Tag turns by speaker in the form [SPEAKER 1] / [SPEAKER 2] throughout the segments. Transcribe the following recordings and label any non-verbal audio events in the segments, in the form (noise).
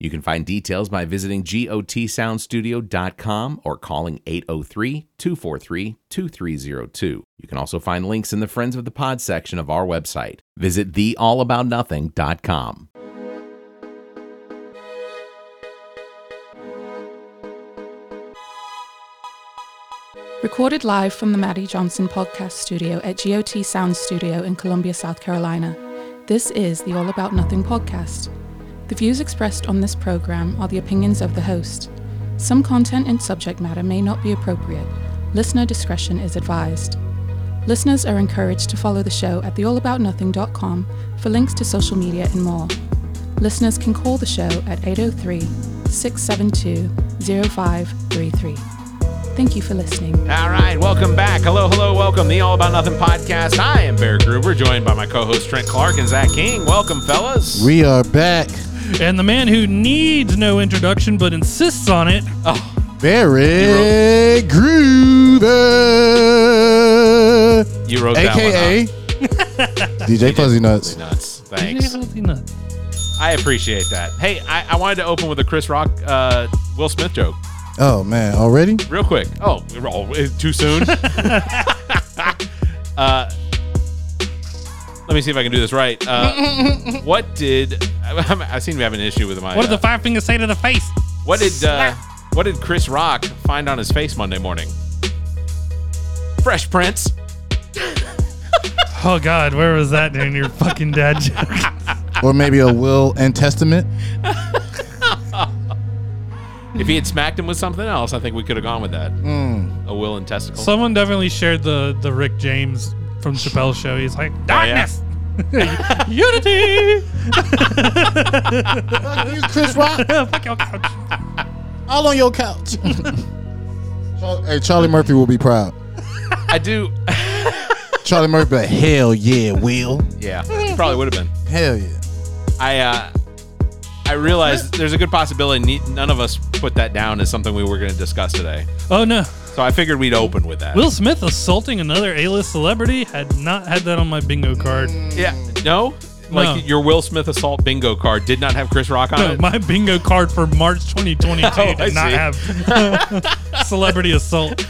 [SPEAKER 1] You can find details by visiting gotsoundstudio.com or calling 803 243 2302. You can also find links in the Friends of the Pod section of our website. Visit theallaboutnothing.com.
[SPEAKER 2] Recorded live from the Maddie Johnson podcast studio at GOT Sound Studio in Columbia, South Carolina, this is the All About Nothing podcast. The views expressed on this program are the opinions of the host. Some content and subject matter may not be appropriate. Listener discretion is advised. Listeners are encouraged to follow the show at theallaboutnothing.com for links to social media and more. Listeners can call the show at 803 672 0533. Thank you for listening.
[SPEAKER 1] All right, welcome back. Hello, hello, welcome. The All About Nothing podcast. I am Bear Gruber, joined by my co host Trent Clark and Zach King. Welcome, fellas.
[SPEAKER 3] We are back.
[SPEAKER 4] And the man who needs no introduction but insists on it,
[SPEAKER 3] Barry Groover,
[SPEAKER 1] you wrote
[SPEAKER 3] aka (laughs)
[SPEAKER 1] that
[SPEAKER 3] DJ Fuzzy Nuts.
[SPEAKER 1] one up. Nuts. Thanks. I appreciate that. Hey, I, I wanted to open with a Chris Rock, uh, Will Smith joke.
[SPEAKER 3] Oh man, already?
[SPEAKER 1] real quick. Oh, we're all, eh, too soon.
[SPEAKER 4] (laughs)
[SPEAKER 1] uh, let me see if I can do this right.
[SPEAKER 4] (laughs)
[SPEAKER 1] Uh, what did I, I seem to have an issue with my?
[SPEAKER 4] What did
[SPEAKER 1] uh,
[SPEAKER 4] the five fingers say to the face?
[SPEAKER 1] what did uh, what did Chris Rock find on his face Monday morning? Fresh prints.
[SPEAKER 4] Oh God, where was that during your fucking (laughs) dad joke?
[SPEAKER 3] Or maybe a will and testament?
[SPEAKER 1] If he had smacked him with something else, I think we could have gone with that.
[SPEAKER 4] Hmm.
[SPEAKER 1] A will and testicle.
[SPEAKER 4] Someone definitely shared the the Rick James from Chappelle's show. He's like darkness, (laughs) unity.
[SPEAKER 3] Fuck you, Chris Rock.
[SPEAKER 4] Oh, Fuck your couch.
[SPEAKER 3] All on your couch. (laughs) Char- hey, Charlie Murphy will be proud.
[SPEAKER 1] I do. (laughs)
[SPEAKER 3] Charlie Murphy, but hell yeah, Will.
[SPEAKER 1] Yeah, probably would have been.
[SPEAKER 3] Hell yeah.
[SPEAKER 1] I uh, I realized there's a good possibility ne- none of us put that down as something we were going to discuss today.
[SPEAKER 4] Oh no,
[SPEAKER 1] So I figured we'd open with that.
[SPEAKER 4] Will Smith assaulting another A-list celebrity had not had that on my bingo card.
[SPEAKER 1] yeah. No? Like
[SPEAKER 4] No.
[SPEAKER 1] your Will Smith assault bingo card did not have Chris Rock on
[SPEAKER 4] No,
[SPEAKER 1] it.
[SPEAKER 4] my bingo card for March (laughs) 2022
[SPEAKER 1] Oh, I
[SPEAKER 4] did not
[SPEAKER 1] see.
[SPEAKER 4] have (laughs) celebrity assault.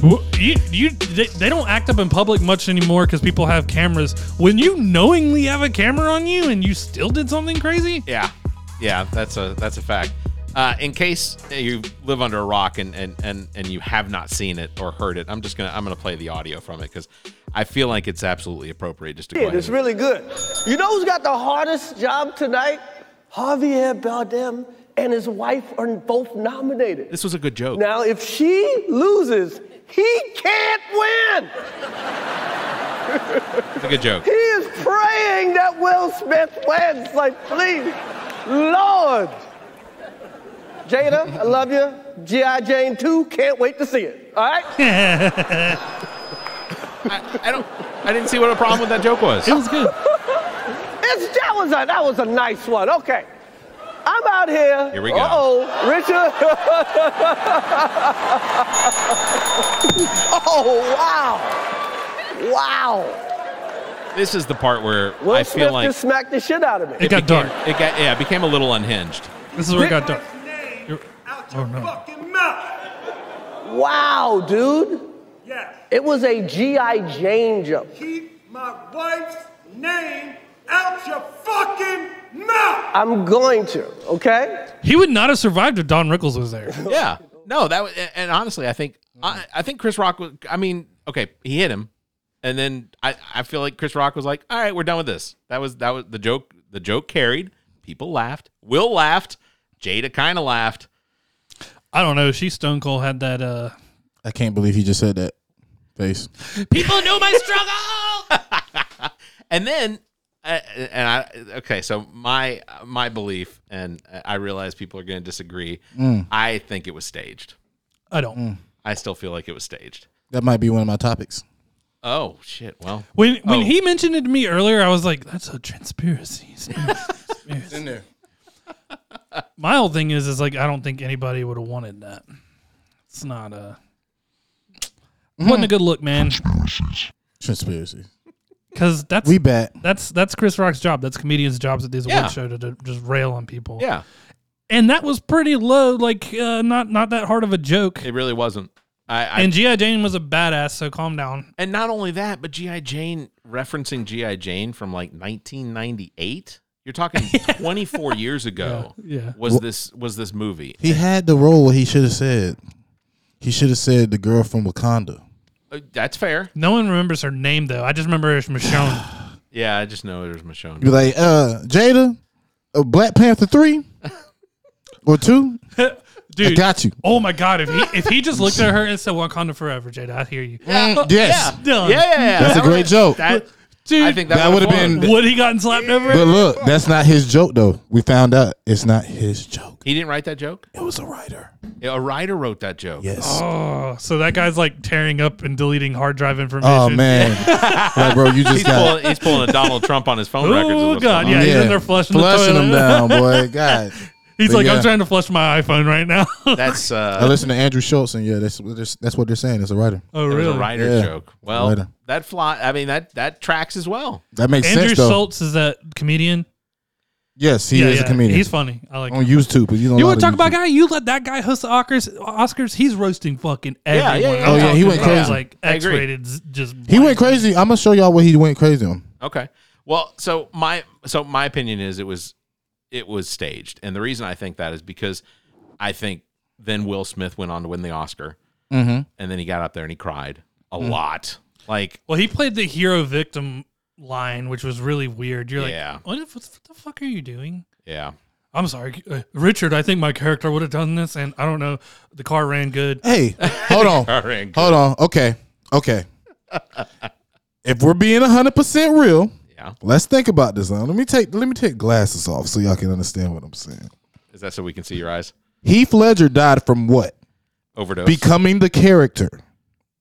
[SPEAKER 4] W- You, you, they, they don't act up in public much anymore because people have cameras. When you knowingly have a camera on you and you still did something crazy,
[SPEAKER 1] yeah. Yeah, that's a that's a fact. Uh, in case you live under a rock and, and, and, and you have not seen it or heard it, I'm just gonna I'm gonna play the audio from it because I feel like it's absolutely appropriate just to go ahead
[SPEAKER 5] It's
[SPEAKER 1] and-
[SPEAKER 5] really good. You know who's got the hardest job tonight? Javier Bardem and his wife are both nominated.
[SPEAKER 1] This was a good joke.
[SPEAKER 5] Now, if she loses, he can't win.
[SPEAKER 1] It's a good joke.
[SPEAKER 5] He is praying that Will Smith wins. Like, please, Lord. Jada, I love you. G.I. Jane 2, can't wait to see it. All right?
[SPEAKER 1] I, I don't I didn't see what a problem with that joke was.
[SPEAKER 4] it was good.
[SPEAKER 5] It's, that, was a, that was a nice one. Okay. I'm out here.
[SPEAKER 1] Here we go.
[SPEAKER 5] Uh-oh, Richard. (laughs) oh, wow. Wow.
[SPEAKER 1] This is the part where
[SPEAKER 5] Will
[SPEAKER 1] I
[SPEAKER 5] Smith
[SPEAKER 1] feel like
[SPEAKER 5] just smacked the shit out of me.
[SPEAKER 4] It got
[SPEAKER 1] became-
[SPEAKER 4] dark.
[SPEAKER 1] It got yeah, it became a little unhinged.
[SPEAKER 4] This is where it got dark.
[SPEAKER 6] name
[SPEAKER 4] You're-
[SPEAKER 6] out
[SPEAKER 4] oh,
[SPEAKER 6] your
[SPEAKER 4] no.
[SPEAKER 6] fucking mouth.
[SPEAKER 5] Wow, dude.
[SPEAKER 6] Yes.
[SPEAKER 5] It was a G.I. Jane jump.
[SPEAKER 6] Keep my wife's name out your fucking mouth.
[SPEAKER 5] I'm going to, okay?
[SPEAKER 4] He would not have survived if Don Rickles was there.
[SPEAKER 1] yeah. No, that was, and honestly, I think I, I think Chris Rock was. I mean, okay, he hit him, and then I, I feel like Chris Rock was like, "All right, we're done with this." That was that was the joke. The joke carried. People laughed. Will laughed. Jada kind of laughed.
[SPEAKER 4] I don't know. She Stone Cold had that. uh
[SPEAKER 3] I can't believe he just said that. Face.
[SPEAKER 4] People know my struggle.
[SPEAKER 1] And then I- and I okay, so my my belief, and I realize people are going to disagree. I think it was staged.
[SPEAKER 4] I don't.
[SPEAKER 1] I still feel like it was staged.
[SPEAKER 3] That might be one of my topics.
[SPEAKER 1] Oh shit! Well,
[SPEAKER 4] When when
[SPEAKER 1] Oh.
[SPEAKER 4] he mentioned it to me earlier, I was like, "That's a conspiracy." (laughs)
[SPEAKER 3] In there.
[SPEAKER 4] My whole thing is, is like, I don't think anybody would have wanted that. It's not a
[SPEAKER 1] Mm-hmm.
[SPEAKER 4] wasn't a good look, man.
[SPEAKER 3] Conspiracy.
[SPEAKER 4] Because that's
[SPEAKER 3] We bet.
[SPEAKER 4] that's that's Chris Rock's job. That's comedians' jobs at these
[SPEAKER 1] Yeah.
[SPEAKER 4] award shows to, to just rail on people.
[SPEAKER 1] yeah,
[SPEAKER 4] and that was pretty low. Like, uh, not not that hard of a joke.
[SPEAKER 1] it really wasn't. I, I
[SPEAKER 4] and GI Jane was a badass, so calm down.
[SPEAKER 1] and not only that, but GI Jane referencing GI Jane from like 1998. You're
[SPEAKER 4] (laughs)
[SPEAKER 1] talking 24 years ago.
[SPEAKER 4] yeah.
[SPEAKER 1] was this was this movie?
[SPEAKER 3] He had the role where he should have said. He should have said the girl from Wakanda.
[SPEAKER 1] Uh, that's fair.
[SPEAKER 4] No one remembers her name though. I just remember her as Michonne.
[SPEAKER 1] Yeah, (gasps) I just know it was Michonne.
[SPEAKER 3] Be like, uh, Jada, uh, Black Panther three (laughs) or two.
[SPEAKER 4] Dude,
[SPEAKER 3] I got you.
[SPEAKER 4] Oh my god, if he if he just looked at her and said Wakanda forever, Jada, I hear you.
[SPEAKER 3] yes,
[SPEAKER 4] Done.
[SPEAKER 1] Yeah, yeah, yeah.
[SPEAKER 3] That's
[SPEAKER 1] That
[SPEAKER 3] a
[SPEAKER 1] would've-
[SPEAKER 3] great joke.
[SPEAKER 1] That,
[SPEAKER 4] Dude,
[SPEAKER 1] I think that,
[SPEAKER 3] That
[SPEAKER 1] would've
[SPEAKER 3] would've
[SPEAKER 1] won.
[SPEAKER 3] been-
[SPEAKER 4] would he gotten slapped over?
[SPEAKER 3] but look, that's not his joke though. We found out it's not his joke.
[SPEAKER 1] He didn't write that joke.
[SPEAKER 3] It was a writer.
[SPEAKER 1] A writer wrote that joke.
[SPEAKER 3] (laughs) Yes.
[SPEAKER 4] Oh, so that guy's like tearing up and deleting hard drive information.
[SPEAKER 3] Oh man,
[SPEAKER 4] (laughs)
[SPEAKER 3] like bro, you just
[SPEAKER 1] He's,
[SPEAKER 3] got
[SPEAKER 1] pulling, he's pulling a Donald Trump on his phone records. is
[SPEAKER 4] Oh
[SPEAKER 1] what's going
[SPEAKER 4] god,
[SPEAKER 1] on.
[SPEAKER 4] yeah, he's in there flushing, the
[SPEAKER 3] them
[SPEAKER 4] toilet.
[SPEAKER 3] down,
[SPEAKER 4] (laughs)
[SPEAKER 3] boy. God,
[SPEAKER 4] He's
[SPEAKER 3] But
[SPEAKER 4] like,
[SPEAKER 3] yeah.
[SPEAKER 4] I'm trying to flush my iPhone right now. (laughs)
[SPEAKER 1] That's uh,
[SPEAKER 3] I listen to Andrew Schultz, and yeah, that's what they're- that's what they're saying. It's a writer.
[SPEAKER 4] oh
[SPEAKER 1] it was
[SPEAKER 4] really?
[SPEAKER 1] a writer's
[SPEAKER 3] Yeah.
[SPEAKER 1] joke. Well,
[SPEAKER 3] Writer.
[SPEAKER 1] that fly. I mean, that that tracks as well.
[SPEAKER 3] That makes
[SPEAKER 4] Andrew
[SPEAKER 3] sense though.
[SPEAKER 4] Schultz is that comedian?
[SPEAKER 3] Yes, he is a comedian. Oh,
[SPEAKER 4] He's funny. I like.
[SPEAKER 3] on
[SPEAKER 4] him.
[SPEAKER 3] YouTube, but you don't.
[SPEAKER 4] You
[SPEAKER 3] know
[SPEAKER 4] want to
[SPEAKER 3] how
[SPEAKER 4] talk about
[SPEAKER 3] YouTube.
[SPEAKER 4] guy? You let that guy host the Oscars. Oscars. He's roasting fucking
[SPEAKER 1] yeah,
[SPEAKER 4] everyone.
[SPEAKER 1] yeah.
[SPEAKER 4] I'm
[SPEAKER 1] Oh, yeah, he
[SPEAKER 4] talking
[SPEAKER 3] went
[SPEAKER 4] about,
[SPEAKER 3] crazy.
[SPEAKER 4] Like
[SPEAKER 1] I agree.
[SPEAKER 4] X-rated, z- just
[SPEAKER 3] He went crazy. I'm gonna show y'all what he went crazy on.
[SPEAKER 1] Okay. Well, so my so my opinion is it was it was staged, and the reason I think that is because I think then Will Smith went on to win the Oscar, mm-hmm. and then he got up there and he cried a lot. Like
[SPEAKER 4] Well, he played the hero victim line, which was really weird. You're
[SPEAKER 1] Yeah.
[SPEAKER 4] like, what, if- what the fuck are you doing?
[SPEAKER 1] yeah,
[SPEAKER 4] I'm sorry, uh, Richard. I think my character would have done this, and I don't know. The car ran good.
[SPEAKER 3] Hey, hold on,
[SPEAKER 1] (laughs) All right,
[SPEAKER 3] hold on. Okay,
[SPEAKER 1] (laughs)
[SPEAKER 3] okay. if we're being 100 percent real,
[SPEAKER 1] yeah.
[SPEAKER 3] let's think about this. Now, Let me take let me take glasses off so y'all can understand what I'm saying.
[SPEAKER 1] Is that so we can see your eyes?
[SPEAKER 3] Heath Ledger died from what?
[SPEAKER 1] Overdose.
[SPEAKER 3] Becoming the character.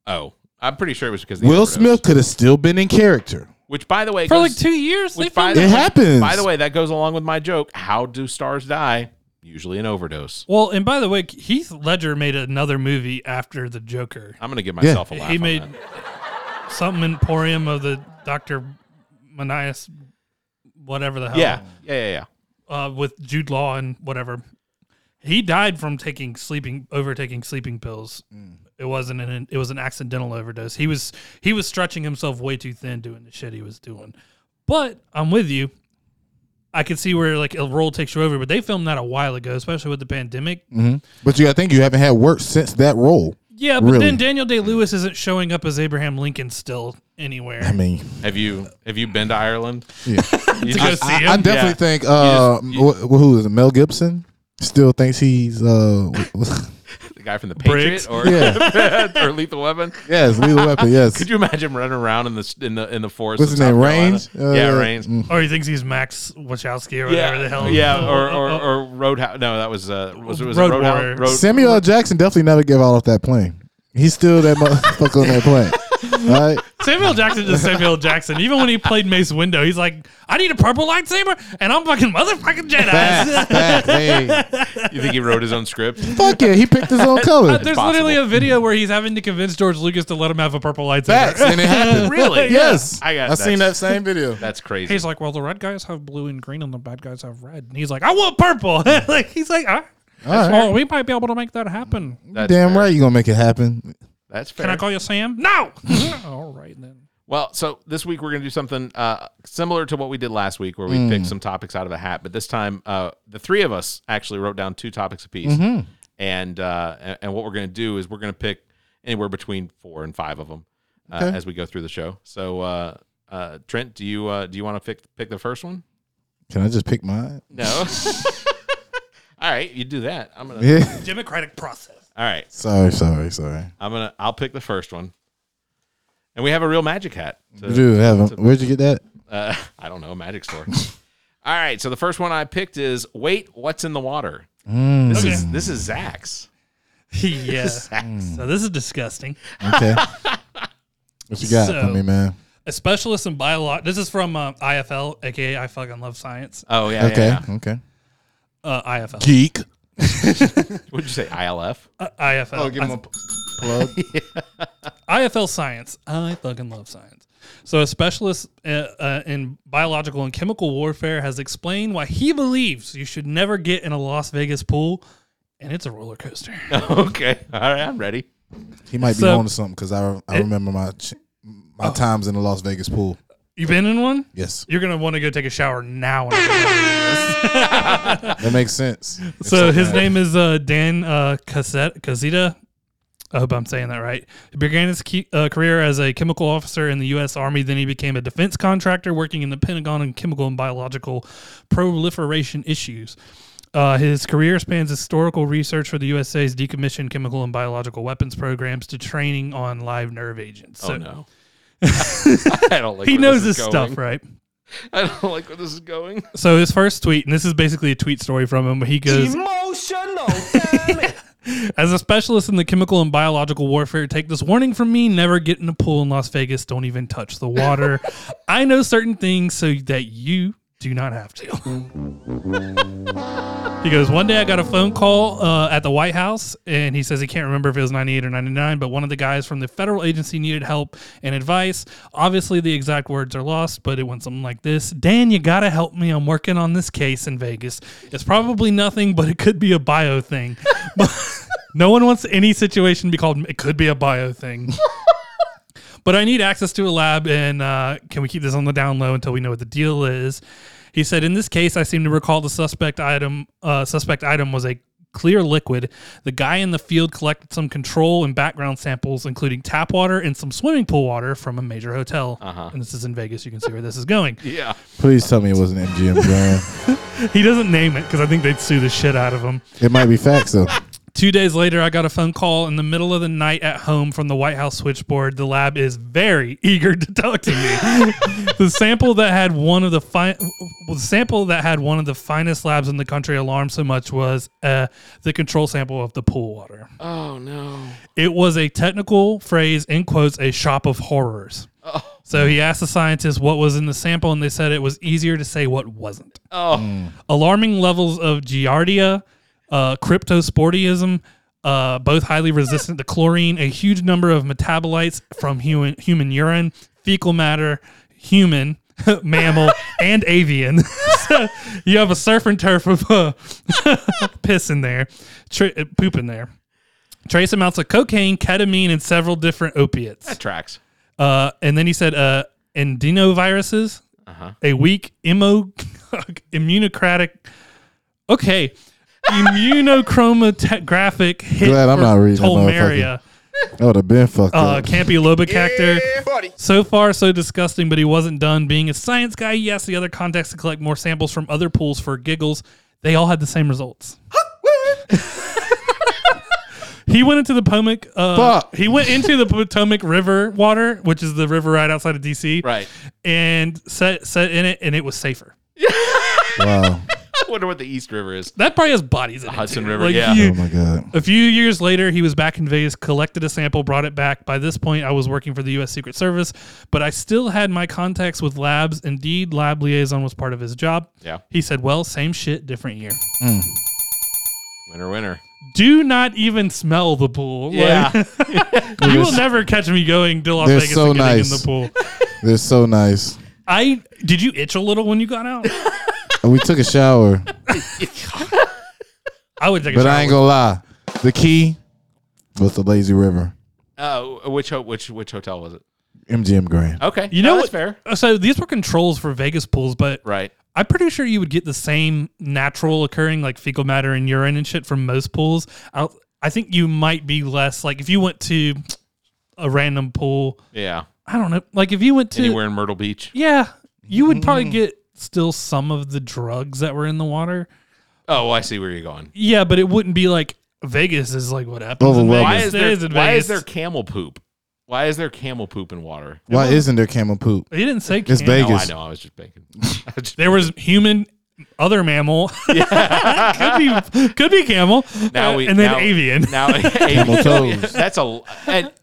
[SPEAKER 1] oh, I'm pretty sure it was because of the
[SPEAKER 3] Will
[SPEAKER 1] overdose.
[SPEAKER 3] Smith could have still been in character.
[SPEAKER 1] which by the way,
[SPEAKER 4] For
[SPEAKER 1] goes-
[SPEAKER 4] like two years, they
[SPEAKER 1] Which by
[SPEAKER 4] found
[SPEAKER 1] the,
[SPEAKER 3] It
[SPEAKER 1] way-
[SPEAKER 3] happens.
[SPEAKER 1] By the way, that goes along with my joke. How do stars die? Usually an overdose.
[SPEAKER 4] Well, and by the way, Heath Ledger made another movie after the Joker.
[SPEAKER 1] I'm gonna give myself a laugh.
[SPEAKER 4] He
[SPEAKER 1] on
[SPEAKER 4] made
[SPEAKER 1] that.
[SPEAKER 4] something Emporium of the Doctor Manias, whatever the hell.
[SPEAKER 1] Yeah, yeah, yeah, yeah.
[SPEAKER 4] uh, with Jude Law and whatever. He died from taking sleeping overtaking sleeping pills. It wasn't an it was an accidental overdose. He was he was stretching himself way too thin doing the shit he was doing. But I'm with you. I can see where like a role takes you over, but they filmed that a while ago, especially with the pandemic.
[SPEAKER 3] But you gotta think you haven't had work since that role.
[SPEAKER 4] Yeah, but
[SPEAKER 3] Really?
[SPEAKER 4] then Daniel Day Lewis isn't showing up as Abraham Lincoln still
[SPEAKER 3] (laughs)
[SPEAKER 4] anywhere.
[SPEAKER 3] I mean,
[SPEAKER 1] Have you have you been to Ireland?
[SPEAKER 3] yeah.
[SPEAKER 1] (laughs) You
[SPEAKER 4] go
[SPEAKER 1] just-
[SPEAKER 4] see
[SPEAKER 3] I,
[SPEAKER 4] him?
[SPEAKER 3] I definitely
[SPEAKER 1] Yeah.
[SPEAKER 3] think uh,
[SPEAKER 1] You just-
[SPEAKER 3] wh- who is it? Mel Gibson still thinks he's uh, (laughs)
[SPEAKER 1] the guy from the
[SPEAKER 4] Briggs.
[SPEAKER 1] Patriot or (laughs)
[SPEAKER 3] Yeah.
[SPEAKER 1] or Lethal Weapon.
[SPEAKER 3] yes, Lethal Weapon. Yes,
[SPEAKER 1] Could you imagine running around in the in the in the forest?
[SPEAKER 3] What's
[SPEAKER 1] of
[SPEAKER 3] his name?
[SPEAKER 1] South Carolina?
[SPEAKER 3] Range?
[SPEAKER 1] yeah,
[SPEAKER 3] Uh,
[SPEAKER 1] Range.
[SPEAKER 4] Or Oh, he thinks he's Max Wachowski or whatever
[SPEAKER 1] Yeah,
[SPEAKER 4] the hell.
[SPEAKER 1] yeah, or or, or Roadhouse. No, that was uh, was, was
[SPEAKER 4] Road
[SPEAKER 1] it
[SPEAKER 4] Warrior.
[SPEAKER 1] Roadhouse? Road,
[SPEAKER 3] Samuel L. Jackson definitely never gave out off that plane. He's still that motherfucker on
[SPEAKER 1] (laughs)
[SPEAKER 3] that plane. All right.
[SPEAKER 4] Samuel Jackson is Samuel Jackson. Even when he played Mace Window, he's like, I need a purple lightsaber, and I'm fucking motherfucking Jedi. (laughs)
[SPEAKER 3] Facts, facts. Hey,
[SPEAKER 1] you think he wrote his own script?
[SPEAKER 3] fuck yeah, he picked his own color.
[SPEAKER 4] There's
[SPEAKER 1] possible.
[SPEAKER 4] literally a video where he's having to convince George Lucas to let him have a purple
[SPEAKER 1] (laughs)
[SPEAKER 4] lightsaber.
[SPEAKER 3] Facts, and it happened.
[SPEAKER 1] Really?
[SPEAKER 3] (laughs) Yes,
[SPEAKER 1] I got.
[SPEAKER 3] I seen that
[SPEAKER 1] that's-
[SPEAKER 3] same video.
[SPEAKER 1] That's crazy.
[SPEAKER 4] (laughs) He's like, well, the red guys have blue and green, and the bad guys have red. And he's like, I want purple. (laughs) like he's like, ah,
[SPEAKER 3] All right.
[SPEAKER 4] well, we might be able to make that happen.
[SPEAKER 1] that's
[SPEAKER 3] Damn
[SPEAKER 1] fair.
[SPEAKER 3] right, you gonna make it happen.
[SPEAKER 1] That's fair.
[SPEAKER 4] Can I call you Sam? No. (laughs) All right then.
[SPEAKER 1] Well, so this week we're going to do something uh, similar to what we did last week, where we
[SPEAKER 3] Mm.
[SPEAKER 1] picked some topics out of a hat. But this time, uh, the three of us actually wrote down two topics apiece,
[SPEAKER 3] Mm-hmm.
[SPEAKER 1] and uh, a- and what we're going to do is we're going to pick anywhere between four and five of them uh,
[SPEAKER 3] Okay.
[SPEAKER 1] as we go through the show. So, uh, uh, Trent, do you uh, do you want to pick pick the first
[SPEAKER 3] (laughs)
[SPEAKER 1] one?
[SPEAKER 3] Can I just pick mine?
[SPEAKER 1] No. (laughs) All right, you do that. I'm gonna.
[SPEAKER 3] Yeah. (laughs)
[SPEAKER 4] Democratic process.
[SPEAKER 1] All right,
[SPEAKER 3] Sorry, sorry, sorry.
[SPEAKER 1] I'm gonna. I'll pick the first one, and we have a real magic hat. to-
[SPEAKER 3] Dude, have him. Where'd you get that?
[SPEAKER 1] uh, Uh, (laughs) I don't know, a magic store. (laughs) All right, so the first one I picked is wait, what's in the water?
[SPEAKER 3] Mm.
[SPEAKER 1] This is
[SPEAKER 4] Okay.
[SPEAKER 1] this is Zach's.
[SPEAKER 4] (laughs) yeah.
[SPEAKER 3] Mm.
[SPEAKER 1] Zach's.
[SPEAKER 4] So this is disgusting.
[SPEAKER 3] Okay.
[SPEAKER 1] (laughs)
[SPEAKER 3] what you got for
[SPEAKER 4] So-
[SPEAKER 3] me, man?
[SPEAKER 4] A specialist in biolog. This is from uh, IFL, aka I fucking love science.
[SPEAKER 1] Oh yeah,
[SPEAKER 3] Okay.
[SPEAKER 1] yeah, yeah.
[SPEAKER 3] Okay.
[SPEAKER 4] Uh, IFL.
[SPEAKER 3] Geek.
[SPEAKER 1] What'd you say? ILF.
[SPEAKER 4] Uh, IFL.
[SPEAKER 1] Oh, give him a p-
[SPEAKER 3] Plug.
[SPEAKER 4] (laughs) IFL science. I fucking love science. So, a specialist uh, uh, in biological and chemical warfare has explained why he believes you should never get in a Las Vegas pool, and it's a roller
[SPEAKER 1] (laughs)
[SPEAKER 4] coaster.
[SPEAKER 1] (laughs) Okay. All right, I'm ready. (laughs)
[SPEAKER 3] He might be
[SPEAKER 4] So-
[SPEAKER 3] on to something because I, I remember my ch-
[SPEAKER 1] Oh.
[SPEAKER 3] my times in the Las Vegas pool.
[SPEAKER 4] you been in one?
[SPEAKER 3] Yes,
[SPEAKER 4] You're gonna want to go take a shower now. and-
[SPEAKER 3] that makes
[SPEAKER 1] (laughs)
[SPEAKER 3] sense. It's
[SPEAKER 4] so
[SPEAKER 3] like
[SPEAKER 4] his
[SPEAKER 3] that.
[SPEAKER 4] name is uh, Dan uh, Cassette, Casita. I hope I'm saying that right. He began his ke- uh, career as a chemical officer in the U.S. Army. Then he became a defense contractor working in the Pentagon on chemical and biological proliferation issues. Uh, his career spans historical research for the USA's decommissioned chemical and biological weapons programs to training on live nerve agents.
[SPEAKER 1] Oh
[SPEAKER 4] So (laughs)
[SPEAKER 1] no. I don't like.
[SPEAKER 4] He
[SPEAKER 1] where
[SPEAKER 4] knows
[SPEAKER 1] this
[SPEAKER 4] his
[SPEAKER 1] is
[SPEAKER 4] stuff,
[SPEAKER 1] going.
[SPEAKER 4] right?
[SPEAKER 1] (laughs) I don't like where this is going.
[SPEAKER 4] So his first tweet, and this is basically a tweet story from him. He goes,
[SPEAKER 5] Emotional. damn
[SPEAKER 1] (laughs)
[SPEAKER 5] it.
[SPEAKER 4] As a specialist in the chemical and biological warfare, take this warning from me. Never get in a pool in Las Vegas. Don't even touch the water. I know certain things so that you do not have to. he goes, One day I got a phone call uh, at the White House, and he says he can't remember if it was 98 or 99, but one of the guys from the federal agency needed help and advice. Obviously, the exact words are lost, but it went something like this Dan, you got to help me. I'm working on this case in Vegas. It's probably nothing, but it could be a bio thing. No one wants any situation to be called. It could be a bio thing. but I need access to a lab, and uh, can we keep this on the down low until we know what the deal is? He said, "In this case, I seem to recall the suspect item. Uh, suspect item was a clear liquid. The guy in the field collected some control and background samples, including tap water and some swimming pool water from a major hotel. And this is in Vegas. You can see where this is going.
[SPEAKER 1] Yeah.
[SPEAKER 3] Please tell me it wasn't MGM Grand.
[SPEAKER 4] He doesn't name it because I think they'd sue the shit out of him."
[SPEAKER 3] it might be facts though.
[SPEAKER 4] Two days later, I got a phone call in the middle of the night at home from the White House switchboard. The lab is very (laughs) eager to talk to me. the sample that had one of the fi- well, the sample that had one of the finest labs in the country alarmed so much was uh, the control sample of the pool water.
[SPEAKER 1] Oh no.
[SPEAKER 4] It was a technical phrase in quotes, a shop of horrors.
[SPEAKER 1] Oh.
[SPEAKER 4] So he asked the scientists what was in the sample, and they said it was easier to say what wasn't
[SPEAKER 1] Oh.
[SPEAKER 4] alarming levels of giardia, uh, cryptosporidium, uh, both highly resistant to chlorine, a huge number of metabolites from human, human urine, fecal matter, human, (laughs) mammal, and avian. (laughs) so you have a surf and turf of uh, (laughs) piss in there, tr- uh, poop in there. Trace amounts of cocaine, ketamine, and several different opiates.
[SPEAKER 1] That tracks.
[SPEAKER 4] Uh, and then he said, uh, endinoviruses,
[SPEAKER 1] Uh-huh.
[SPEAKER 4] a weak immo- (laughs) immunocratic,
[SPEAKER 1] (laughs)
[SPEAKER 4] okay, immunochromatographic hit
[SPEAKER 3] Glad I'm
[SPEAKER 4] for
[SPEAKER 3] not reading that
[SPEAKER 4] Tolmeria,
[SPEAKER 3] That would have been
[SPEAKER 1] Oh,
[SPEAKER 3] fucked
[SPEAKER 4] uh,
[SPEAKER 3] up.
[SPEAKER 4] Campylobacter.
[SPEAKER 5] buddy.
[SPEAKER 4] So far, so disgusting, but he wasn't done. Being a science guy, he asked the other contacts to collect more samples from other pools for giggles. They all had the same results. (laughs) he went into the Potomac. Uh,
[SPEAKER 3] Fuck.
[SPEAKER 4] he went into the Potomac River water, which is the river right outside of DC,
[SPEAKER 1] Right.
[SPEAKER 4] and set set in it, and it was safer.
[SPEAKER 3] Wow.
[SPEAKER 1] I wonder what the East River is.
[SPEAKER 4] That probably has bodies in it.
[SPEAKER 1] Hudson
[SPEAKER 4] too.
[SPEAKER 1] River, yeah.
[SPEAKER 4] you-
[SPEAKER 3] Oh my god.
[SPEAKER 4] a few years later, he was back in Vegas, collected a sample, brought it back. By this point, I was working for the U.S. Secret Service, but I still had my contacts with labs. Indeed, lab liaison was part of his job.
[SPEAKER 1] Yeah.
[SPEAKER 4] He said, Well, same shit, different year.
[SPEAKER 1] Winner, winner.
[SPEAKER 4] Do not even smell the pool. Like, you will never catch me going to Las
[SPEAKER 3] they're
[SPEAKER 4] Vegas
[SPEAKER 3] so
[SPEAKER 4] and getting in
[SPEAKER 3] nice.
[SPEAKER 4] the pool.
[SPEAKER 3] They're so nice.
[SPEAKER 4] I Did you itch a little when you
[SPEAKER 3] (laughs)
[SPEAKER 4] got out?
[SPEAKER 3] And we took a shower,
[SPEAKER 4] I would take a
[SPEAKER 3] but
[SPEAKER 4] shower.
[SPEAKER 3] I ain't gonna lie. The key was the lazy river.
[SPEAKER 1] Oh, which ho- which which hotel was it?
[SPEAKER 3] MGM Grand.
[SPEAKER 1] Okay.
[SPEAKER 4] you know
[SPEAKER 1] No,
[SPEAKER 4] what? Uh,
[SPEAKER 1] that's fair.
[SPEAKER 4] So these were controls for Vegas pools, but
[SPEAKER 1] Right.
[SPEAKER 4] I'm pretty sure you would get the same natural occurring like fecal matter and urine and shit from most pools. i I think you might be less like if you went to a random pool.
[SPEAKER 1] Yeah.
[SPEAKER 4] I don't know. Like if you went to
[SPEAKER 1] Anywhere Mm. in Myrtle Beach.
[SPEAKER 4] yeah, you would probably get still some of the drugs that were in the water.
[SPEAKER 1] Oh, I see where you're going.
[SPEAKER 4] Yeah, but it wouldn't be like Vegas is like what happens. in
[SPEAKER 3] Overwhelming.
[SPEAKER 1] Why
[SPEAKER 4] Vegas
[SPEAKER 1] is there
[SPEAKER 4] in
[SPEAKER 1] why is there
[SPEAKER 4] Vegas.
[SPEAKER 1] camel poop? Why is there camel poop in water?
[SPEAKER 3] Why isn't there camel poop?
[SPEAKER 4] He didn't say
[SPEAKER 3] It's
[SPEAKER 4] can.
[SPEAKER 3] big.
[SPEAKER 1] No, I
[SPEAKER 3] Vegas.
[SPEAKER 1] know. I was just making.
[SPEAKER 4] There was human, other mammal. (laughs) could be could be camel.
[SPEAKER 1] now
[SPEAKER 4] Uh,
[SPEAKER 3] (laughs)
[SPEAKER 1] we
[SPEAKER 4] and then
[SPEAKER 1] now-
[SPEAKER 4] avian. (laughs)
[SPEAKER 1] Now (laughs)
[SPEAKER 3] Camel
[SPEAKER 1] avian.
[SPEAKER 3] toes.
[SPEAKER 1] That's a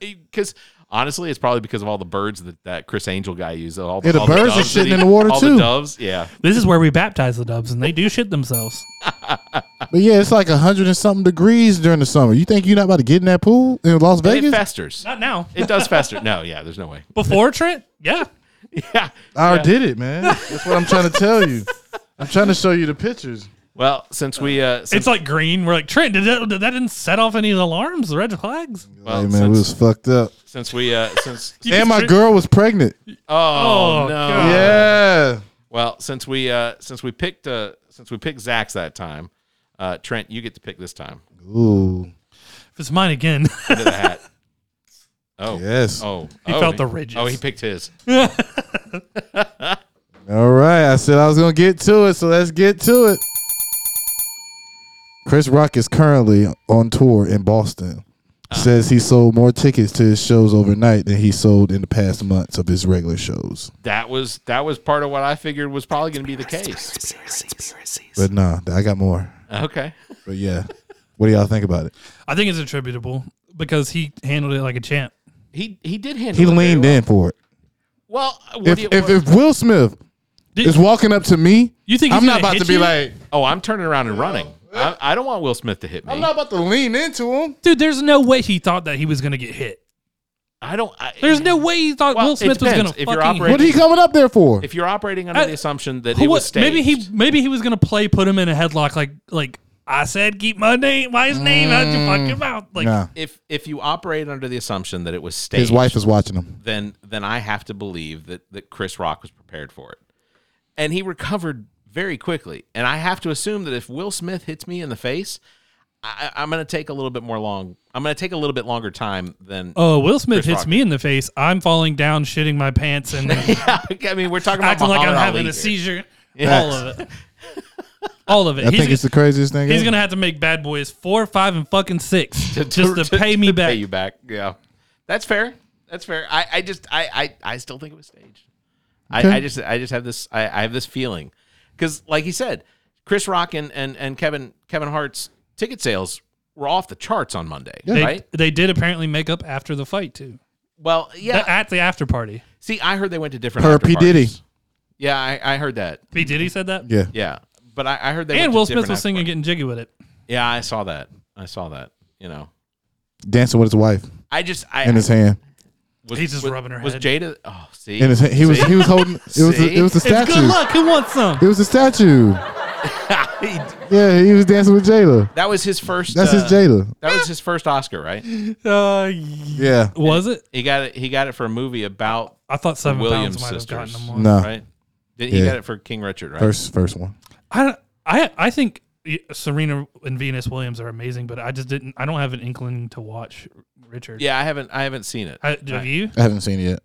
[SPEAKER 1] because honestly, it's probably because of all the birds that that Chris Angel guy used. All the,
[SPEAKER 3] Yeah, the
[SPEAKER 1] all
[SPEAKER 3] birds are
[SPEAKER 1] doves that
[SPEAKER 3] shitting
[SPEAKER 1] he-
[SPEAKER 3] in the water,
[SPEAKER 1] all
[SPEAKER 3] too.
[SPEAKER 1] The doves, yeah.
[SPEAKER 4] this is where we baptize the doves, and they do shit themselves.
[SPEAKER 3] But yeah, it's like hundred and something degrees during the summer. You think you're not about to get in that pool in Las
[SPEAKER 1] And it
[SPEAKER 3] Vegas?
[SPEAKER 1] festers.
[SPEAKER 4] Not now.
[SPEAKER 1] It does fester. No, yeah. There's no way. (laughs)
[SPEAKER 4] Before Trent, yeah.
[SPEAKER 1] Yeah.
[SPEAKER 3] I already did
[SPEAKER 1] (laughs)
[SPEAKER 3] it, man. That's what I'm trying to tell you. I'm trying to show you the pictures.
[SPEAKER 1] Well, since we uh, since,
[SPEAKER 4] It's like green. We're like Trent. Did that? Did that didn't set off any alarms, the red flags?
[SPEAKER 1] well,
[SPEAKER 3] hey man, we
[SPEAKER 1] since,
[SPEAKER 3] was fucked up.
[SPEAKER 1] since we uh, since
[SPEAKER 4] You
[SPEAKER 3] And
[SPEAKER 4] just
[SPEAKER 3] my
[SPEAKER 4] tri-
[SPEAKER 3] girl was pregnant.
[SPEAKER 1] oh,
[SPEAKER 4] Oh,
[SPEAKER 1] no.
[SPEAKER 4] God.
[SPEAKER 3] yeah.
[SPEAKER 1] Well, since we uh, since we picked uh, since we picked Zach's that time, uh, Trent, you get to pick this time
[SPEAKER 3] Ooh.
[SPEAKER 4] If it's mine again, (laughs)
[SPEAKER 1] into the hat. Oh
[SPEAKER 3] Yes.
[SPEAKER 1] Oh,
[SPEAKER 4] He
[SPEAKER 1] oh,
[SPEAKER 4] felt the ridges.
[SPEAKER 1] Oh, he picked his.
[SPEAKER 3] All right. I said I was gonna get to it, so let's get to it. Chris Rock is currently on tour in Boston.
[SPEAKER 1] Ah.
[SPEAKER 3] Says he sold more tickets to his shows overnight than he sold in the past months of his regular shows.
[SPEAKER 1] That was that was part of what I figured was probably going to be the case.
[SPEAKER 3] But nah, I got more.
[SPEAKER 1] Okay.
[SPEAKER 3] But yeah. What do y'all think about it?
[SPEAKER 4] I think it's attributable because he handled it like a champ.
[SPEAKER 1] He he did handle.
[SPEAKER 3] He
[SPEAKER 1] it very
[SPEAKER 3] leaned
[SPEAKER 1] well.
[SPEAKER 3] in for it.
[SPEAKER 1] Well, what
[SPEAKER 3] If
[SPEAKER 1] do you,
[SPEAKER 3] if,
[SPEAKER 1] what-
[SPEAKER 3] if Will Smith
[SPEAKER 4] Did-
[SPEAKER 3] is walking up to me,
[SPEAKER 4] You think he's
[SPEAKER 3] I'm not
[SPEAKER 4] gonna
[SPEAKER 3] about to
[SPEAKER 4] hit
[SPEAKER 3] be
[SPEAKER 4] you?
[SPEAKER 3] like
[SPEAKER 1] oh, I'm turning around and running. I, I don't want Will Smith to hit me.
[SPEAKER 3] I'm not about to lean into him.
[SPEAKER 4] Dude, there's no way he thought that he was gonna get hit.
[SPEAKER 1] I don't. I,
[SPEAKER 4] There's no way he thought
[SPEAKER 1] Well,
[SPEAKER 4] Will
[SPEAKER 1] it
[SPEAKER 4] Smith was
[SPEAKER 1] depends.
[SPEAKER 4] gonna
[SPEAKER 1] If
[SPEAKER 4] fucking.
[SPEAKER 1] you're
[SPEAKER 3] What are you coming up there for?
[SPEAKER 1] If you're operating under
[SPEAKER 4] I-
[SPEAKER 1] the assumption that
[SPEAKER 4] Who
[SPEAKER 1] it was
[SPEAKER 4] was-
[SPEAKER 1] staged,
[SPEAKER 4] maybe he maybe he was gonna play put him in a headlock like like I said keep my name my his name out your fucking mouth like
[SPEAKER 3] Mm. nah.
[SPEAKER 1] If if you operate under the assumption that it was staged,
[SPEAKER 3] His wife is watching him.
[SPEAKER 1] then then I have to believe that that Chris Rock was prepared for it. And he recovered very quickly. And I have to assume that if Will Smith hits me in the face, I, I'm going to take a little bit more long. I'm going to take a little bit longer time than.
[SPEAKER 4] oh Will Smith
[SPEAKER 1] Chris
[SPEAKER 4] hits
[SPEAKER 1] Rock.
[SPEAKER 4] me in the face I'm falling down shitting my pants
[SPEAKER 1] (laughs) (laughs)
[SPEAKER 4] and
[SPEAKER 1] I mean, we're talking about
[SPEAKER 4] (laughs) acting like I'm
[SPEAKER 1] Muhammad
[SPEAKER 4] having
[SPEAKER 1] Ali
[SPEAKER 4] a
[SPEAKER 1] here.
[SPEAKER 4] seizure
[SPEAKER 1] Yeah.
[SPEAKER 4] all
[SPEAKER 1] (laughs)
[SPEAKER 4] of it all of it
[SPEAKER 3] I
[SPEAKER 4] he's,
[SPEAKER 3] think it's the craziest thing.
[SPEAKER 4] he's
[SPEAKER 3] ever.
[SPEAKER 4] gonna have to make bad boys four five and fucking
[SPEAKER 1] (laughs)
[SPEAKER 4] six
[SPEAKER 1] To-
[SPEAKER 4] just to, pay me
[SPEAKER 1] to
[SPEAKER 4] back
[SPEAKER 1] Pay you back. Yeah, that's fair. That's fair. I, I just I, I I still think it was staged. I, I just I just have this I, I have this feeling because like he said, Chris Rock and, and and Kevin Kevin Hart's ticket sales were off the charts on Monday,
[SPEAKER 4] they,
[SPEAKER 1] right?
[SPEAKER 4] they did apparently make up after the fight too
[SPEAKER 1] Well, yeah.
[SPEAKER 4] at the after party
[SPEAKER 1] See, I heard they went to different.
[SPEAKER 3] Per
[SPEAKER 1] after
[SPEAKER 3] P. Diddy.
[SPEAKER 1] parties. Yeah, I, I heard that.
[SPEAKER 4] P Diddy said that
[SPEAKER 3] Yeah.
[SPEAKER 1] Yeah, but I, I heard they
[SPEAKER 4] and
[SPEAKER 1] went to
[SPEAKER 4] Will Smith
[SPEAKER 1] different
[SPEAKER 4] was
[SPEAKER 1] after
[SPEAKER 4] singing
[SPEAKER 1] parties.
[SPEAKER 4] getting jiggy with it
[SPEAKER 1] Yeah, I saw that. I saw that. You know,
[SPEAKER 3] Dancing with his wife
[SPEAKER 1] I just I
[SPEAKER 3] in his hand.
[SPEAKER 1] was,
[SPEAKER 4] He's just
[SPEAKER 1] was-
[SPEAKER 4] rubbing her
[SPEAKER 1] was
[SPEAKER 4] head.
[SPEAKER 1] Jada? Oh, see,
[SPEAKER 3] In his hand. He was
[SPEAKER 1] See?
[SPEAKER 3] he was holding it
[SPEAKER 4] (laughs)
[SPEAKER 3] was the,
[SPEAKER 1] See?
[SPEAKER 3] it was the
[SPEAKER 4] it's good
[SPEAKER 3] statue.
[SPEAKER 4] luck who wants some
[SPEAKER 3] It was the statue.
[SPEAKER 1] (laughs) He-
[SPEAKER 3] Yeah, he was dancing with Jada.
[SPEAKER 1] That was his first.
[SPEAKER 3] That's
[SPEAKER 1] uh,
[SPEAKER 3] his Jada.
[SPEAKER 1] That was his first Oscar, right?
[SPEAKER 4] Uh,
[SPEAKER 3] Yeah.
[SPEAKER 4] was it?
[SPEAKER 1] He got it. He got it for a movie about
[SPEAKER 4] I thought seven
[SPEAKER 1] Williams
[SPEAKER 4] pounds might have
[SPEAKER 1] sisters.
[SPEAKER 4] gotten him more.
[SPEAKER 3] No.
[SPEAKER 1] right. Did he
[SPEAKER 3] Uh, Yeah.
[SPEAKER 1] got it for King Richard, right?
[SPEAKER 3] First first one.
[SPEAKER 4] I don't- I I think Serena and Venus Williams are amazing, but I just didn't. I don't have an inkling to watch Richard.
[SPEAKER 1] Yeah, I haven't. I haven't seen it.
[SPEAKER 4] I, have you?
[SPEAKER 3] I haven't seen it yet.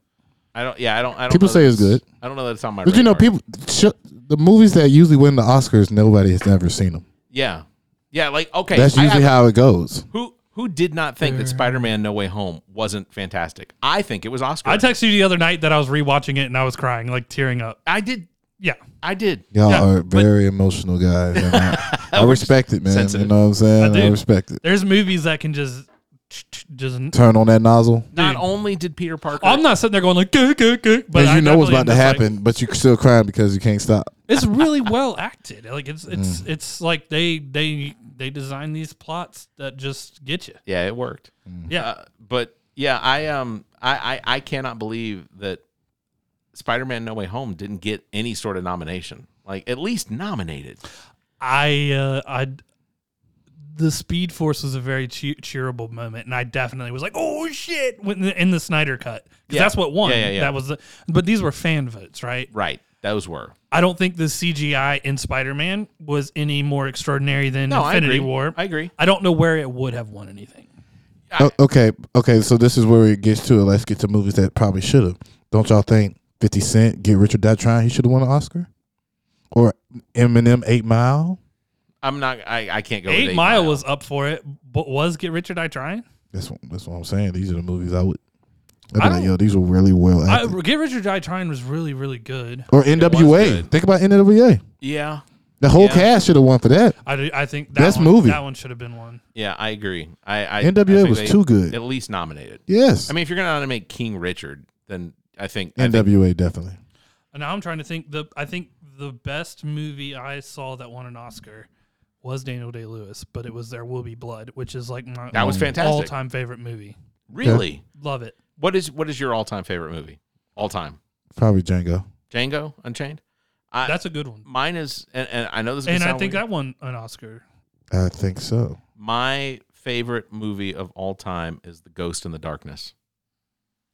[SPEAKER 1] I don't. Yeah, I don't. I don't.
[SPEAKER 3] People
[SPEAKER 1] know
[SPEAKER 3] say
[SPEAKER 1] that
[SPEAKER 3] it's good.
[SPEAKER 1] I don't know that it's on my.
[SPEAKER 3] But you know,
[SPEAKER 1] radar.
[SPEAKER 3] people sh- the movies that usually win the Oscars, nobody has ever seen them.
[SPEAKER 1] Yeah, yeah. Like okay,
[SPEAKER 3] That's
[SPEAKER 1] I
[SPEAKER 3] usually
[SPEAKER 1] have-
[SPEAKER 3] how it goes.
[SPEAKER 1] Who who did not think that Spider-Man: No Way Home wasn't fantastic? I think it was Oscar.
[SPEAKER 4] I texted you the other night that I was rewatching it and I was crying, like tearing up.
[SPEAKER 1] I did.
[SPEAKER 4] Yeah,
[SPEAKER 1] I did.
[SPEAKER 3] Y'all
[SPEAKER 4] Yeah,
[SPEAKER 3] are very emotional guys. and
[SPEAKER 4] (laughs)
[SPEAKER 3] I, I respect it, man.
[SPEAKER 1] sensitive.
[SPEAKER 3] You know what I'm saying?
[SPEAKER 4] I
[SPEAKER 3] I,
[SPEAKER 4] do.
[SPEAKER 3] respect it.
[SPEAKER 4] there's movies that can just just.
[SPEAKER 3] Turn on that nozzle.
[SPEAKER 1] Not only did Peter Parker.
[SPEAKER 4] I'm not sitting there going like, "Gah, gah, gah," but
[SPEAKER 3] Because
[SPEAKER 4] I
[SPEAKER 3] you know what's about
[SPEAKER 4] definitely
[SPEAKER 3] to
[SPEAKER 4] am just like-
[SPEAKER 3] happen, but you're still crying because you can't stop.
[SPEAKER 4] it's really well acted.
[SPEAKER 3] (laughs)
[SPEAKER 4] Like it's
[SPEAKER 3] Mm.
[SPEAKER 4] it's it's like they they they design these plots that just get you.
[SPEAKER 1] Yeah, it worked.
[SPEAKER 4] Yeah,
[SPEAKER 1] Uh, but yeah, I um, I, I I cannot believe that Spider-Man: No Way Home didn't get any sort of nomination. Like at least nominated.
[SPEAKER 4] I uh, I the Speed Force was a very che- cheerable moment, and I definitely was like, "Oh shit!" When the, in the Snyder cut, 'Cause
[SPEAKER 1] Yeah.
[SPEAKER 4] that's what won.
[SPEAKER 1] Yeah, yeah, yeah.
[SPEAKER 4] That was the, but these were fan votes, right?
[SPEAKER 1] Right. Those were.
[SPEAKER 4] I don't think the CGI in Spider Man was any more extraordinary than
[SPEAKER 1] No, I
[SPEAKER 4] Infinity
[SPEAKER 1] agree.
[SPEAKER 4] War.
[SPEAKER 1] I agree.
[SPEAKER 4] I don't know where it would have won anything.
[SPEAKER 3] O- okay, okay. So this is where it gets to it. Let's get to movies that probably should have. Don't y'all think Fifty Cent get Richard Die Trying? He should have won an Oscar, or Eminem Eight Mile.
[SPEAKER 1] I'm not. I, I can't go. with
[SPEAKER 4] Eight Mile was up for it, but was Get Rich or Die Trying?
[SPEAKER 3] That's what, that's what I'm saying. These are the movies I would. I'd be
[SPEAKER 4] I
[SPEAKER 3] like,
[SPEAKER 4] don't-
[SPEAKER 3] yo, these were really well
[SPEAKER 4] I,
[SPEAKER 3] acted.
[SPEAKER 4] Get Rich or Die Trying was really, really good.
[SPEAKER 3] or NWA.
[SPEAKER 1] good.
[SPEAKER 3] Think about NWA.
[SPEAKER 1] Yeah.
[SPEAKER 3] The whole
[SPEAKER 1] Yeah.
[SPEAKER 3] cast should have won for that.
[SPEAKER 4] I, do- I think that
[SPEAKER 3] Best
[SPEAKER 4] one,
[SPEAKER 3] movie.
[SPEAKER 4] That one should have been one.
[SPEAKER 1] Yeah, I agree. I, I
[SPEAKER 3] NWA
[SPEAKER 1] I think
[SPEAKER 3] was
[SPEAKER 1] they
[SPEAKER 3] too good.
[SPEAKER 1] At least nominated.
[SPEAKER 3] Yes.
[SPEAKER 1] I mean, if you're going to nominate King Richard, then I think I think-
[SPEAKER 3] NWA definitely.
[SPEAKER 4] And now I'm trying to think. The I think the best movie I saw that won an Oscar was Daniel Day Lewis, but it was There Will Be Blood, which is like my
[SPEAKER 1] That was fantastic.
[SPEAKER 4] all time favorite movie.
[SPEAKER 1] really.
[SPEAKER 4] Love it.
[SPEAKER 1] What is what is your all time favorite movie? All time
[SPEAKER 3] Probably Django.
[SPEAKER 1] Django Unchained. I-
[SPEAKER 4] That's a good one.
[SPEAKER 1] Mine is, and, and I know this. Is gonna
[SPEAKER 4] And I
[SPEAKER 1] sound
[SPEAKER 4] think
[SPEAKER 1] weird.
[SPEAKER 4] that won an Oscar.
[SPEAKER 3] I think so.
[SPEAKER 1] my favorite movie of all time is The Ghost in the Darkness.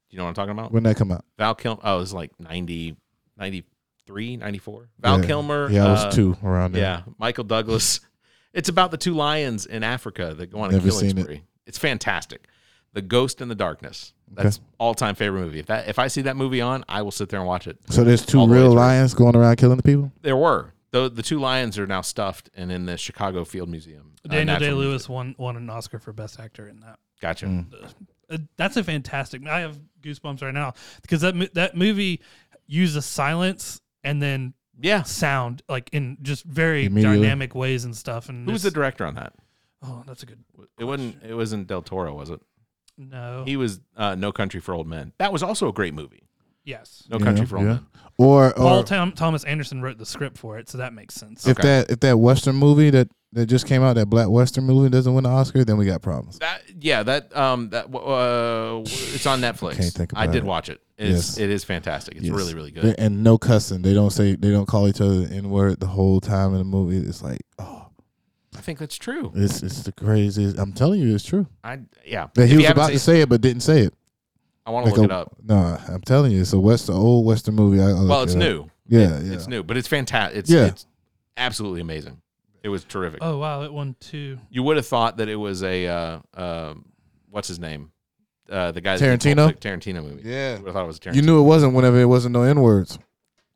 [SPEAKER 1] Do you know what I'm talking about?
[SPEAKER 3] When that come out?
[SPEAKER 1] Val Kilmer. Oh, it was like 90, 93, 94. Val
[SPEAKER 3] Yeah.
[SPEAKER 1] Kilmer.
[SPEAKER 3] Yeah, I
[SPEAKER 1] uh,
[SPEAKER 3] was two around there.
[SPEAKER 1] Yeah, Michael Douglas. (laughs) It's about the two lions in Africa that go on a
[SPEAKER 3] Never
[SPEAKER 1] killing
[SPEAKER 3] seen it.
[SPEAKER 1] spree. It's fantastic. The Ghost in the Darkness. That's all time favorite movie. If that if I see that movie on, I will sit there and watch it.
[SPEAKER 3] So there's two
[SPEAKER 1] All the way
[SPEAKER 3] real
[SPEAKER 1] through.
[SPEAKER 3] lions going around killing the people.
[SPEAKER 1] There were. The, the two lions are now stuffed and in the Chicago Field Museum. uh,
[SPEAKER 4] Daniel Day
[SPEAKER 1] Natural Museum.
[SPEAKER 4] Lewis won won an Oscar for Best Actor in that.
[SPEAKER 1] Gotcha.
[SPEAKER 3] Mm.
[SPEAKER 4] Uh, that's a fantastic. I have goosebumps right now because that mo- that movie uses silence and then
[SPEAKER 1] Yeah.
[SPEAKER 4] sound like in just very
[SPEAKER 3] Immediately.
[SPEAKER 4] dynamic ways and stuff. And
[SPEAKER 1] Who was the
[SPEAKER 4] it's-
[SPEAKER 1] director on that?
[SPEAKER 4] oh, that's a good
[SPEAKER 1] It wasn't. It wasn't Del Toro, was it?
[SPEAKER 4] no.
[SPEAKER 1] He was uh, No Country for Old Men. That was also a great movie.
[SPEAKER 4] yes,
[SPEAKER 1] No Country
[SPEAKER 3] Yeah,
[SPEAKER 1] for Old
[SPEAKER 3] yeah.
[SPEAKER 1] Men.
[SPEAKER 3] Or
[SPEAKER 4] Paul
[SPEAKER 3] or
[SPEAKER 4] Tom, Thomas Anderson wrote the script for it, so that makes sense.
[SPEAKER 3] if
[SPEAKER 1] Okay.
[SPEAKER 3] that if that western movie that that just came out, that black western movie doesn't win an Oscar, then we got problems.
[SPEAKER 1] That yeah. That um. That uh. It's on Netflix.
[SPEAKER 3] (sighs) can't think
[SPEAKER 1] I
[SPEAKER 3] about
[SPEAKER 1] did
[SPEAKER 3] it.
[SPEAKER 1] watch it. It's
[SPEAKER 3] Yes.
[SPEAKER 1] it is fantastic. It's
[SPEAKER 3] Yes.
[SPEAKER 1] really really good.
[SPEAKER 3] They- And no cussing. They don't say they don't call each other the N word the whole time in the movie. It's like oh,
[SPEAKER 1] I think that's true.
[SPEAKER 3] it's it's the craziest. I'm telling you, it's true.
[SPEAKER 1] I yeah.
[SPEAKER 3] That
[SPEAKER 1] If
[SPEAKER 3] he
[SPEAKER 1] you
[SPEAKER 3] was
[SPEAKER 1] haven't
[SPEAKER 3] about
[SPEAKER 1] seen-
[SPEAKER 3] to say it but didn't say it.
[SPEAKER 1] I want to
[SPEAKER 3] Like
[SPEAKER 1] look it
[SPEAKER 3] a-
[SPEAKER 1] up.
[SPEAKER 3] No, I'm telling you, it's a west the old western movie. I, I'll
[SPEAKER 1] Well,
[SPEAKER 3] look
[SPEAKER 1] it's
[SPEAKER 3] it up.
[SPEAKER 1] new.
[SPEAKER 3] Yeah,
[SPEAKER 1] It-
[SPEAKER 3] yeah.
[SPEAKER 1] It's new, but it's fantastic. It's,
[SPEAKER 3] Yeah.
[SPEAKER 1] it's absolutely amazing. It was terrific.
[SPEAKER 4] oh wow, it won two.
[SPEAKER 1] You would have thought that it was a uh, uh, what's his name? Uh, the guy that did
[SPEAKER 3] Tarantino?
[SPEAKER 1] Pulp Fic- Tarantino movie.
[SPEAKER 3] Yeah.
[SPEAKER 1] You would have thought it was a Tarantino.
[SPEAKER 3] You knew it wasn't whenever it wasn't no N words.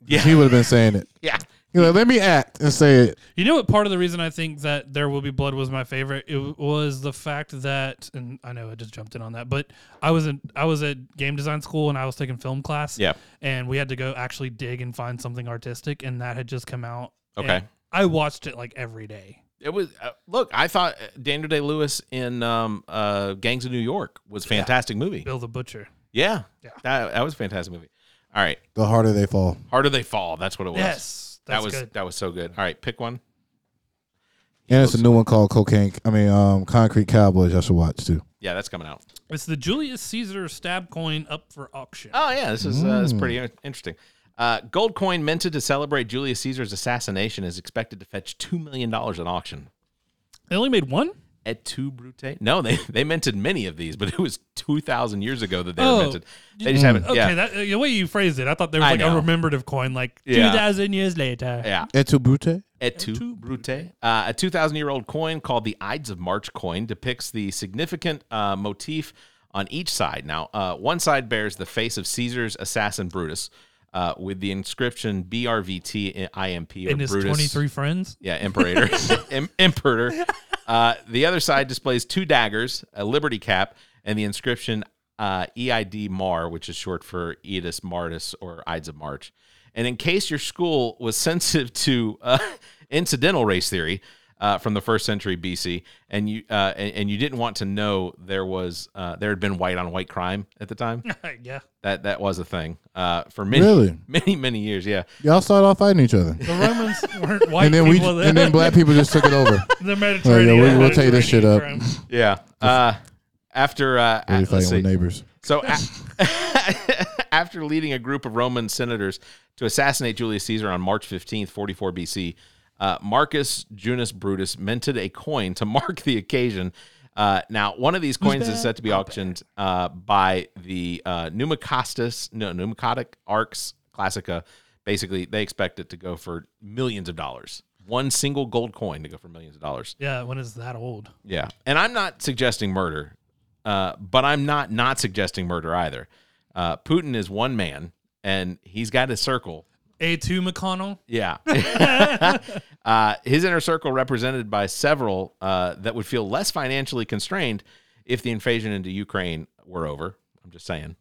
[SPEAKER 1] Yeah.
[SPEAKER 3] He would have been saying it.
[SPEAKER 1] yeah.
[SPEAKER 3] You know, let me act and say it.
[SPEAKER 4] You know what? Part of the reason I think that There Will Be Blood was my favorite it w- was the fact that, and I know I just jumped in on that, but I was in I was at game design school and I was taking film class.
[SPEAKER 1] Yeah.
[SPEAKER 4] and we had to go actually dig and find something artistic, and that had just come out.
[SPEAKER 1] Okay.
[SPEAKER 4] and I watched it like every day.
[SPEAKER 1] It was uh, look. I thought uh, Daniel Day Lewis in um, uh, Gangs of New York was a fantastic movie.
[SPEAKER 4] Bill the Butcher.
[SPEAKER 1] Yeah,
[SPEAKER 4] Yeah.
[SPEAKER 1] That, that was a fantastic movie. All right,
[SPEAKER 3] The harder they fall.
[SPEAKER 1] harder they fall. That's what it was.
[SPEAKER 4] Yes,
[SPEAKER 1] that
[SPEAKER 4] that's
[SPEAKER 1] was
[SPEAKER 4] good.
[SPEAKER 1] that was so good. All right, pick one.
[SPEAKER 3] And it's a new one called Cocaine. I mean, um, Concrete Cowboys. Y'all should watch too.
[SPEAKER 1] Yeah, that's coming out.
[SPEAKER 4] It's the Julius Caesar stab coin up for auction.
[SPEAKER 1] Oh yeah, this is uh, this is pretty in- interesting. Uh, gold coin minted to celebrate Julius Caesar's assassination is expected to fetch two million dollars at auction.
[SPEAKER 4] They only made one.
[SPEAKER 1] Et tu, Brute? No, they (laughs) they minted many of these, but it was two thousand years ago that they
[SPEAKER 4] Oh.
[SPEAKER 1] were minted. They
[SPEAKER 3] Mm.
[SPEAKER 1] just haven't.
[SPEAKER 4] Okay,
[SPEAKER 1] yeah,
[SPEAKER 4] that, the way you phrased it, I thought there
[SPEAKER 1] I
[SPEAKER 4] was like a
[SPEAKER 1] know.
[SPEAKER 4] rememorative coin, like
[SPEAKER 1] Yeah.
[SPEAKER 4] two thousand years later.
[SPEAKER 1] yeah.
[SPEAKER 3] Et tu, Brute?
[SPEAKER 1] Et tu, Brute? Uh, a 2,000 year old coin called the Ides of March coin depicts the significant uh, motif on each side. Now, uh, one side bears the face of Caesar's assassin Brutus uh, with the inscription BRVT IMP or
[SPEAKER 4] And his
[SPEAKER 1] Brutus.
[SPEAKER 4] twenty-three friends.
[SPEAKER 1] (laughs)
[SPEAKER 4] (laughs)
[SPEAKER 1] Yeah, Imperator. Im- Imperator. Uh, the other side displays two daggers, a liberty cap, and the inscription uh, EID Mar, which is short for Edis Martis or Ides of March. And in case your school was (laughs) sensitive to uh, incidental race theory uh, from the first century BC, and you uh, and, and you didn't want to know there was uh, there had been white on white crime at the time,
[SPEAKER 4] yeah.
[SPEAKER 1] that that was a thing uh, for many
[SPEAKER 3] Really?
[SPEAKER 1] (laughs) many many years. Yeah,
[SPEAKER 3] Y'all started off fighting each other, (laughs)
[SPEAKER 4] The Romans weren't white
[SPEAKER 3] and then we
[SPEAKER 4] people.
[SPEAKER 3] and then black people just took it over.
[SPEAKER 4] (laughs) the Mediterranean.
[SPEAKER 3] Oh, yeah, we- we'll take this shit up. (laughs)
[SPEAKER 4] Mediterranean
[SPEAKER 1] yeah. Uh, after uh,
[SPEAKER 3] They
[SPEAKER 1] let's
[SPEAKER 3] fighting
[SPEAKER 1] see.
[SPEAKER 3] with neighbors.
[SPEAKER 1] So, a- (laughs) after leading a group of Roman senators to assassinate Julius Caesar on March 15th, 44 BC, uh, Marcus Junius Brutus minted a coin to (laughs) mark the occasion. Uh, now, one of these coins is set to be auctioned uh, by the uh, Pneumocostus, no, Pneumacotic Arcs Classica. Basically, they expect it to go for millions of dollars. One single gold coin to go for millions of dollars.
[SPEAKER 4] Yeah, when it's that old.
[SPEAKER 1] Yeah, and I'm not suggesting murder, uh, but I'm not not suggesting murder either. Uh, Putin is one man, and he's got his circle.
[SPEAKER 4] A2 McConnell.
[SPEAKER 1] Yeah, (laughs) uh, his inner circle represented by several uh, that would feel less financially constrained if the invasion into Ukraine were over. I'm just saying.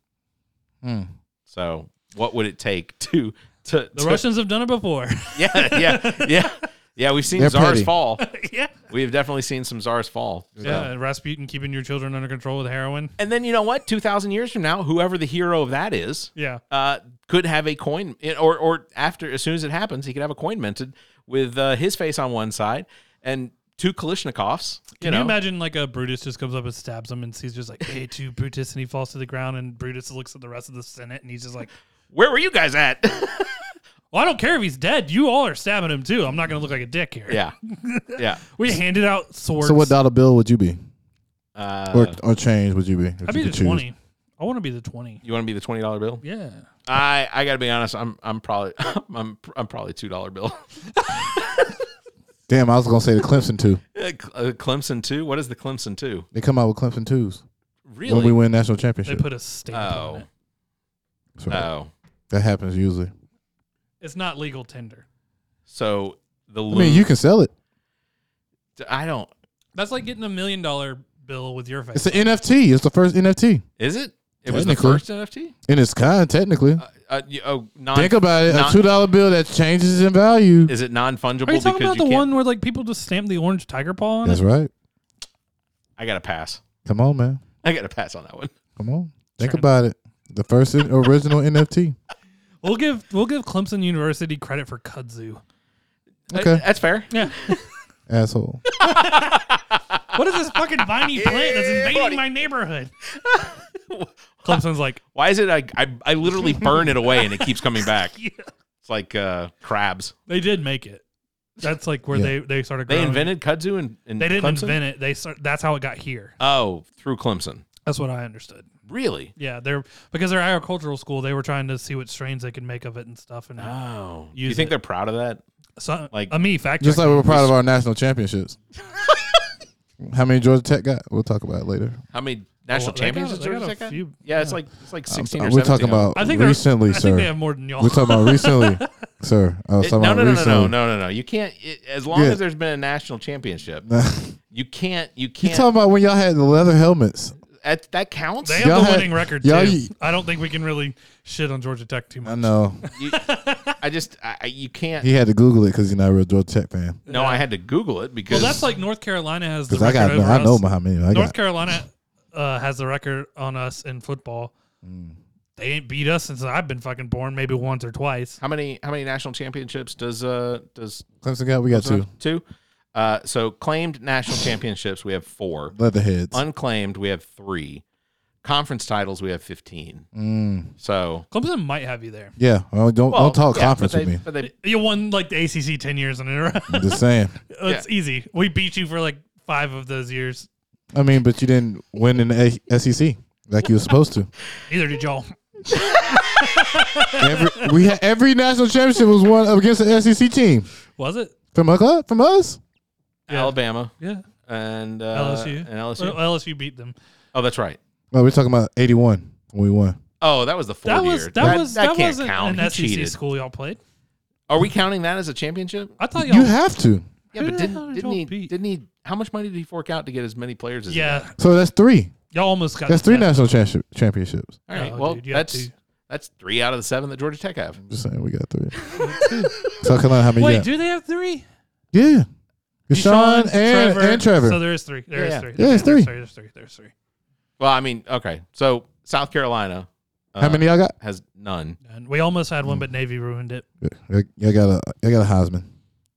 [SPEAKER 3] Hmm.
[SPEAKER 1] So, what would it take to to,
[SPEAKER 4] The
[SPEAKER 1] to-
[SPEAKER 4] Russians have done it before.
[SPEAKER 1] (laughs) Yeah, yeah, yeah, yeah. We've seen
[SPEAKER 3] They're
[SPEAKER 1] czars
[SPEAKER 3] petty.
[SPEAKER 1] fall.
[SPEAKER 4] (laughs) yeah.
[SPEAKER 1] We have definitely seen some czars fall.
[SPEAKER 4] Yeah, and Rasputin keeping your children under control with
[SPEAKER 1] (laughs)
[SPEAKER 4] heroin.
[SPEAKER 1] And then you know what? Two thousand years from now, whoever the hero of that is,
[SPEAKER 4] Yeah.
[SPEAKER 1] uh, could have a coin, or or after as soon as it happens, he could have a coin minted with uh, his face on one side and two Kalishnikovs. You
[SPEAKER 4] Can you,
[SPEAKER 1] know,
[SPEAKER 4] imagine like a Brutus just comes up and stabs him and Caesar's like, hey, to Brutus, and he falls to the ground, and Brutus looks at the rest of the Senate and he's just like,
[SPEAKER 1] where were you guys at?
[SPEAKER 4] (laughs) well, I don't care if he's dead. You all are stabbing him too. I'm not going to look like a dick here.
[SPEAKER 1] yeah, yeah.
[SPEAKER 4] We handed out swords.
[SPEAKER 3] So what dollar bill would you be,
[SPEAKER 1] Uh,
[SPEAKER 3] or or change would you be? if you
[SPEAKER 4] I'd be the
[SPEAKER 3] could choose?
[SPEAKER 4] 20. I want to be the 20.
[SPEAKER 1] you want to be the twenty dollar bill?
[SPEAKER 4] Yeah.
[SPEAKER 1] I I gotta be honest. I'm I'm probably (laughs) I'm I'm probably two dollar bill. (laughs)
[SPEAKER 3] Damn, I was gonna say the Clemson two.
[SPEAKER 1] Uh, Cle- uh, Clemson two. What is the Clemson two?
[SPEAKER 3] They come out with Clemson twos
[SPEAKER 1] Really?
[SPEAKER 3] when we win national
[SPEAKER 4] They
[SPEAKER 3] championship.
[SPEAKER 4] put a stamp on
[SPEAKER 1] oh
[SPEAKER 4] it.
[SPEAKER 3] So
[SPEAKER 1] oh.
[SPEAKER 3] That happens usually.
[SPEAKER 4] It's not legal tender.
[SPEAKER 1] So the
[SPEAKER 3] I mean, you can sell it.
[SPEAKER 1] I don't.
[SPEAKER 4] That's like getting a million dollar bill with your face.
[SPEAKER 3] It's an NFT. It's the first NFT
[SPEAKER 1] Is it? It was the
[SPEAKER 3] Technically.
[SPEAKER 1] first NFT.
[SPEAKER 3] in its kind, technically.
[SPEAKER 1] Uh, you- oh, non,
[SPEAKER 3] Think about it.
[SPEAKER 1] non-
[SPEAKER 3] a two dollar bill that changes in value.
[SPEAKER 1] Is it non fungible?
[SPEAKER 4] Are you talking
[SPEAKER 1] because
[SPEAKER 4] about the
[SPEAKER 1] you can't-
[SPEAKER 4] one where like people just stamp the orange tiger paw on
[SPEAKER 3] That's
[SPEAKER 4] it?
[SPEAKER 3] right.
[SPEAKER 1] I gotta pass.
[SPEAKER 3] Come on, man.
[SPEAKER 1] I gotta pass on that (laughs) one.
[SPEAKER 3] Come on. Think about it. The first in- original NFT.
[SPEAKER 1] (laughs)
[SPEAKER 4] We'll give we'll give Clemson University credit for kudzu.
[SPEAKER 3] Okay.
[SPEAKER 1] Uh, that's fair.
[SPEAKER 4] Yeah.
[SPEAKER 3] Asshole.
[SPEAKER 4] What is this fucking (laughs) viney plant that's invading
[SPEAKER 1] buddy.
[SPEAKER 4] my (laughs) neighborhood? Clemson's like,
[SPEAKER 1] Why is it? I, I I (laughs) literally burn it away and it keeps coming
[SPEAKER 4] (laughs)
[SPEAKER 1] back. It's like uh, crabs.
[SPEAKER 4] they did make it. That's like where
[SPEAKER 3] Yeah.
[SPEAKER 4] they they started.
[SPEAKER 1] They
[SPEAKER 4] growing it.
[SPEAKER 1] invented kudzu and, and
[SPEAKER 4] They didn't
[SPEAKER 1] Clemson?
[SPEAKER 4] invent it. They start. That's how it got here.
[SPEAKER 1] Oh, through Clemson.
[SPEAKER 4] That's what I understood.
[SPEAKER 1] Really?
[SPEAKER 4] Yeah, they're because they're agricultural school. They were trying to see what strains they could make of it and stuff. And
[SPEAKER 1] Oh, you
[SPEAKER 4] Use
[SPEAKER 1] think
[SPEAKER 4] it.
[SPEAKER 1] they're proud of that?
[SPEAKER 4] so,
[SPEAKER 1] like-
[SPEAKER 4] Ah, like a me fact
[SPEAKER 3] Just
[SPEAKER 4] check.
[SPEAKER 3] like we're proud of our national championships. How many Georgia Tech got? We'll talk about it later.
[SPEAKER 1] How many national
[SPEAKER 4] Well, they got-
[SPEAKER 1] championships?
[SPEAKER 4] they got
[SPEAKER 1] Georgia
[SPEAKER 4] a
[SPEAKER 1] Tech got?
[SPEAKER 4] few-
[SPEAKER 1] yeah, it's like it's like sixteen
[SPEAKER 3] Uh,
[SPEAKER 1] or
[SPEAKER 3] we're
[SPEAKER 1] seventeen.
[SPEAKER 3] talking about
[SPEAKER 4] I think they're-
[SPEAKER 3] recently,
[SPEAKER 4] I
[SPEAKER 3] sir.
[SPEAKER 4] think they have more than y'all.
[SPEAKER 3] We're talking
[SPEAKER 1] (laughs)
[SPEAKER 3] about recently, sir. I was
[SPEAKER 1] It-
[SPEAKER 3] talking
[SPEAKER 1] no, no,
[SPEAKER 3] about
[SPEAKER 1] no, no,
[SPEAKER 3] recently.
[SPEAKER 1] no, no, no, no. You can't. It, as long
[SPEAKER 3] Yeah.
[SPEAKER 1] as there's been a national (laughs) championship, you can't. You
[SPEAKER 3] You
[SPEAKER 1] can't.
[SPEAKER 3] talking about when y'all had the leather helmets?
[SPEAKER 1] that, that counts.
[SPEAKER 4] They have
[SPEAKER 3] Y'all
[SPEAKER 4] the
[SPEAKER 3] had-
[SPEAKER 4] winning record too.
[SPEAKER 3] y'all y-
[SPEAKER 4] I don't think we can really shit on Georgia Tech too much.
[SPEAKER 3] I know
[SPEAKER 1] (laughs) You- I just. I, I- you can't.
[SPEAKER 3] he had to Google it because he's not a real Georgia Tech fan.
[SPEAKER 1] no, I had to Google it because
[SPEAKER 4] Well, that's like North Carolina has the
[SPEAKER 3] Because
[SPEAKER 4] record
[SPEAKER 3] I got,
[SPEAKER 4] over
[SPEAKER 3] I know
[SPEAKER 4] us.
[SPEAKER 3] how many. I
[SPEAKER 4] North
[SPEAKER 3] got.
[SPEAKER 4] Carolina uh, has the record on us in football.
[SPEAKER 3] Mm.
[SPEAKER 4] They ain't beat us since I've been fucking born, maybe once or twice.
[SPEAKER 1] how many how many national championships does uh does
[SPEAKER 3] Clemson got. We got two
[SPEAKER 1] two? Uh, so claimed national championships we have four.
[SPEAKER 3] leatherheads.
[SPEAKER 1] Unclaimed we have three. Conference titles we have fifteen.
[SPEAKER 3] Mm.
[SPEAKER 1] So
[SPEAKER 4] Clemson might have you there.
[SPEAKER 3] Yeah, well, don't
[SPEAKER 1] Well,
[SPEAKER 3] don't talk
[SPEAKER 1] yeah,
[SPEAKER 3] conference
[SPEAKER 1] but they-
[SPEAKER 3] with me.
[SPEAKER 1] but they-
[SPEAKER 4] You won like the ACC ten years in a row. (laughs)
[SPEAKER 3] I'm just saying.
[SPEAKER 4] it's easy. We beat you for like five of those years.
[SPEAKER 3] I mean, but you didn't win in the A- SEC like you were supposed to.
[SPEAKER 4] Neither did y'all.
[SPEAKER 3] Every we had every national championship was won against the SEC team
[SPEAKER 4] Was it?
[SPEAKER 3] from our club, from us.
[SPEAKER 4] Yeah.
[SPEAKER 1] Alabama
[SPEAKER 4] Yeah.
[SPEAKER 1] and uh,
[SPEAKER 4] LSU.
[SPEAKER 1] and LSU.
[SPEAKER 4] Well, LSU beat them.
[SPEAKER 1] oh, that's right.
[SPEAKER 3] No, we're talking about eighty one when we won.
[SPEAKER 1] Oh, that was the fourth
[SPEAKER 4] That
[SPEAKER 1] year.
[SPEAKER 4] was that, was that,
[SPEAKER 1] can't
[SPEAKER 4] wasn't
[SPEAKER 1] count.
[SPEAKER 4] an
[SPEAKER 1] He
[SPEAKER 4] SEC
[SPEAKER 1] cheated.
[SPEAKER 4] school y'all played.
[SPEAKER 1] Are we counting that as a championship?
[SPEAKER 4] I thought y'all.
[SPEAKER 3] You have to.
[SPEAKER 1] Yeah,
[SPEAKER 4] Who
[SPEAKER 1] but
[SPEAKER 4] the hell
[SPEAKER 1] didn't
[SPEAKER 4] did
[SPEAKER 1] didn't
[SPEAKER 4] y'all
[SPEAKER 1] he
[SPEAKER 4] beat?
[SPEAKER 1] didn't he? How much money did he fork out to get as many players as he
[SPEAKER 4] yeah,
[SPEAKER 3] So that's three.
[SPEAKER 4] y'all almost got.
[SPEAKER 3] That's three
[SPEAKER 4] yeah.
[SPEAKER 3] national championship, championships.
[SPEAKER 1] All right.
[SPEAKER 4] No,
[SPEAKER 1] well,
[SPEAKER 4] Oh, dude, you have
[SPEAKER 1] that's
[SPEAKER 4] to.
[SPEAKER 1] that's three out of the seven that Georgia Tech have.
[SPEAKER 3] I'm just saying we got three. South Carolina, how many?
[SPEAKER 4] Wait,
[SPEAKER 3] you got?
[SPEAKER 4] do they have three?
[SPEAKER 3] yeah, Deshaun and Trevor. and Trevor.
[SPEAKER 4] So there is three. There is
[SPEAKER 1] Yeah.
[SPEAKER 4] three.
[SPEAKER 3] Yeah, it's
[SPEAKER 4] There's
[SPEAKER 3] three.
[SPEAKER 4] There's three. There's three.
[SPEAKER 1] Well, I mean, okay. So South Carolina
[SPEAKER 3] how many y'all got?
[SPEAKER 1] has none.
[SPEAKER 4] And we almost had
[SPEAKER 3] Mm.
[SPEAKER 4] one, but Navy ruined it.
[SPEAKER 3] Y'all y'all got a y'all got a Heisman.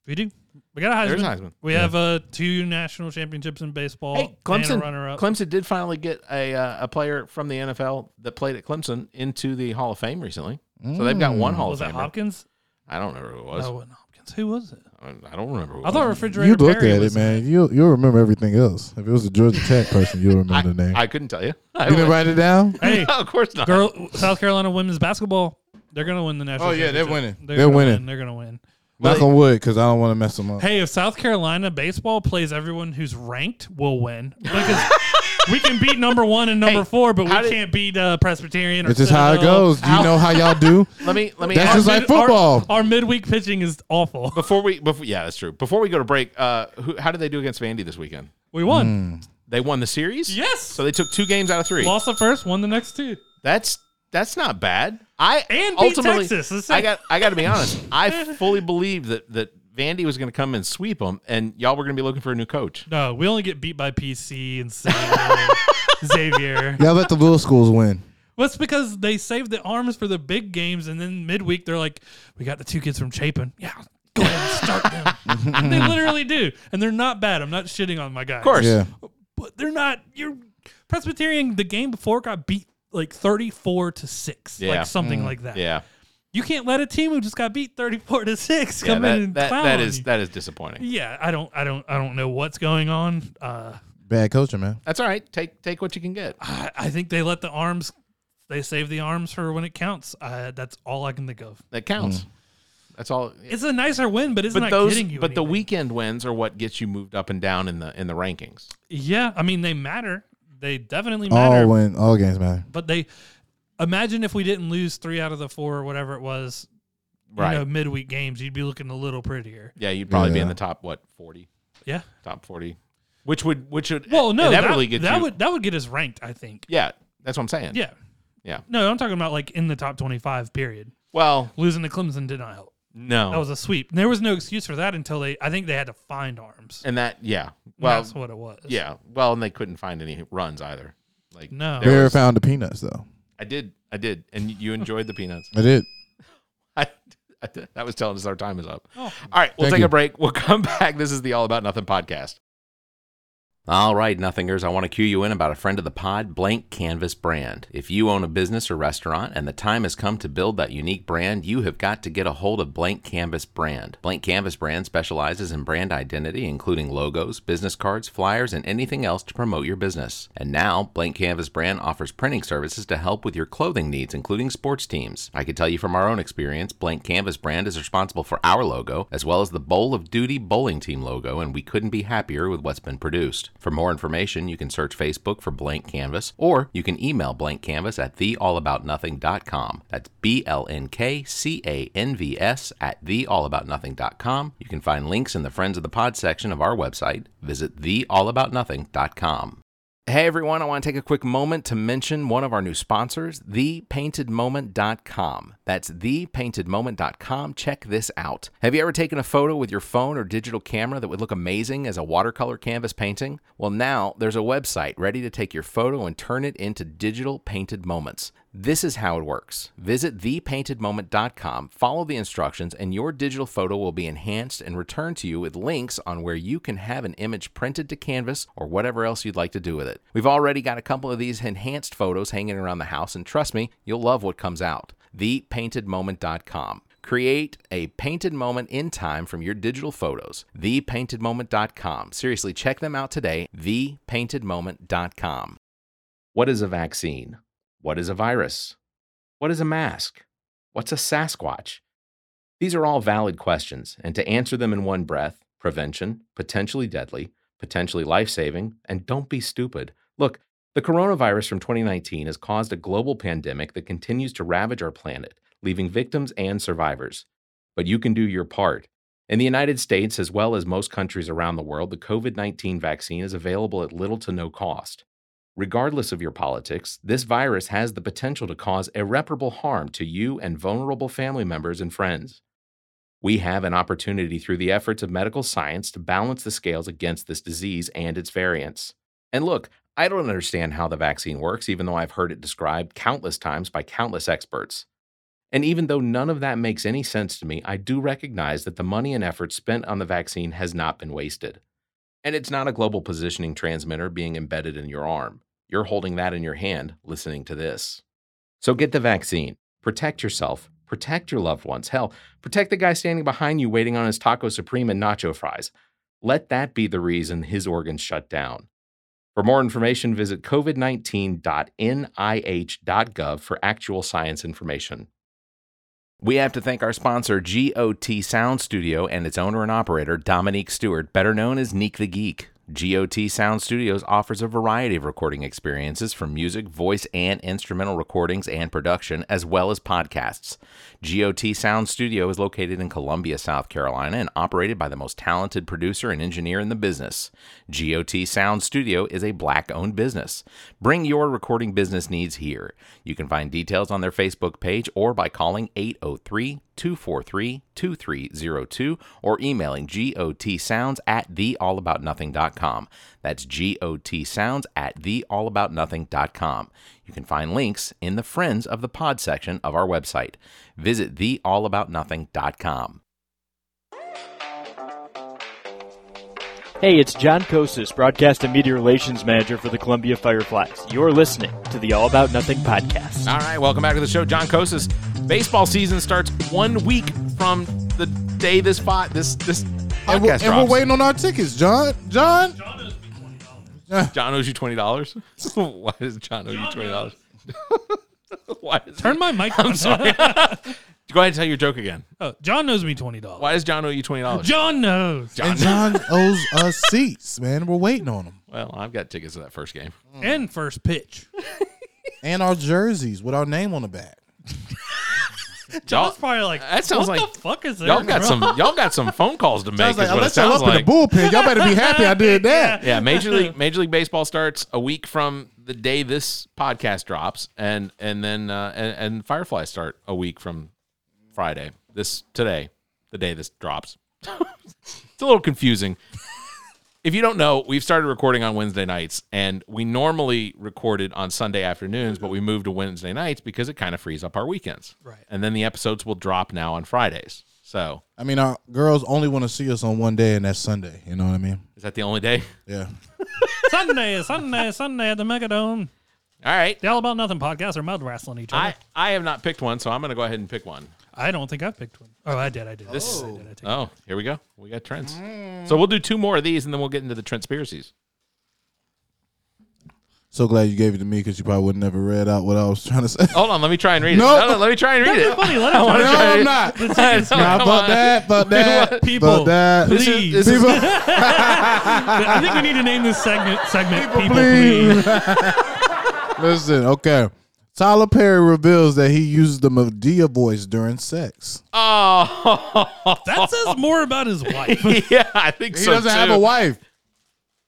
[SPEAKER 4] We do. We got a
[SPEAKER 1] There's
[SPEAKER 4] Heisman.
[SPEAKER 1] Heisman.
[SPEAKER 4] We have uh, two national championships in baseball.
[SPEAKER 1] Hey,
[SPEAKER 4] And
[SPEAKER 1] Clemson!
[SPEAKER 4] a runner-up.
[SPEAKER 1] Clemson did finally get a uh, a player from the NFL that played at Clemson into the Hall of Fame recently. So they've got one Hall
[SPEAKER 4] Mm. was
[SPEAKER 1] of
[SPEAKER 4] it
[SPEAKER 1] Famer.
[SPEAKER 4] Hopkins?
[SPEAKER 1] I don't remember who it was.
[SPEAKER 4] No, it wasn't Hopkins. Who was it?
[SPEAKER 1] I- I don't remember. Who it
[SPEAKER 4] I thought
[SPEAKER 1] was.
[SPEAKER 4] Refrigerator
[SPEAKER 3] You looked
[SPEAKER 4] Perry
[SPEAKER 3] at it,
[SPEAKER 4] was-
[SPEAKER 3] man. You'll you'll remember everything else. If it was a Georgia Tech person, you'll
[SPEAKER 1] I,
[SPEAKER 3] remember the name.
[SPEAKER 1] I couldn't
[SPEAKER 4] (laughs)
[SPEAKER 1] tell you. I
[SPEAKER 3] you didn't
[SPEAKER 1] went-
[SPEAKER 3] write it down.
[SPEAKER 1] (laughs)
[SPEAKER 4] Hey,
[SPEAKER 1] of course not.
[SPEAKER 4] girl, South Carolina women's basketball. They're gonna win the national.
[SPEAKER 3] Oh, yeah, they're winning.
[SPEAKER 4] championship.
[SPEAKER 3] They're
[SPEAKER 4] gonna
[SPEAKER 3] winning.
[SPEAKER 4] Win. They're gonna win.
[SPEAKER 3] Knock on wood, because I don't want to mess them up.
[SPEAKER 4] Hey, if South Carolina baseball plays everyone who's ranked, we'll win because we can beat number one and number
[SPEAKER 1] Hey,
[SPEAKER 4] four, but we
[SPEAKER 1] how did-
[SPEAKER 4] can't beat uh, Presbyterian. Or
[SPEAKER 3] It's just how it
[SPEAKER 4] Citadel.
[SPEAKER 3] goes. You know
[SPEAKER 1] (laughs)
[SPEAKER 3] how y'all do.
[SPEAKER 1] Let me let me
[SPEAKER 3] That's
[SPEAKER 1] ask
[SPEAKER 3] just
[SPEAKER 1] you-
[SPEAKER 3] like
[SPEAKER 4] Mid- our-
[SPEAKER 3] football.
[SPEAKER 4] Our, midweek pitching is awful. (laughs)
[SPEAKER 1] before we before yeah that's true. Before we go to break, uh, who, how did they do against Vandy this weekend?
[SPEAKER 4] We won.
[SPEAKER 1] They won the series.
[SPEAKER 4] Yes.
[SPEAKER 3] Mm.
[SPEAKER 1] So they took two games out of three.
[SPEAKER 4] Lost the first, won the next two.
[SPEAKER 1] That's That's not bad. I
[SPEAKER 4] And beat
[SPEAKER 1] ultimately,
[SPEAKER 4] Texas, that's
[SPEAKER 1] I
[SPEAKER 4] it.
[SPEAKER 1] got. I got to
[SPEAKER 4] (laughs)
[SPEAKER 1] be honest. I fully believe that that Vandy was going to come and sweep them, and y'all were going to be looking for a new coach.
[SPEAKER 4] No, we only get beat by PC and Xavier.
[SPEAKER 3] (laughs)
[SPEAKER 4] Xavier.
[SPEAKER 3] Y'all let the little schools win.
[SPEAKER 4] Well, it's because they save the arms for the big games, and then midweek they're like, "We got the two kids from Chapin. Yeah, go ahead and start them."
[SPEAKER 1] (laughs)
[SPEAKER 4] And they literally do, and they're not bad. I'm not shitting on my guys.
[SPEAKER 1] Of course.
[SPEAKER 3] Yeah.
[SPEAKER 4] but they're not. You're Presbyterian. The game before got beat like 34 to six,
[SPEAKER 1] Yeah.
[SPEAKER 4] like something like that.
[SPEAKER 1] Yeah.
[SPEAKER 4] You can't let a team who just got beat 34 to six
[SPEAKER 1] Yeah.
[SPEAKER 4] come in
[SPEAKER 1] That,
[SPEAKER 4] and
[SPEAKER 1] that,
[SPEAKER 4] clown
[SPEAKER 1] that
[SPEAKER 4] on
[SPEAKER 1] is
[SPEAKER 4] you.
[SPEAKER 1] that is disappointing.
[SPEAKER 4] Yeah, I don't, I don't, I don't know what's going on. Uh,
[SPEAKER 3] Bad coaching, man.
[SPEAKER 1] That's all right. Take take what you can get.
[SPEAKER 4] I, I think they let the arms, they save the arms for when it counts. Uh, that's all I can think of.
[SPEAKER 1] That
[SPEAKER 3] Mm.
[SPEAKER 1] counts. That's all.
[SPEAKER 4] It's a nicer win, but it's
[SPEAKER 1] but
[SPEAKER 4] not
[SPEAKER 1] those
[SPEAKER 4] getting you.
[SPEAKER 1] but the
[SPEAKER 4] anything.
[SPEAKER 1] weekend wins are what gets you moved up and down in the in the rankings.
[SPEAKER 4] yeah, I mean, they matter. They definitely matter.
[SPEAKER 3] All win. All games matter.
[SPEAKER 4] But they imagine if we didn't lose three out of the four or whatever it was.
[SPEAKER 1] Right.
[SPEAKER 4] You know, midweek games, you'd be looking a little prettier.
[SPEAKER 1] Yeah, you'd probably be in
[SPEAKER 3] Yeah.
[SPEAKER 1] the top what forty,
[SPEAKER 4] Yeah.
[SPEAKER 1] top forty, which would which would
[SPEAKER 4] Well, no, that,
[SPEAKER 1] inevitably get
[SPEAKER 4] that
[SPEAKER 1] you.
[SPEAKER 4] would that would get us ranked. I think.
[SPEAKER 1] yeah, that's what I'm saying.
[SPEAKER 4] Yeah.
[SPEAKER 1] Yeah.
[SPEAKER 4] No, I'm talking about like in the top 25. Period.
[SPEAKER 1] Well,
[SPEAKER 4] Losing to Clemson did not help.
[SPEAKER 1] no,
[SPEAKER 4] That was a sweep. There was no excuse for that until they. I think they had to find arms.
[SPEAKER 1] and that yeah. Well,
[SPEAKER 4] that's what it was.
[SPEAKER 1] yeah. Well, and they couldn't find any runs either. Like
[SPEAKER 4] No.
[SPEAKER 1] there
[SPEAKER 3] Bear
[SPEAKER 1] was-
[SPEAKER 3] found the peanuts though.
[SPEAKER 1] I did, I did, and you enjoyed the peanuts.
[SPEAKER 3] I did.
[SPEAKER 1] (laughs) I, I, that was telling us our time is up.
[SPEAKER 4] Oh.
[SPEAKER 1] All right, we'll
[SPEAKER 3] Thank
[SPEAKER 1] take
[SPEAKER 3] you.
[SPEAKER 1] a break. We'll (laughs) come back. This is the All About Nothing podcast. All right, Nothingers, I want to cue you in about a friend of the pod, Blank Canvas Brand. If you own a business or restaurant and the time has come to build that unique brand, you have got to get a hold of Blank Canvas Brand. Blank Canvas Brand specializes in brand identity, including logos, business cards, flyers, and anything else to promote your business. And now, Blank Canvas Brand offers printing services to help with your clothing needs, including sports teams. I can tell you from our own experience, Blank Canvas Brand is responsible for our logo, as well as the Bowl of Duty bowling team logo, and we couldn't be happier with what's been produced. For more information, you can search Facebook for Blank Canvas, or you can email Blank Canvas at theallaboutnothing.com. That's B L N K C A N V S at theallaboutnothing.com. You can find links in the Friends of the Pod section of our website. Visit theallaboutnothing.com. Hey everyone, I want to take a quick moment to mention one of our new sponsors, thepaintedmoment.com. That's thepaintedmoment.com. Check this out. Have you ever taken a photo with your phone or digital camera that would look amazing as a watercolor canvas painting? Well, now there's a website ready to take your photo and turn it into digital painted moments. This is how it works. Visit thepaintedmoment.com, follow the instructions, and your digital photo will be enhanced and returned to you with links on where you can have an image printed to canvas or whatever else you'd like to do with it. We've already got a couple of these enhanced photos hanging around the house, and trust me, you'll love what comes out. Thepaintedmoment.com. Create a painted moment in time from your digital photos. Thepaintedmoment.com. Seriously, check them out today. Thepaintedmoment.com. What is a vaccine? What is a virus? What is a mask? What's a Sasquatch? These are all valid questions, and to answer them in one breath prevention, potentially deadly, potentially life saving, and don't be stupid. Look, the coronavirus from 2019 has caused a global pandemic that continues to ravage our planet, leaving victims and survivors. But you can do your part. In the United States, as well as most countries around the world, the COVID 19 vaccine is available at little to no cost. Regardless of your politics, this virus has the potential to cause irreparable harm to you and vulnerable family members and friends. We have an opportunity through the efforts of medical science to balance the scales against this disease and its variants. And look, I don't understand how the vaccine works, even though I've heard it described countless times by countless experts. And even though none of that makes any sense to me, I do recognize that the money and effort spent on the vaccine has not been wasted. And it's not a global positioning transmitter being embedded in your arm. You're holding that in your hand listening to this. So get the vaccine. Protect yourself. Protect your loved ones. Hell, protect the guy standing behind you waiting on his Taco Supreme and nacho fries. Let that be the reason his organs shut down. For more information, visit covid19.nih.gov for actual science information. We have to thank our sponsor, GOT Sound Studio, and its owner and operator, Dominique Stewart, better known as Neek the Geek. GOT Sound Studios offers a variety of recording experiences from music, voice, and instrumental recordings and production, as well as podcasts. GOT Sound Studio is located in Columbia, South Carolina, and operated by the most talented producer and engineer in the business. GOT Sound Studio is a black owned business. Bring your recording business needs here. You can find details on their Facebook page or by calling 803 243 2302 or emailing gotsounds at theallaboutnothing.com. That's gotsounds at theallaboutnothing.com. You can find links in the Friends of the Pod section of our website. Visit theallaboutnothing.com.
[SPEAKER 7] Hey, it's John Kosis, Broadcast and Media Relations Manager for the Columbia Fireflies. You're listening to the All About Nothing podcast.
[SPEAKER 1] All right, welcome back to the show. John Kosis. Baseball season starts one week from the day this pot this this
[SPEAKER 3] And we're,
[SPEAKER 1] podcast
[SPEAKER 3] and we're
[SPEAKER 1] drops.
[SPEAKER 3] waiting on our tickets, John. John,
[SPEAKER 1] John owes you twenty dollars. (laughs) Why does John owe you twenty dollars? Why does
[SPEAKER 4] Turn
[SPEAKER 1] (laughs)
[SPEAKER 4] my mic. I'm (laughs) sorry.
[SPEAKER 1] Go ahead and tell your joke again.
[SPEAKER 4] John knows me twenty dollars.
[SPEAKER 1] Why does John owe you twenty dollars?
[SPEAKER 4] John knows.
[SPEAKER 1] John.
[SPEAKER 3] and John owes us seats, man. We're waiting on them
[SPEAKER 1] Well, I've got tickets to that first game.
[SPEAKER 4] And first pitch.
[SPEAKER 3] and our jerseys with our name on the back.
[SPEAKER 1] Y'all,
[SPEAKER 4] That's probably like
[SPEAKER 1] That sounds
[SPEAKER 4] what
[SPEAKER 1] like-
[SPEAKER 4] the fuck is that?
[SPEAKER 1] y'all got some y'all got some phone calls to make.
[SPEAKER 3] I was like,
[SPEAKER 1] is
[SPEAKER 3] I
[SPEAKER 1] what it
[SPEAKER 3] let y'all
[SPEAKER 1] sounds
[SPEAKER 3] up
[SPEAKER 1] like.
[SPEAKER 3] in the bullpen. Y'all better be happy I
[SPEAKER 1] (laughs)
[SPEAKER 3] did that.
[SPEAKER 1] yeah, Major (laughs) League Major League Baseball starts a week from the day this podcast drops, and and then uh, and, and Fireflies start a week from Friday. This today, the day this drops. (laughs) it's a little confusing. If you don't know, we've started recording on Wednesday nights, and we normally recorded on Sunday afternoons, but we moved to Wednesday nights because it kind of frees up our weekends.
[SPEAKER 4] Right.
[SPEAKER 1] And then the episodes will drop now on Fridays. So
[SPEAKER 3] I mean, our girls only want to see us on one day, and that's Sunday. You know what I mean?
[SPEAKER 1] is that the only day? (laughs)
[SPEAKER 3] Yeah.
[SPEAKER 4] Sunday, Sunday, Sunday at the Megadome.
[SPEAKER 1] All right.
[SPEAKER 4] The All About Nothing podcast are mud wrestling each other.
[SPEAKER 1] I, I have not picked one, so I'm going to go ahead and pick one.
[SPEAKER 4] I, don't think I picked one. Oh, I did. I did. This, I did. I did.
[SPEAKER 1] Oh, here we go. We got trends.
[SPEAKER 3] Mm.
[SPEAKER 1] So we'll do two more of these, and then we'll get into the conspiracies.
[SPEAKER 3] So glad you gave it to me because you probably would never read out what I was trying to say. (laughs)
[SPEAKER 1] Hold on, let me try and read
[SPEAKER 3] No.
[SPEAKER 1] it. No, no, let me try and read
[SPEAKER 4] That'd
[SPEAKER 1] it.
[SPEAKER 3] (laughs)
[SPEAKER 4] be funny. Let
[SPEAKER 1] (laughs)
[SPEAKER 4] him
[SPEAKER 1] I wanna
[SPEAKER 4] try.
[SPEAKER 1] try
[SPEAKER 3] No,
[SPEAKER 1] and-
[SPEAKER 3] I'm not.
[SPEAKER 1] All right, so (laughs)
[SPEAKER 3] Nah,
[SPEAKER 1] come
[SPEAKER 3] fuck
[SPEAKER 1] on.
[SPEAKER 3] that, fuck that,
[SPEAKER 4] People,
[SPEAKER 3] fuck that.
[SPEAKER 1] This is,
[SPEAKER 4] Please.
[SPEAKER 1] this is,
[SPEAKER 3] People,
[SPEAKER 1] (laughs)
[SPEAKER 4] I think we need to name this segment. Segment. People, please.
[SPEAKER 3] please. Listen, okay. Tyler Perry reveals that he uses the Medea voice during sex.
[SPEAKER 1] oh, (laughs)
[SPEAKER 4] That says more about his wife.
[SPEAKER 1] yeah, I think
[SPEAKER 3] He
[SPEAKER 1] so.
[SPEAKER 3] doesn't have
[SPEAKER 1] too.
[SPEAKER 3] a wife.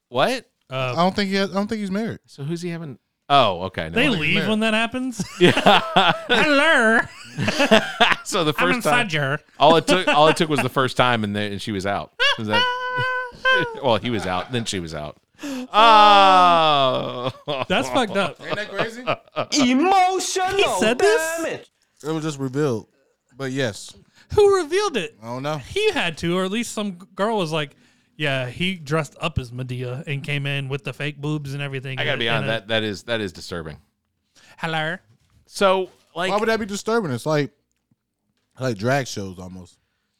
[SPEAKER 1] What?
[SPEAKER 3] I don't think he. Has, I don't think he's married.
[SPEAKER 1] So who's he having? Oh, okay. No
[SPEAKER 4] They
[SPEAKER 1] wonder.
[SPEAKER 4] leave when that happens. Yeah. Hello.
[SPEAKER 1] (laughs) So the
[SPEAKER 4] I'm
[SPEAKER 1] first time,
[SPEAKER 4] inside your.
[SPEAKER 1] all it
[SPEAKER 4] (laughs)
[SPEAKER 1] took, all it took was the first time, and, then and she was out. Is that? well, he was out, then she was
[SPEAKER 4] (laughs)
[SPEAKER 1] out. Oh,
[SPEAKER 4] That's fucked up.
[SPEAKER 3] Ain't that crazy?
[SPEAKER 5] Emotional
[SPEAKER 4] He said this?
[SPEAKER 5] damage.
[SPEAKER 3] it was just revealed. But yes,
[SPEAKER 4] Who revealed it?
[SPEAKER 3] I
[SPEAKER 1] Oh.
[SPEAKER 3] don't know.
[SPEAKER 4] He had to, or at least some girl was like, "Yeah, he dressed up as Medea and came in with the fake boobs and
[SPEAKER 1] (laughs)
[SPEAKER 4] everything."
[SPEAKER 1] I gotta be honest.
[SPEAKER 4] And a-
[SPEAKER 1] That that is that is disturbing.
[SPEAKER 4] Hello.
[SPEAKER 1] So like,
[SPEAKER 3] Why would that be disturbing? It's like like drag shows almost.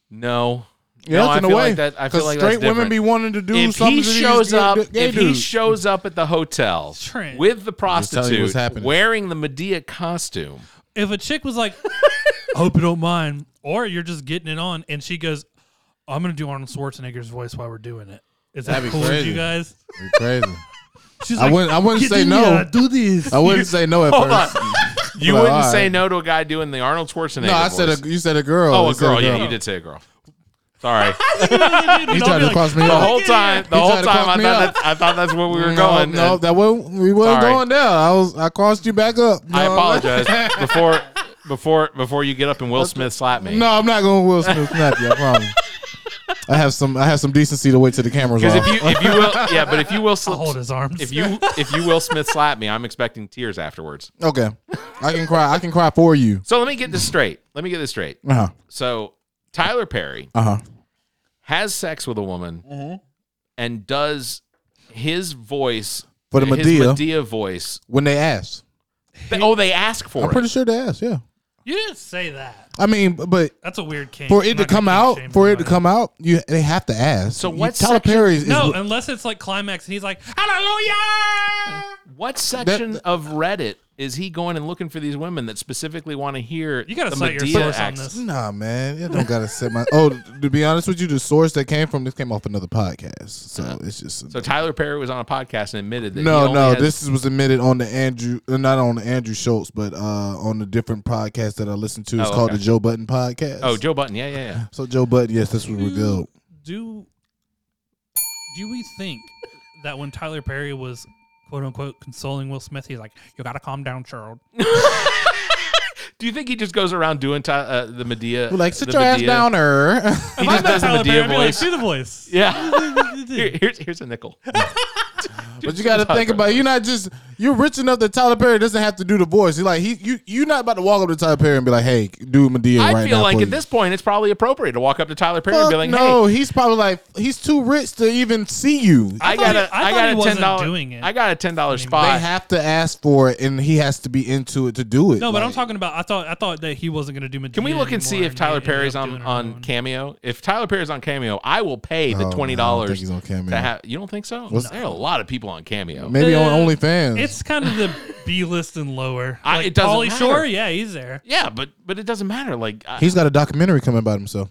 [SPEAKER 1] no,
[SPEAKER 3] Yeah,
[SPEAKER 1] no, I
[SPEAKER 3] in a
[SPEAKER 1] feel
[SPEAKER 3] way.
[SPEAKER 1] like that. I feel
[SPEAKER 3] 'Cause
[SPEAKER 1] like
[SPEAKER 3] straight
[SPEAKER 1] that's
[SPEAKER 3] women
[SPEAKER 1] different.
[SPEAKER 3] be wanting to do
[SPEAKER 1] if
[SPEAKER 3] something.
[SPEAKER 1] he
[SPEAKER 3] to these
[SPEAKER 1] shows
[SPEAKER 3] gay-
[SPEAKER 1] up,
[SPEAKER 3] gay
[SPEAKER 1] if he
[SPEAKER 3] dudes.
[SPEAKER 1] shows up at the hotel
[SPEAKER 4] Trent.
[SPEAKER 1] with the
[SPEAKER 3] telling you what's
[SPEAKER 1] prostitute
[SPEAKER 3] happening.
[SPEAKER 1] wearing the Medea costume,
[SPEAKER 4] If a chick
[SPEAKER 1] (laughs)
[SPEAKER 4] was like, "I "Hope you don't mind," or you're just getting it on, and she goes, "I'm gonna do Arnold Schwarzenegger's voice while we're doing it." Is that
[SPEAKER 3] That'd be
[SPEAKER 4] cool with
[SPEAKER 3] crazy.
[SPEAKER 4] you guys?
[SPEAKER 3] You crazy.
[SPEAKER 4] She's
[SPEAKER 3] I wouldn't. I wouldn't
[SPEAKER 4] "Get
[SPEAKER 3] say
[SPEAKER 4] in
[SPEAKER 3] no.
[SPEAKER 4] here, do this.
[SPEAKER 3] I wouldn't say no at
[SPEAKER 1] Hold
[SPEAKER 3] first.
[SPEAKER 1] you
[SPEAKER 3] Well,
[SPEAKER 1] wouldn't
[SPEAKER 3] all
[SPEAKER 1] say
[SPEAKER 3] right.
[SPEAKER 1] no to a guy doing the Arnold Schwarzenegger.
[SPEAKER 3] No, I said
[SPEAKER 1] voice.
[SPEAKER 3] a, you said a girl.
[SPEAKER 1] oh,
[SPEAKER 3] I
[SPEAKER 1] a
[SPEAKER 3] said
[SPEAKER 1] girl. Yeah, you did say a girl. (laughs) Sorry.
[SPEAKER 4] you
[SPEAKER 3] tried to cross me
[SPEAKER 1] the
[SPEAKER 3] off.
[SPEAKER 1] whole time, the
[SPEAKER 3] He
[SPEAKER 1] whole
[SPEAKER 3] tried to
[SPEAKER 1] time,
[SPEAKER 3] cock
[SPEAKER 1] I
[SPEAKER 3] me
[SPEAKER 1] thought
[SPEAKER 3] up.
[SPEAKER 1] that, I thought that's where we were
[SPEAKER 3] No,
[SPEAKER 1] going.
[SPEAKER 3] No,
[SPEAKER 1] and
[SPEAKER 3] that wasn't, we wasn't
[SPEAKER 1] Sorry.
[SPEAKER 3] going there. I was. I crossed you back up.
[SPEAKER 1] I
[SPEAKER 3] No,
[SPEAKER 1] apologize
[SPEAKER 4] (laughs)
[SPEAKER 1] before before before you get up and Will Smith slap me.
[SPEAKER 3] (laughs) No, I'm not going Will Smith snap you. I promise. I have some. I have some decency to wait till the cameras
[SPEAKER 1] because
[SPEAKER 3] off.
[SPEAKER 1] if you if you
[SPEAKER 4] (laughs)
[SPEAKER 1] will, yeah, but if you will
[SPEAKER 4] I'll (laughs) hold
[SPEAKER 1] slip,
[SPEAKER 4] his arms.
[SPEAKER 1] if you if you Will Smith slap me, I'm expecting tears afterwards.
[SPEAKER 3] okay, I can cry. I can cry for you.
[SPEAKER 1] So let me get this straight. Let me get this straight.
[SPEAKER 3] Uh huh.
[SPEAKER 1] So Tyler Perry
[SPEAKER 3] Uh huh.
[SPEAKER 1] has sex with a woman
[SPEAKER 4] Mm-hmm.
[SPEAKER 1] and does his voice
[SPEAKER 3] For the
[SPEAKER 1] his
[SPEAKER 3] Medea.
[SPEAKER 1] Medea voice.
[SPEAKER 3] When they ask,
[SPEAKER 1] They- oh, they ask for
[SPEAKER 3] I'm
[SPEAKER 1] it.
[SPEAKER 3] pretty sure they asked. Yeah.
[SPEAKER 4] you didn't say that.
[SPEAKER 3] I mean, b- but
[SPEAKER 4] That's a weird kink.
[SPEAKER 3] for
[SPEAKER 4] I'm
[SPEAKER 3] it to
[SPEAKER 4] not gonna
[SPEAKER 3] come out,
[SPEAKER 4] kink shame
[SPEAKER 3] for it to
[SPEAKER 4] anybody.
[SPEAKER 3] come out, you they have to ask.
[SPEAKER 1] So
[SPEAKER 3] You-
[SPEAKER 1] what
[SPEAKER 3] Tyler
[SPEAKER 1] section-
[SPEAKER 3] Perry is
[SPEAKER 4] No,
[SPEAKER 3] is-
[SPEAKER 4] unless it's like climax and he's like, Hallelujah!
[SPEAKER 1] What section of Reddit is he going and looking for these women that specifically want to hear
[SPEAKER 4] You gotta
[SPEAKER 1] the
[SPEAKER 4] cite your
[SPEAKER 1] Medea
[SPEAKER 4] source on
[SPEAKER 1] accent?
[SPEAKER 4] this.
[SPEAKER 3] Nah, man, you don't gotta set my. Oh, to be honest with you, the source that came from this came off another podcast, so it's just.
[SPEAKER 1] Uh, So Tyler Perry was on a podcast and admitted that he
[SPEAKER 3] no,
[SPEAKER 1] only
[SPEAKER 3] no,
[SPEAKER 1] has-
[SPEAKER 3] this was admitted on the Andrew, uh, not on the Andrew Schultz, but uh, on the different podcast that I listen to. It's
[SPEAKER 1] Oh,
[SPEAKER 3] called
[SPEAKER 1] okay.
[SPEAKER 3] the Joe Button Podcast.
[SPEAKER 1] Oh, Joe Button. Yeah, yeah, yeah.
[SPEAKER 3] So Joe Button, yes, that's where we go.
[SPEAKER 4] Mm. Do do we think that when Tyler Perry was quote unquote consoling Will Smith, he's like, "You gotta calm
[SPEAKER 1] (laughs)
[SPEAKER 4] down, Charles."
[SPEAKER 1] Do you think he just goes around doing Ty- uh, the Medea?
[SPEAKER 3] We're like, sit
[SPEAKER 1] the
[SPEAKER 3] your ass
[SPEAKER 1] Madea- (laughs)
[SPEAKER 3] down, er.
[SPEAKER 1] He just does the Medea voice.
[SPEAKER 4] Do the voice.
[SPEAKER 1] (laughs) Yeah. Here- here's here's a
[SPEAKER 3] (laughs)
[SPEAKER 1] nickel.
[SPEAKER 3] (laughs) But you got to think about it. you're not just you're rich enough that Tyler Perry doesn't have to do the voice. He like he you you're not about to walk up to Tyler Perry and be like, hey, do Medea
[SPEAKER 1] I
[SPEAKER 3] right
[SPEAKER 1] feel
[SPEAKER 3] now.
[SPEAKER 1] like
[SPEAKER 3] for
[SPEAKER 1] at
[SPEAKER 3] you."
[SPEAKER 1] this point, it's probably appropriate to walk up to Tyler Perry
[SPEAKER 3] Fuck
[SPEAKER 1] and be like,
[SPEAKER 3] no,
[SPEAKER 1] "Hey,
[SPEAKER 3] he's probably like he's too rich to even see you.
[SPEAKER 1] I,
[SPEAKER 4] thought
[SPEAKER 1] got
[SPEAKER 4] he-
[SPEAKER 1] a
[SPEAKER 4] I
[SPEAKER 1] I
[SPEAKER 4] thought he
[SPEAKER 1] got a
[SPEAKER 4] wasn't
[SPEAKER 1] ten dollar
[SPEAKER 4] doing it.
[SPEAKER 1] I got a ten dollar
[SPEAKER 3] they
[SPEAKER 1] spot."
[SPEAKER 3] have to ask for it, and he has to be into it to do it.
[SPEAKER 4] No, but I'm
[SPEAKER 3] Like,
[SPEAKER 4] talking about. I thought I thought that he wasn't gonna do. Medea
[SPEAKER 1] Can we look and
[SPEAKER 4] anymore,
[SPEAKER 1] see if
[SPEAKER 4] he
[SPEAKER 1] Tyler
[SPEAKER 4] ended up
[SPEAKER 1] Perry's
[SPEAKER 4] doing
[SPEAKER 1] on
[SPEAKER 4] her
[SPEAKER 1] on
[SPEAKER 4] own.
[SPEAKER 1] Cameo? If Tyler Perry's on Cameo, I will pay
[SPEAKER 3] Oh, No,
[SPEAKER 1] the
[SPEAKER 3] no, I
[SPEAKER 1] twenty
[SPEAKER 3] don't
[SPEAKER 1] dollars.
[SPEAKER 3] think he's on Cameo.
[SPEAKER 1] You don't think so?
[SPEAKER 3] What's-
[SPEAKER 1] there are a lot of people on Cameo.
[SPEAKER 3] maybe
[SPEAKER 4] Uh,
[SPEAKER 3] on OnlyFans.
[SPEAKER 4] It's kind
[SPEAKER 1] (laughs)
[SPEAKER 4] of the B list and lower.
[SPEAKER 1] I- it doesn't
[SPEAKER 4] Pauly
[SPEAKER 1] matter.
[SPEAKER 4] Shore, yeah, he's there.
[SPEAKER 1] Yeah, but but it doesn't matter. Like I,
[SPEAKER 3] he's got a documentary coming about himself.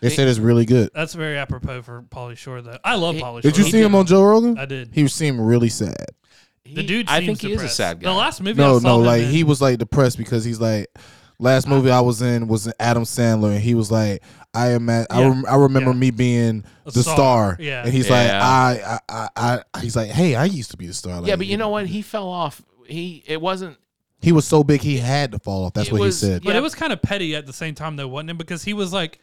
[SPEAKER 3] They said it's really good.
[SPEAKER 4] That's very apropos for Pauly Shore, though. I love Pauly Shore.
[SPEAKER 3] Did you
[SPEAKER 1] he
[SPEAKER 3] see him
[SPEAKER 1] did.
[SPEAKER 3] on Joe Rogan?
[SPEAKER 4] I did.
[SPEAKER 3] He seemed really sad.
[SPEAKER 1] he-
[SPEAKER 4] the dude.
[SPEAKER 1] I
[SPEAKER 4] seems
[SPEAKER 1] think he is a
[SPEAKER 4] depressed.
[SPEAKER 1] sad guy.
[SPEAKER 4] The last movie, I
[SPEAKER 3] No,
[SPEAKER 4] saw
[SPEAKER 3] no,
[SPEAKER 4] him
[SPEAKER 3] like
[SPEAKER 4] in-
[SPEAKER 3] he was like depressed because he's like last movie I was in was Adam Sandler and he was like I am at, I,
[SPEAKER 4] Yeah.
[SPEAKER 3] rem- I remember
[SPEAKER 4] Yeah.
[SPEAKER 3] me being
[SPEAKER 4] A
[SPEAKER 3] the
[SPEAKER 4] star.
[SPEAKER 3] star.
[SPEAKER 4] Yeah.
[SPEAKER 3] And he's like
[SPEAKER 1] Yeah.
[SPEAKER 3] I, I I I he's like hey I used to be the star. Like,
[SPEAKER 1] yeah, but you know what? He fell off. He it wasn't.
[SPEAKER 3] he was so big he had to fall off. That's
[SPEAKER 1] It
[SPEAKER 3] what
[SPEAKER 1] was-
[SPEAKER 3] he said.
[SPEAKER 1] yeah.
[SPEAKER 4] But it was kind of petty at the same time, though, wasn't it? Because he was like,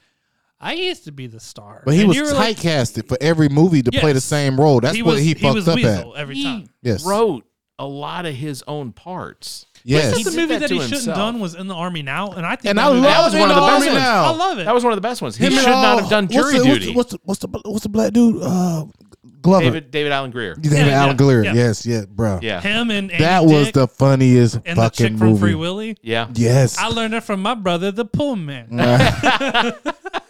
[SPEAKER 4] I used to be the star.
[SPEAKER 3] But he
[SPEAKER 4] And
[SPEAKER 3] was
[SPEAKER 4] you were like-
[SPEAKER 3] typecasted for every movie to play the
[SPEAKER 4] Yes.
[SPEAKER 3] same role. That's what
[SPEAKER 4] was,
[SPEAKER 3] he fucked
[SPEAKER 4] was
[SPEAKER 3] up at.
[SPEAKER 4] Weasel every
[SPEAKER 1] he
[SPEAKER 4] time.
[SPEAKER 3] Yes.
[SPEAKER 1] wrote a lot of his own parts.
[SPEAKER 3] Yes.
[SPEAKER 1] He
[SPEAKER 4] That's the
[SPEAKER 1] did
[SPEAKER 4] movie
[SPEAKER 1] that
[SPEAKER 4] that,
[SPEAKER 1] to
[SPEAKER 4] he shouldn't
[SPEAKER 1] himself.
[SPEAKER 4] have done was In the Army Now. And I think
[SPEAKER 3] And
[SPEAKER 4] that
[SPEAKER 3] I
[SPEAKER 4] movie-
[SPEAKER 3] love
[SPEAKER 1] was
[SPEAKER 3] In
[SPEAKER 1] one of
[SPEAKER 3] the
[SPEAKER 1] the
[SPEAKER 3] Army
[SPEAKER 1] best ones.
[SPEAKER 3] now.
[SPEAKER 4] I love it.
[SPEAKER 1] That was one of the best ones. He
[SPEAKER 3] Him and
[SPEAKER 1] should not
[SPEAKER 3] all-
[SPEAKER 1] have done
[SPEAKER 3] what's
[SPEAKER 1] jury
[SPEAKER 3] the-
[SPEAKER 1] duty.
[SPEAKER 3] What's the, what's, the, what's, the, what's the black dude? Uh, Glover. David,
[SPEAKER 1] David David Allen Greer.
[SPEAKER 4] yeah,
[SPEAKER 3] Alan Glare.
[SPEAKER 4] yeah.
[SPEAKER 3] Yes, yeah, bro.
[SPEAKER 1] Yeah,
[SPEAKER 4] him and Andy
[SPEAKER 3] That was
[SPEAKER 4] Dick
[SPEAKER 3] the funniest
[SPEAKER 4] and the
[SPEAKER 3] fucking
[SPEAKER 4] chick from
[SPEAKER 3] movie.
[SPEAKER 4] Free Willy.
[SPEAKER 1] yeah.
[SPEAKER 3] Yes. (laughs)
[SPEAKER 4] I learned it from my brother, the Pullman. (laughs)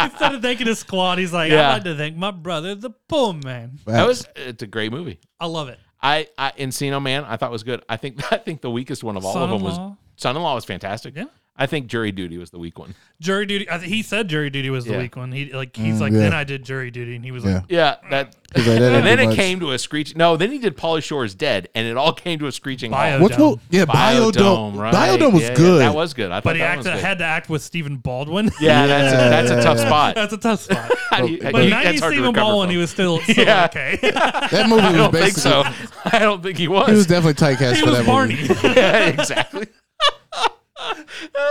[SPEAKER 4] Instead of thanking his squad, he's like,
[SPEAKER 1] Yeah.
[SPEAKER 4] I like to thank my brother, the Pullman.
[SPEAKER 1] That was it's a great movie.
[SPEAKER 4] I love it.
[SPEAKER 1] I, I Encino Man, I thought was good. I think (laughs) I think the weakest one of all of them was
[SPEAKER 4] Son-in-Law.
[SPEAKER 1] Son-in-Law was fantastic.
[SPEAKER 4] Yeah.
[SPEAKER 1] I think Jury Duty was the weak one.
[SPEAKER 4] Jury duty. I th- he said jury duty was the
[SPEAKER 1] Yeah.
[SPEAKER 4] weak one. He like he's like
[SPEAKER 3] Mm, yeah.
[SPEAKER 4] then I did jury duty and he was like
[SPEAKER 1] Yeah,
[SPEAKER 3] (laughs)
[SPEAKER 1] that.
[SPEAKER 3] He's like, (laughs) "That ain't
[SPEAKER 1] and then
[SPEAKER 3] too
[SPEAKER 1] it
[SPEAKER 3] much."
[SPEAKER 1] came to a screeching. No, then he did Polly Shore's Dead, and it all (laughs) came to a screeching
[SPEAKER 4] Bio-
[SPEAKER 1] halt.
[SPEAKER 3] What's what? Yeah, Biodome. Biodome,
[SPEAKER 1] right?
[SPEAKER 3] was
[SPEAKER 1] Yeah, yeah,
[SPEAKER 3] good.
[SPEAKER 1] that was good. I thought
[SPEAKER 4] But he
[SPEAKER 1] that one
[SPEAKER 4] acted,
[SPEAKER 1] was good.
[SPEAKER 4] had to act with Stephen Baldwin. (laughs)
[SPEAKER 1] yeah, that's a,
[SPEAKER 3] Yeah,
[SPEAKER 1] that's
[SPEAKER 3] yeah,
[SPEAKER 1] a tough
[SPEAKER 3] yeah.
[SPEAKER 1] spot.
[SPEAKER 4] that's a
[SPEAKER 1] (laughs)
[SPEAKER 4] tough spot.
[SPEAKER 1] How do you-
[SPEAKER 3] But
[SPEAKER 1] how do
[SPEAKER 4] But
[SPEAKER 1] you-
[SPEAKER 4] nineties
[SPEAKER 1] that's hard to
[SPEAKER 4] Stephen
[SPEAKER 1] recover
[SPEAKER 4] Baldwin,
[SPEAKER 1] from.
[SPEAKER 4] he
[SPEAKER 1] (laughs)
[SPEAKER 4] was still, still
[SPEAKER 1] Yeah.
[SPEAKER 4] okay. (laughs)
[SPEAKER 3] that movie
[SPEAKER 1] I
[SPEAKER 3] was
[SPEAKER 1] don't
[SPEAKER 3] basically.
[SPEAKER 1] think so. (laughs) I don't think he was.
[SPEAKER 3] He was definitely typecast
[SPEAKER 4] he
[SPEAKER 3] for
[SPEAKER 4] was
[SPEAKER 3] that
[SPEAKER 4] Barney.
[SPEAKER 3] movie.
[SPEAKER 1] (laughs) yeah, exactly.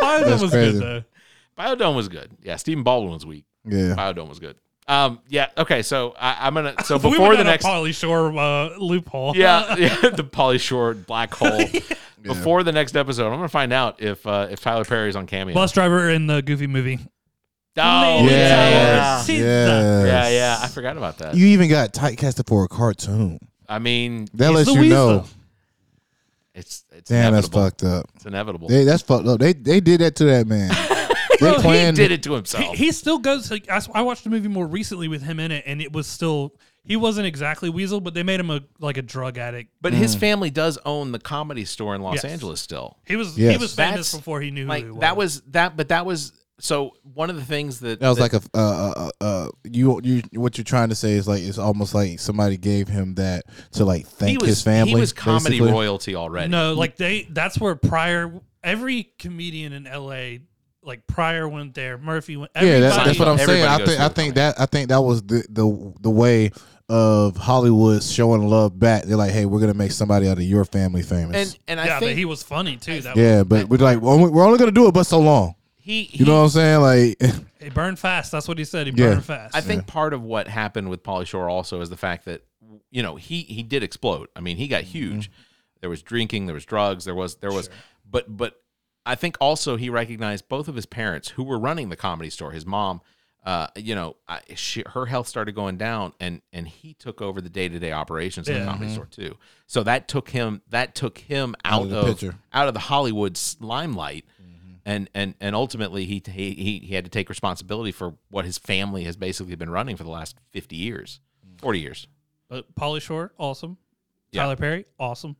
[SPEAKER 4] Baldwin
[SPEAKER 3] That's
[SPEAKER 4] was
[SPEAKER 3] crazy.
[SPEAKER 4] good though.
[SPEAKER 1] Biodome was good. Yeah, Stephen Baldwin was weak.
[SPEAKER 3] Yeah.
[SPEAKER 1] Biodome was good. Um, yeah. Okay, so I, I'm
[SPEAKER 4] (laughs)
[SPEAKER 1] gonna. So
[SPEAKER 4] But we
[SPEAKER 1] before
[SPEAKER 4] went
[SPEAKER 1] the
[SPEAKER 4] down a
[SPEAKER 1] next,
[SPEAKER 4] Pauly Shore uh, loophole. (laughs)
[SPEAKER 1] yeah, (laughs) yeah, the Polly Shore black hole. Before the next episode, I'm gonna find out if uh, if Tyler Perry's on cameo.
[SPEAKER 4] Bus driver in the Goofy movie.
[SPEAKER 1] oh,
[SPEAKER 4] Lady
[SPEAKER 1] yeah.
[SPEAKER 4] Tyler.
[SPEAKER 1] yeah,
[SPEAKER 4] Yes.
[SPEAKER 1] yeah, yeah. I forgot about that.
[SPEAKER 3] You even got typecasted for a cartoon.
[SPEAKER 1] I mean,
[SPEAKER 3] That
[SPEAKER 4] He's
[SPEAKER 3] lets
[SPEAKER 4] the
[SPEAKER 3] you
[SPEAKER 4] weasel.
[SPEAKER 3] know.
[SPEAKER 1] it's it's
[SPEAKER 3] Damn, that's
[SPEAKER 1] inevitable.
[SPEAKER 3] fucked up.
[SPEAKER 1] It's inevitable. Oh,
[SPEAKER 3] They, that's fucked up. They they did that to
[SPEAKER 1] (laughs)
[SPEAKER 3] that man. they
[SPEAKER 1] he
[SPEAKER 3] planned.
[SPEAKER 1] did it to
[SPEAKER 4] He,
[SPEAKER 1] himself.
[SPEAKER 4] he still goes. Like, I, s- I watched a movie more recently with him in it, and it was still he wasn't exactly Weasel, but they made him a like a drug addict.
[SPEAKER 1] but his
[SPEAKER 3] Mm.
[SPEAKER 1] family does own the comedy store in Los
[SPEAKER 4] Yes.
[SPEAKER 1] Angeles still.
[SPEAKER 4] He was he
[SPEAKER 3] Yes.
[SPEAKER 4] was famous
[SPEAKER 1] That's-
[SPEAKER 4] before he knew
[SPEAKER 1] Like
[SPEAKER 4] who he
[SPEAKER 1] that was that, but that was so one of the things that
[SPEAKER 3] That was like a uh, uh, uh, uh, you you what you're trying to say is like it's almost like somebody gave him that to like thank
[SPEAKER 1] he was
[SPEAKER 3] his family.
[SPEAKER 1] he was comedy
[SPEAKER 3] basically.
[SPEAKER 1] royalty already.
[SPEAKER 4] No, like they that's where Pryor every comedian in LA like Pryor went there, Murphy went
[SPEAKER 3] Yeah, that,
[SPEAKER 4] everybody-
[SPEAKER 3] that's what I'm saying.
[SPEAKER 1] Everybody
[SPEAKER 3] I
[SPEAKER 1] goes
[SPEAKER 3] think
[SPEAKER 1] through
[SPEAKER 3] I
[SPEAKER 1] it,
[SPEAKER 3] think that I think that was the the the way of Hollywood showing love back. They're like, hey, we're gonna make somebody out of your family famous.
[SPEAKER 1] and and I
[SPEAKER 4] Yeah,
[SPEAKER 1] think
[SPEAKER 4] but he was funny too. That
[SPEAKER 3] yeah, but we're like, well, we're only gonna do it, but so long.
[SPEAKER 1] he,
[SPEAKER 3] You know what I'm saying? Like, (laughs)
[SPEAKER 4] was, he burned fast. That's what he said. He
[SPEAKER 3] Yeah.
[SPEAKER 4] burned fast.
[SPEAKER 1] I think part of what happened with Polly Shore also is the fact that you know he he did explode. I mean, he got huge. There was drinking, there was drugs, there was there was, but but I think also he recognized both of his parents who were running the comedy store. His mom, uh, you know, I, she, her health started going down, and and he took over the day to day operations of the
[SPEAKER 4] Yeah.
[SPEAKER 1] comedy store too. So that took him that took him out,
[SPEAKER 3] of
[SPEAKER 1] of,
[SPEAKER 3] the picture.
[SPEAKER 1] out of the Hollywood s- limelight and and and ultimately he he he- he had to take responsibility for what his family has basically been running for the last 50 years 40 years
[SPEAKER 4] But Polly Shore, awesome.
[SPEAKER 1] Yeah.
[SPEAKER 4] Tyler Perry, awesome.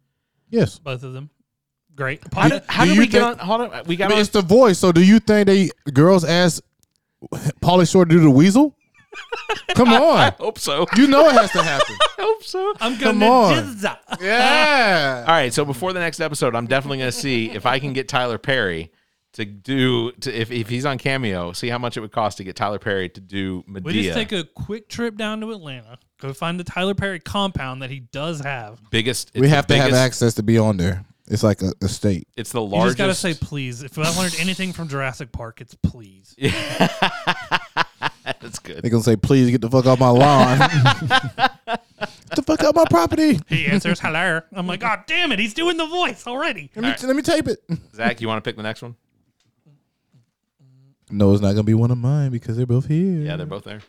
[SPEAKER 3] Yes.
[SPEAKER 4] both of them.
[SPEAKER 3] (laughs)
[SPEAKER 4] Great.
[SPEAKER 1] How did, how
[SPEAKER 3] do
[SPEAKER 1] did
[SPEAKER 3] you
[SPEAKER 1] we get on?
[SPEAKER 3] think-
[SPEAKER 1] Hold on, we
[SPEAKER 3] I
[SPEAKER 1] got
[SPEAKER 3] mean,
[SPEAKER 1] on.
[SPEAKER 3] it's the voice. So do you think they girls ask Pauly Shore to do the weasel? Come on.
[SPEAKER 1] Hope
[SPEAKER 3] (laughs)
[SPEAKER 1] so.
[SPEAKER 3] You know it has to happen.
[SPEAKER 1] Hope so.
[SPEAKER 4] I'm
[SPEAKER 3] Come
[SPEAKER 4] gonna
[SPEAKER 3] on.
[SPEAKER 4] jizza.
[SPEAKER 3] (laughs) Yeah.
[SPEAKER 1] All right, so before the next episode, I'm definitely going to see if I can get Tyler Perry to do to if, if he's on Cameo, see how much it would cost to get Tyler Perry to do
[SPEAKER 4] We
[SPEAKER 1] Medea.
[SPEAKER 4] just take a quick trip down to Atlanta, go find the Tyler Perry compound that he does have.
[SPEAKER 1] biggest it's
[SPEAKER 3] We
[SPEAKER 1] the
[SPEAKER 3] have to have
[SPEAKER 1] biggest-
[SPEAKER 3] access to be on there. It's like a, a state.
[SPEAKER 1] It's the
[SPEAKER 4] You
[SPEAKER 1] largest
[SPEAKER 4] just gotta say please. If I learned anything from Jurassic Park, it's please.
[SPEAKER 1] That's
[SPEAKER 3] They're
[SPEAKER 1] good.
[SPEAKER 3] gonna say, please get the fuck off my (laughs) lawn. get the fuck out my property.
[SPEAKER 4] He answers hello. I'm like, God damn it, he's doing the voice already.
[SPEAKER 3] Let me, let me tape it.
[SPEAKER 1] Zach, you want to pick the next one?
[SPEAKER 3] No, it's not gonna be one of mine because they're both here.
[SPEAKER 1] Yeah, they're both there.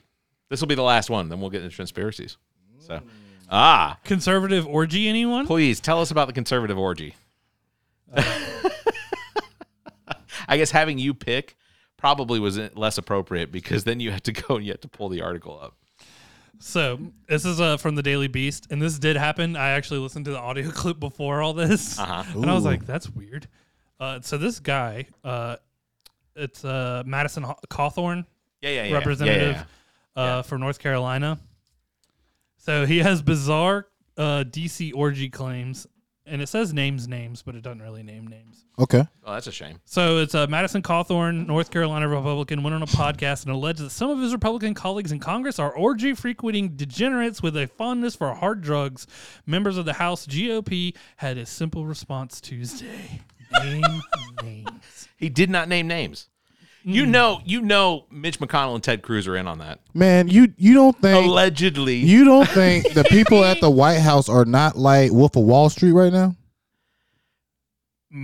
[SPEAKER 1] This will be the last one. Then we'll get into conspiracies. So, ah,
[SPEAKER 4] Conservative orgy, anyone?
[SPEAKER 1] please tell us about the conservative orgy. (laughs) I guess having you pick probably was less appropriate because then you had to (laughs) go and you had to pull the article up.
[SPEAKER 4] So this is uh, from the Daily Beast, and this did happen. I actually listened to the audio (laughs) clip before all this,
[SPEAKER 1] Uh-huh.
[SPEAKER 4] and I was like, "That's weird." Uh, so this guy, uh, it's uh, Madison Haw- Cawthorn,
[SPEAKER 1] Yeah, yeah, yeah.
[SPEAKER 4] representative
[SPEAKER 1] Yeah, yeah, yeah.
[SPEAKER 4] Uh, for North Carolina. So he has bizarre uh, DC orgy claims, and it says names names, but it doesn't really name names.
[SPEAKER 3] Okay.
[SPEAKER 1] Oh, that's a shame.
[SPEAKER 4] So it's uh, Madison Cawthorn, North Carolina Republican, went on a podcast and alleged that some of his Republican colleagues in Congress are orgy frequenting degenerates with a fondness for hard drugs. Members of the House GOP had a simple response Tuesday. Name names.
[SPEAKER 1] He did not name names. You know, you know, Mitch McConnell and Ted Cruz are in on that.
[SPEAKER 3] Man, you you don't think
[SPEAKER 1] Allegedly,
[SPEAKER 3] you don't think the people at the White House are not like Wolf of Wall Street right now?
[SPEAKER 1] you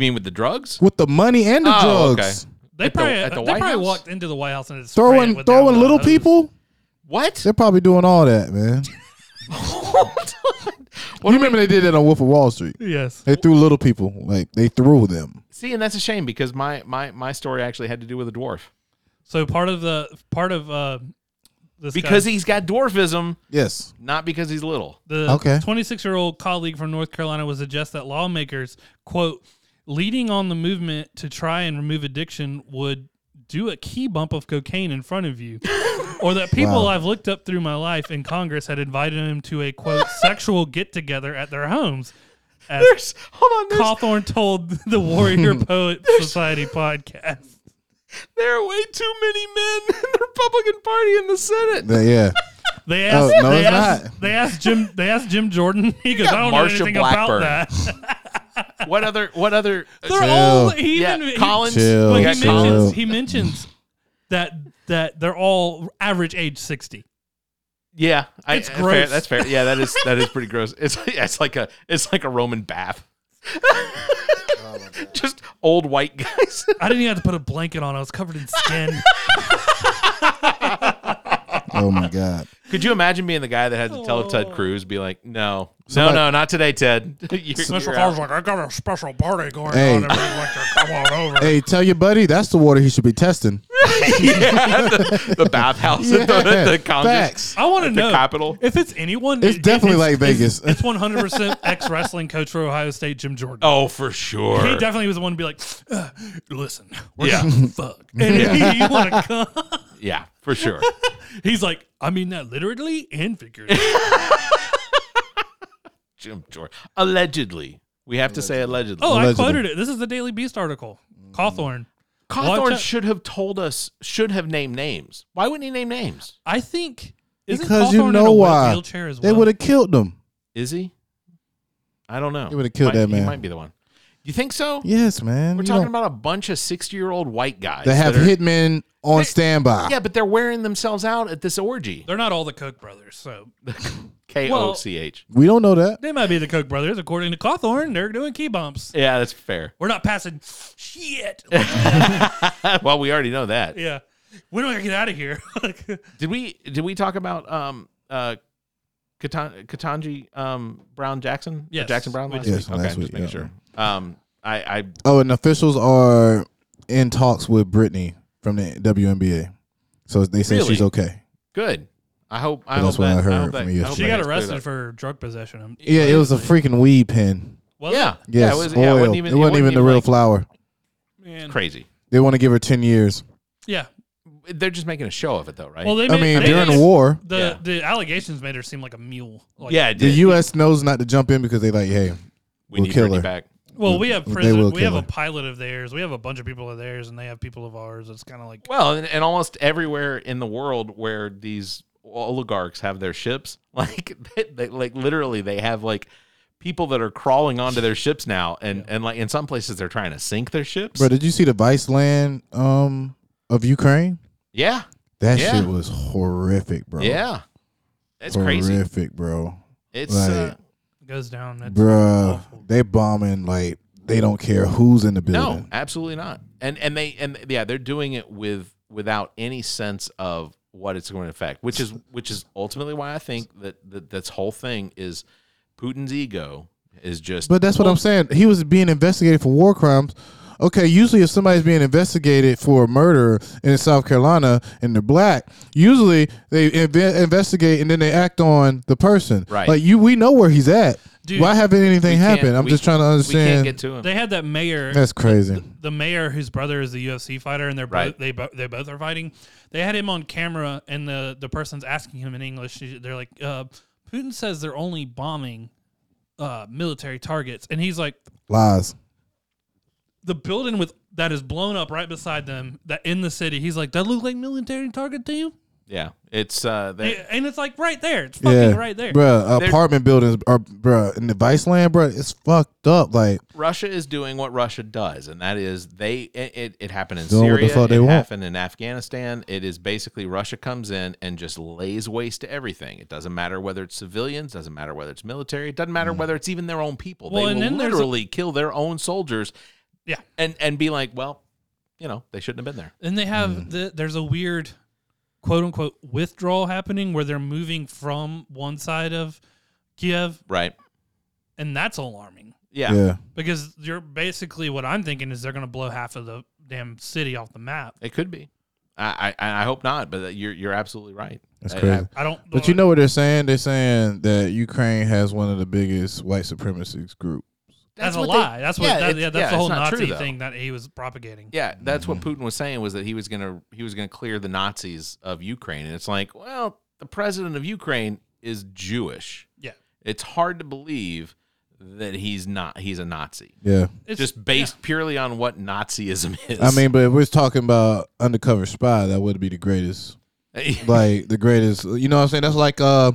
[SPEAKER 1] mean with the drugs?
[SPEAKER 3] With the money and the
[SPEAKER 1] Oh, okay.
[SPEAKER 3] drugs.
[SPEAKER 4] (laughs) They
[SPEAKER 1] At the-
[SPEAKER 4] probably,
[SPEAKER 1] at the
[SPEAKER 4] they
[SPEAKER 1] White
[SPEAKER 4] probably
[SPEAKER 1] House?
[SPEAKER 4] walked into the White House and it's
[SPEAKER 3] Throwing throwing little people?
[SPEAKER 1] What?
[SPEAKER 3] They're probably doing all
[SPEAKER 1] (laughs)
[SPEAKER 3] that, man. you remember they did that on Wolf of Wall Street.
[SPEAKER 4] Yes.
[SPEAKER 3] They threw little people. Like they threw them.
[SPEAKER 1] See, and that's a shame because my my my story actually had to do with a dwarf
[SPEAKER 4] So part of the part of uh, this
[SPEAKER 1] because
[SPEAKER 4] guy-
[SPEAKER 1] he's got dwarfism,
[SPEAKER 3] Yes.
[SPEAKER 1] not because he's little.
[SPEAKER 4] The
[SPEAKER 3] Okay.
[SPEAKER 4] 26 year old colleague from North Carolina would suggest that lawmakers, quote, leading on the movement to try and remove addiction would do a key bump of cocaine in front of you. or that people I've looked up through my life in Congress had invited him to a, quote, sexual get together at their homes. As
[SPEAKER 1] There's hold on, there's,
[SPEAKER 4] Cawthorn told the Warrior Poet Society podcast.
[SPEAKER 1] there are (laughs) way too many men in the Republican Party in the Senate.
[SPEAKER 3] Yeah, yeah.
[SPEAKER 4] They asked,
[SPEAKER 3] no,
[SPEAKER 4] they,
[SPEAKER 3] it's
[SPEAKER 4] asked
[SPEAKER 3] not.
[SPEAKER 4] they asked Jim they asked Jim Jordan. (laughs) He goes,
[SPEAKER 1] got
[SPEAKER 4] I don't
[SPEAKER 1] Marsha
[SPEAKER 4] know anything
[SPEAKER 1] Blackburn.
[SPEAKER 4] about that.
[SPEAKER 1] (laughs) What other? What other? uh,
[SPEAKER 4] They're
[SPEAKER 3] Chill.
[SPEAKER 4] all he
[SPEAKER 1] yeah,
[SPEAKER 4] even he-
[SPEAKER 1] Collins.
[SPEAKER 3] Chill,
[SPEAKER 1] We
[SPEAKER 4] Well,
[SPEAKER 1] got
[SPEAKER 4] he
[SPEAKER 3] chill.
[SPEAKER 1] Collins.
[SPEAKER 4] mentions he mentions that that they're all average age sixty.
[SPEAKER 1] Yeah, I,
[SPEAKER 4] It's
[SPEAKER 1] uh, Fair,
[SPEAKER 4] gross.
[SPEAKER 1] that's fair. Yeah, that is that is pretty gross. It's (laughs) yeah, it's like a it's like a Roman (laughs) bath. Just old white guys. (laughs)
[SPEAKER 4] I didn't even have to put a blanket on. I was covered in skin.
[SPEAKER 3] Oh my God.
[SPEAKER 1] Could you imagine being the guy that had to tell Ted Cruz, be like, no,
[SPEAKER 3] Somebody-
[SPEAKER 1] no, no, not today, Ted. (laughs) You're- you're out.
[SPEAKER 4] like, I got a special party going
[SPEAKER 3] Hey.
[SPEAKER 4] on. Everyone's like, come on over.
[SPEAKER 3] Hey, tell your buddy that's the water he should
[SPEAKER 1] (laughs)
[SPEAKER 3] be testing.
[SPEAKER 1] yeah, the, the bathhouse at
[SPEAKER 3] Yeah,
[SPEAKER 1] the, the Congress.
[SPEAKER 3] facts.
[SPEAKER 4] I want to
[SPEAKER 1] At the
[SPEAKER 4] know
[SPEAKER 1] Capitol.
[SPEAKER 4] if it's anyone.
[SPEAKER 3] It's
[SPEAKER 4] it-
[SPEAKER 3] definitely
[SPEAKER 4] it's-
[SPEAKER 3] like
[SPEAKER 4] it's-
[SPEAKER 3] Vegas.
[SPEAKER 4] It's one hundred percent ex wrestling coach for Ohio State, Jim Jordan.
[SPEAKER 1] Oh, for sure.
[SPEAKER 4] He definitely was the one to be like, "Uh, listen, we're
[SPEAKER 1] Yeah.
[SPEAKER 3] (laughs)
[SPEAKER 4] gonna fuck. And if you want to come?
[SPEAKER 1] yeah, for sure.
[SPEAKER 4] He's like, I mean that literally
[SPEAKER 3] (laughs)
[SPEAKER 4] and figuratively.
[SPEAKER 1] Jim Jordan. Allegedly. We have to say allegedly.
[SPEAKER 4] Oh, I
[SPEAKER 3] Allegedly.
[SPEAKER 4] quoted it. This is the Daily Beast article. Cawthorn.
[SPEAKER 1] Cawthorn
[SPEAKER 4] watch out.
[SPEAKER 1] should have told us, should have named names. Why wouldn't he name names?
[SPEAKER 4] I think isn't
[SPEAKER 3] because
[SPEAKER 4] Cawthorn
[SPEAKER 3] you
[SPEAKER 4] in a
[SPEAKER 3] know
[SPEAKER 4] wheel-
[SPEAKER 3] why.
[SPEAKER 4] wheelchair as
[SPEAKER 3] They
[SPEAKER 4] well.
[SPEAKER 3] would have killed them.
[SPEAKER 1] Is he? I don't know.
[SPEAKER 3] He would've killed
[SPEAKER 1] Might-
[SPEAKER 3] that man.
[SPEAKER 1] He might be the one. You think so?
[SPEAKER 3] Yes, man.
[SPEAKER 1] We're
[SPEAKER 3] You
[SPEAKER 1] talking
[SPEAKER 3] don't-
[SPEAKER 1] about a bunch of 60 year old white guys.
[SPEAKER 3] they have
[SPEAKER 1] that are-
[SPEAKER 3] hitmen on
[SPEAKER 1] They-
[SPEAKER 3] standby.
[SPEAKER 1] Yeah, but they're wearing themselves out at this orgy.
[SPEAKER 4] They're not all the Koch brothers, so
[SPEAKER 1] K O C H.
[SPEAKER 3] We don't know that.
[SPEAKER 4] they might be the Koch brothers according to Cawthorn. They're doing key bumps.
[SPEAKER 1] Yeah, that's fair.
[SPEAKER 4] We're not passing shit.
[SPEAKER 1] (laughs) well, we already know that.
[SPEAKER 4] yeah, we don't gotta get out of here. (laughs)
[SPEAKER 1] Did we did we talk about um uh Katan- Katanji um Brown Jackson? Or
[SPEAKER 4] Yes.
[SPEAKER 1] Jackson Brown
[SPEAKER 4] We
[SPEAKER 1] last
[SPEAKER 4] did.
[SPEAKER 1] week.
[SPEAKER 3] Yes,
[SPEAKER 1] Okay,
[SPEAKER 3] last
[SPEAKER 1] just
[SPEAKER 3] week,
[SPEAKER 1] making
[SPEAKER 3] yeah.
[SPEAKER 1] sure. Um I I
[SPEAKER 3] Oh, and officials are in talks with Brittany from the WNBA. So they say
[SPEAKER 1] Really?
[SPEAKER 3] she's okay.
[SPEAKER 1] good. I hope I
[SPEAKER 3] That's
[SPEAKER 1] hope
[SPEAKER 3] what
[SPEAKER 1] that,
[SPEAKER 3] I heard
[SPEAKER 1] hope
[SPEAKER 3] from
[SPEAKER 1] that-
[SPEAKER 3] you
[SPEAKER 1] I hope
[SPEAKER 4] she
[SPEAKER 1] that
[SPEAKER 3] yesterday.
[SPEAKER 4] got
[SPEAKER 1] gets cleared
[SPEAKER 4] arrested
[SPEAKER 1] up.
[SPEAKER 4] for drug possession.
[SPEAKER 3] Yeah, it was a freaking weed pen.
[SPEAKER 4] Was
[SPEAKER 1] Yeah.
[SPEAKER 4] it?
[SPEAKER 3] Yes,
[SPEAKER 1] it was,
[SPEAKER 3] spoiled.
[SPEAKER 1] yeah,
[SPEAKER 3] it wasn't even, the real
[SPEAKER 1] like,
[SPEAKER 3] flower.
[SPEAKER 4] Man.
[SPEAKER 1] Crazy.
[SPEAKER 3] They want to give her ten years.
[SPEAKER 4] Yeah.
[SPEAKER 1] They're just making a show of it, though, right?
[SPEAKER 4] Well, they
[SPEAKER 3] I
[SPEAKER 4] made,
[SPEAKER 3] mean,
[SPEAKER 4] they
[SPEAKER 3] during
[SPEAKER 4] made-
[SPEAKER 3] the war,
[SPEAKER 4] the
[SPEAKER 1] Yeah.
[SPEAKER 4] the allegations made her seem like a mule. Like,
[SPEAKER 1] yeah, it
[SPEAKER 3] the
[SPEAKER 1] did.
[SPEAKER 3] U.S. knows not to jump in because they like, hey,
[SPEAKER 1] we
[SPEAKER 3] will
[SPEAKER 1] need
[SPEAKER 3] kill
[SPEAKER 1] Brittany
[SPEAKER 3] her.
[SPEAKER 1] back.
[SPEAKER 4] Well, we have
[SPEAKER 3] They
[SPEAKER 4] prison,
[SPEAKER 3] will
[SPEAKER 4] we have
[SPEAKER 3] kill
[SPEAKER 4] a
[SPEAKER 3] her.
[SPEAKER 4] pilot of theirs. We have a bunch of people of theirs, and they have people of ours. It's kind of like
[SPEAKER 1] Well, and, and almost everywhere in the world where these oligarchs have their ships, (laughs) like they, they, like literally they have like people that are crawling onto their ships now, and and like in some places they're trying to sink their ships.
[SPEAKER 3] bro, did you see the Vice land um of Ukraine?
[SPEAKER 1] yeah,
[SPEAKER 3] That
[SPEAKER 1] Yeah.
[SPEAKER 3] shit was horrific, bro.
[SPEAKER 1] yeah, it's crazy.
[SPEAKER 3] horrific, bro.
[SPEAKER 1] It's
[SPEAKER 3] Like,
[SPEAKER 1] uh,
[SPEAKER 4] it goes down. That's
[SPEAKER 3] Bruh,
[SPEAKER 4] awful.
[SPEAKER 3] they bombing like they don't care who's in the
[SPEAKER 1] no,
[SPEAKER 3] building.
[SPEAKER 1] absolutely not. And and they and yeah, they're doing it with without any sense of what it's going to affect, which is which is ultimately why I think that, that this whole thing is Putin's ego is just
[SPEAKER 3] But that's what I'm saying. He was being investigated for war crimes. Okay, usually if somebody's being investigated for a murder in South Carolina and they're black, usually they inve- investigate and then they act on the person.
[SPEAKER 1] Right.
[SPEAKER 3] Like you, we know where he's at.
[SPEAKER 4] Dude,
[SPEAKER 3] Why haven't
[SPEAKER 1] We
[SPEAKER 3] anything
[SPEAKER 1] can't-
[SPEAKER 3] happened? I'm
[SPEAKER 1] we-
[SPEAKER 3] just trying to
[SPEAKER 1] We
[SPEAKER 3] understand.
[SPEAKER 1] can't get to him.
[SPEAKER 4] They had that mayor.
[SPEAKER 1] (laughs)
[SPEAKER 3] that's crazy.
[SPEAKER 4] the mayor whose brother is the UFC fighter and they're
[SPEAKER 1] Right.
[SPEAKER 4] both, they bo- they both are fighting. They had him on camera and the the person's asking him in English. she- They're like, uh, Putin says they're only bombing uh, military targets, and he's like,
[SPEAKER 3] Lies.
[SPEAKER 4] the building with that is blown up right beside them that in the city. He's like, that look like military target to you?
[SPEAKER 1] yeah, it's uh, they,
[SPEAKER 4] A- And it's like right there. It's fucking
[SPEAKER 3] Yeah,
[SPEAKER 4] right there.
[SPEAKER 3] Bruh,
[SPEAKER 1] They're-
[SPEAKER 3] apartment buildings are bruh in the Vice land, bruh. It's fucked up. Like
[SPEAKER 1] Russia is doing what Russia does, and that is they. It, it, it happened in
[SPEAKER 3] Doing what the
[SPEAKER 1] Syria.
[SPEAKER 3] fuck they
[SPEAKER 1] it
[SPEAKER 3] want.
[SPEAKER 1] happened in Afghanistan. It is basically Russia comes in and just lays waste to everything. It doesn't matter whether it's civilians, doesn't matter whether it's military, it doesn't
[SPEAKER 3] Mm.
[SPEAKER 1] matter whether it's even their own people.
[SPEAKER 4] Well,
[SPEAKER 1] they
[SPEAKER 4] and
[SPEAKER 1] will
[SPEAKER 4] then there's a-
[SPEAKER 1] literally kill their own soldiers.
[SPEAKER 4] Yeah.
[SPEAKER 1] and and be like, well, you know, they shouldn't have been there.
[SPEAKER 4] And they have
[SPEAKER 1] Mm-hmm.
[SPEAKER 4] the there's a weird quote unquote withdrawal happening where they're moving from one side of Kiev
[SPEAKER 1] Right?
[SPEAKER 4] and that's alarming.
[SPEAKER 1] Yeah.
[SPEAKER 3] yeah.
[SPEAKER 4] Because you're basically what I'm thinking is they're going to blow half of the damn city off the map.
[SPEAKER 1] It could be. I, I I hope not, but you're you're absolutely right.
[SPEAKER 3] That's
[SPEAKER 1] I- I-
[SPEAKER 3] crazy.
[SPEAKER 4] I don't.
[SPEAKER 3] But you know what they're saying? They're saying that Ukraine has one of the biggest white supremacist group.
[SPEAKER 4] that's, a
[SPEAKER 1] what they-
[SPEAKER 4] lie. that's what.
[SPEAKER 1] yeah,
[SPEAKER 4] that,
[SPEAKER 1] it's-
[SPEAKER 4] yeah, that's
[SPEAKER 1] yeah,
[SPEAKER 4] the
[SPEAKER 1] it's
[SPEAKER 4] whole
[SPEAKER 1] not
[SPEAKER 4] Nazi
[SPEAKER 1] true, though.
[SPEAKER 4] thing that he was propagating.
[SPEAKER 1] Yeah, that's
[SPEAKER 4] Mm-hmm.
[SPEAKER 1] what Putin was saying was that he was gonna he was gonna clear the Nazis of Ukraine, and it's like, well, the president of Ukraine is Jewish.
[SPEAKER 4] Yeah.
[SPEAKER 1] It's hard to believe that he's not he's a Nazi,
[SPEAKER 3] Yeah.
[SPEAKER 4] It's
[SPEAKER 1] just based purely on what Nazism (laughs) is.
[SPEAKER 3] I mean, but if we're talking about undercover spy, that would be the greatest. Like the greatest you know what I'm saying? That's like uh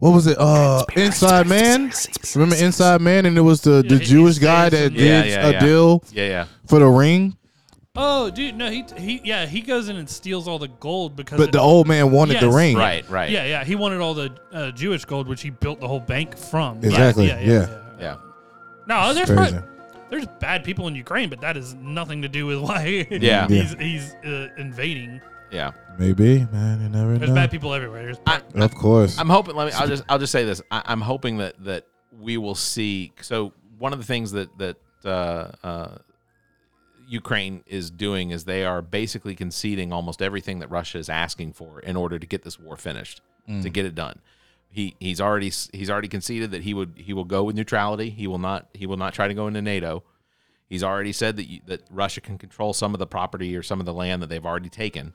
[SPEAKER 3] what was it? Uh Inside Man? Remember Inside Man and it was the, the
[SPEAKER 4] Yeah, he-
[SPEAKER 3] Jewish
[SPEAKER 4] he
[SPEAKER 3] guy
[SPEAKER 4] stays
[SPEAKER 3] that
[SPEAKER 4] in-
[SPEAKER 3] did
[SPEAKER 1] Yeah, yeah,
[SPEAKER 3] a
[SPEAKER 1] yeah.
[SPEAKER 3] deal
[SPEAKER 1] yeah, yeah,
[SPEAKER 3] for the ring?
[SPEAKER 4] Oh, dude, no, he he yeah, he goes in and steals all the gold because
[SPEAKER 3] But
[SPEAKER 4] it-
[SPEAKER 3] the old man wanted the
[SPEAKER 4] Yes.
[SPEAKER 3] ring.
[SPEAKER 1] right, right,
[SPEAKER 4] yeah yeah he wanted all the uh, Jewish gold which he built the whole bank from.
[SPEAKER 3] Exactly, yeah.
[SPEAKER 1] yeah.
[SPEAKER 4] No, there's
[SPEAKER 3] crazy.
[SPEAKER 4] pro- there's bad people in Ukraine, but that is nothing to do with why (laughs)
[SPEAKER 1] Yeah.
[SPEAKER 4] he's he's uh, invading.
[SPEAKER 1] yeah.
[SPEAKER 3] Maybe, man, you never
[SPEAKER 4] There's
[SPEAKER 3] know.
[SPEAKER 4] bad people everywhere. There's
[SPEAKER 1] I-
[SPEAKER 3] Of course.
[SPEAKER 1] I'm hoping. Let me. I'll just. I'll just say this. I, I'm hoping that that we will see. So one of the things that that uh, uh, Ukraine is doing is they are basically conceding almost everything that Russia is asking for in order to get this war finished, to get it done. He he's already s- he's already conceded that he would he will go with neutrality. He will not he will not try to go into NATO. He's already said that you, that Russia can control some of the property or some of the land that they've already taken.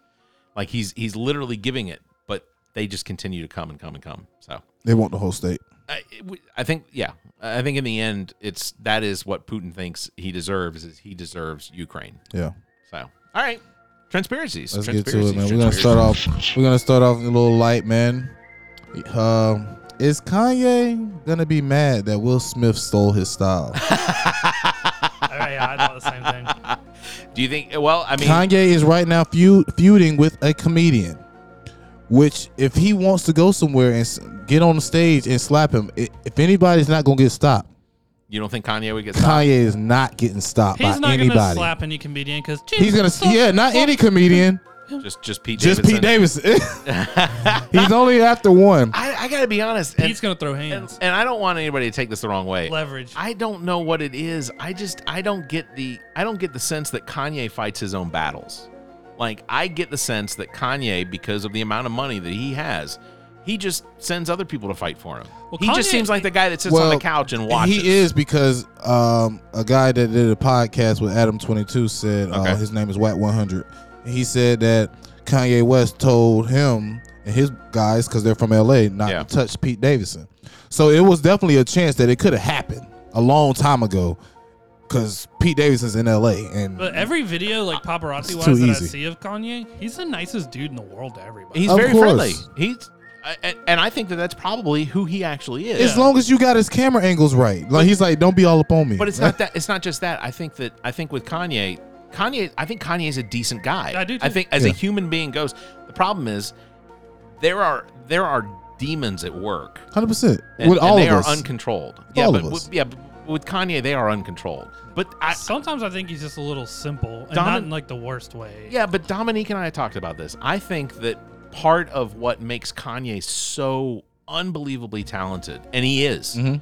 [SPEAKER 1] Like he's he's literally giving it, but they just continue to come and come and come. So
[SPEAKER 3] they want the whole state.
[SPEAKER 1] I, it- we- I think yeah, I think in the end it's that is what Putin thinks he deserves is he deserves Ukraine.
[SPEAKER 3] Yeah.
[SPEAKER 1] So all right, transparencies.
[SPEAKER 3] Let's get to
[SPEAKER 1] transparencies,
[SPEAKER 3] it, man. We're gonna start off. We're gonna start off a little light, man. Um, is Kanye gonna be mad that Will Smith stole his style?
[SPEAKER 4] yeah, I thought the same thing.
[SPEAKER 1] Do you think? Well, I mean,
[SPEAKER 3] Kanye is right now feud, feuding with a comedian, which if he wants to go somewhere and s- get on the stage and slap him, i if anybody's not gonna get stopped,
[SPEAKER 1] you don't think Kanye would get stopped?
[SPEAKER 3] Kanye is not getting stopped
[SPEAKER 4] He's
[SPEAKER 3] by
[SPEAKER 4] not gonna
[SPEAKER 3] anybody.
[SPEAKER 4] slap any comedian because
[SPEAKER 3] He's gonna, yeah, not any comedian,
[SPEAKER 1] Just just Pete.
[SPEAKER 3] just
[SPEAKER 1] Davidson.
[SPEAKER 3] Pete Davidson. He's only after one.
[SPEAKER 1] I, I gotta be honest. And,
[SPEAKER 4] He's gonna throw
[SPEAKER 1] and,
[SPEAKER 4] hands,
[SPEAKER 1] and I don't want anybody to take this the wrong way.
[SPEAKER 4] leverage.
[SPEAKER 1] I don't know what it is. I just I don't get the I don't get the sense that Kanye fights his own battles. Like I get the sense that Kanye, because of the amount of money that he has, he just sends other people to fight for him.
[SPEAKER 4] Well,
[SPEAKER 1] he just
[SPEAKER 4] Kanye-
[SPEAKER 1] seems like the guy that sits on the couch and watches.
[SPEAKER 3] He is because um, a guy that did a podcast with Adam Twenty Two said uh,
[SPEAKER 1] Okay.
[SPEAKER 3] his name is Watt One Hundred. He said that Kanye West told him and his guys because they're from L.A. not
[SPEAKER 1] Yeah.
[SPEAKER 3] to touch Pete Davidson. So it was definitely a chance that it could have happened a long time ago because Pete Davidson's in L.A. and
[SPEAKER 4] But every video, like paparazzi
[SPEAKER 3] too
[SPEAKER 4] wise, that I
[SPEAKER 3] easy.
[SPEAKER 4] see of Kanye, he's the nicest dude in the world to everybody.
[SPEAKER 1] He's
[SPEAKER 3] Of
[SPEAKER 1] very
[SPEAKER 3] course.
[SPEAKER 1] friendly. He's I- I- and I think that that's probably who he actually is.
[SPEAKER 3] as long as you got his camera angles right, like he's like, don't be all up on me.
[SPEAKER 1] But it's not that. It's not just that. I think that. I think with Kanye, Kanye. I think Kanye is a decent guy.
[SPEAKER 4] I do,
[SPEAKER 1] I
[SPEAKER 4] too.
[SPEAKER 1] think as a
[SPEAKER 3] Yeah.
[SPEAKER 1] human being goes, the problem is there are there are demons at work,
[SPEAKER 3] hundred percent
[SPEAKER 1] and,
[SPEAKER 3] with
[SPEAKER 1] and
[SPEAKER 3] all
[SPEAKER 1] they
[SPEAKER 3] of
[SPEAKER 1] are
[SPEAKER 3] us.
[SPEAKER 1] uncontrolled. yeah,
[SPEAKER 3] All
[SPEAKER 1] but
[SPEAKER 3] of us.
[SPEAKER 1] With, yeah, but with Kanye, they are uncontrolled. But I,
[SPEAKER 4] Sometimes I think he's just a little simple, and
[SPEAKER 1] Domin-
[SPEAKER 4] not in like the worst way.
[SPEAKER 1] Yeah, but Dominique and I talked about this. I think that part of what makes Kanye so unbelievably talented, and he is,
[SPEAKER 3] Mm-hmm.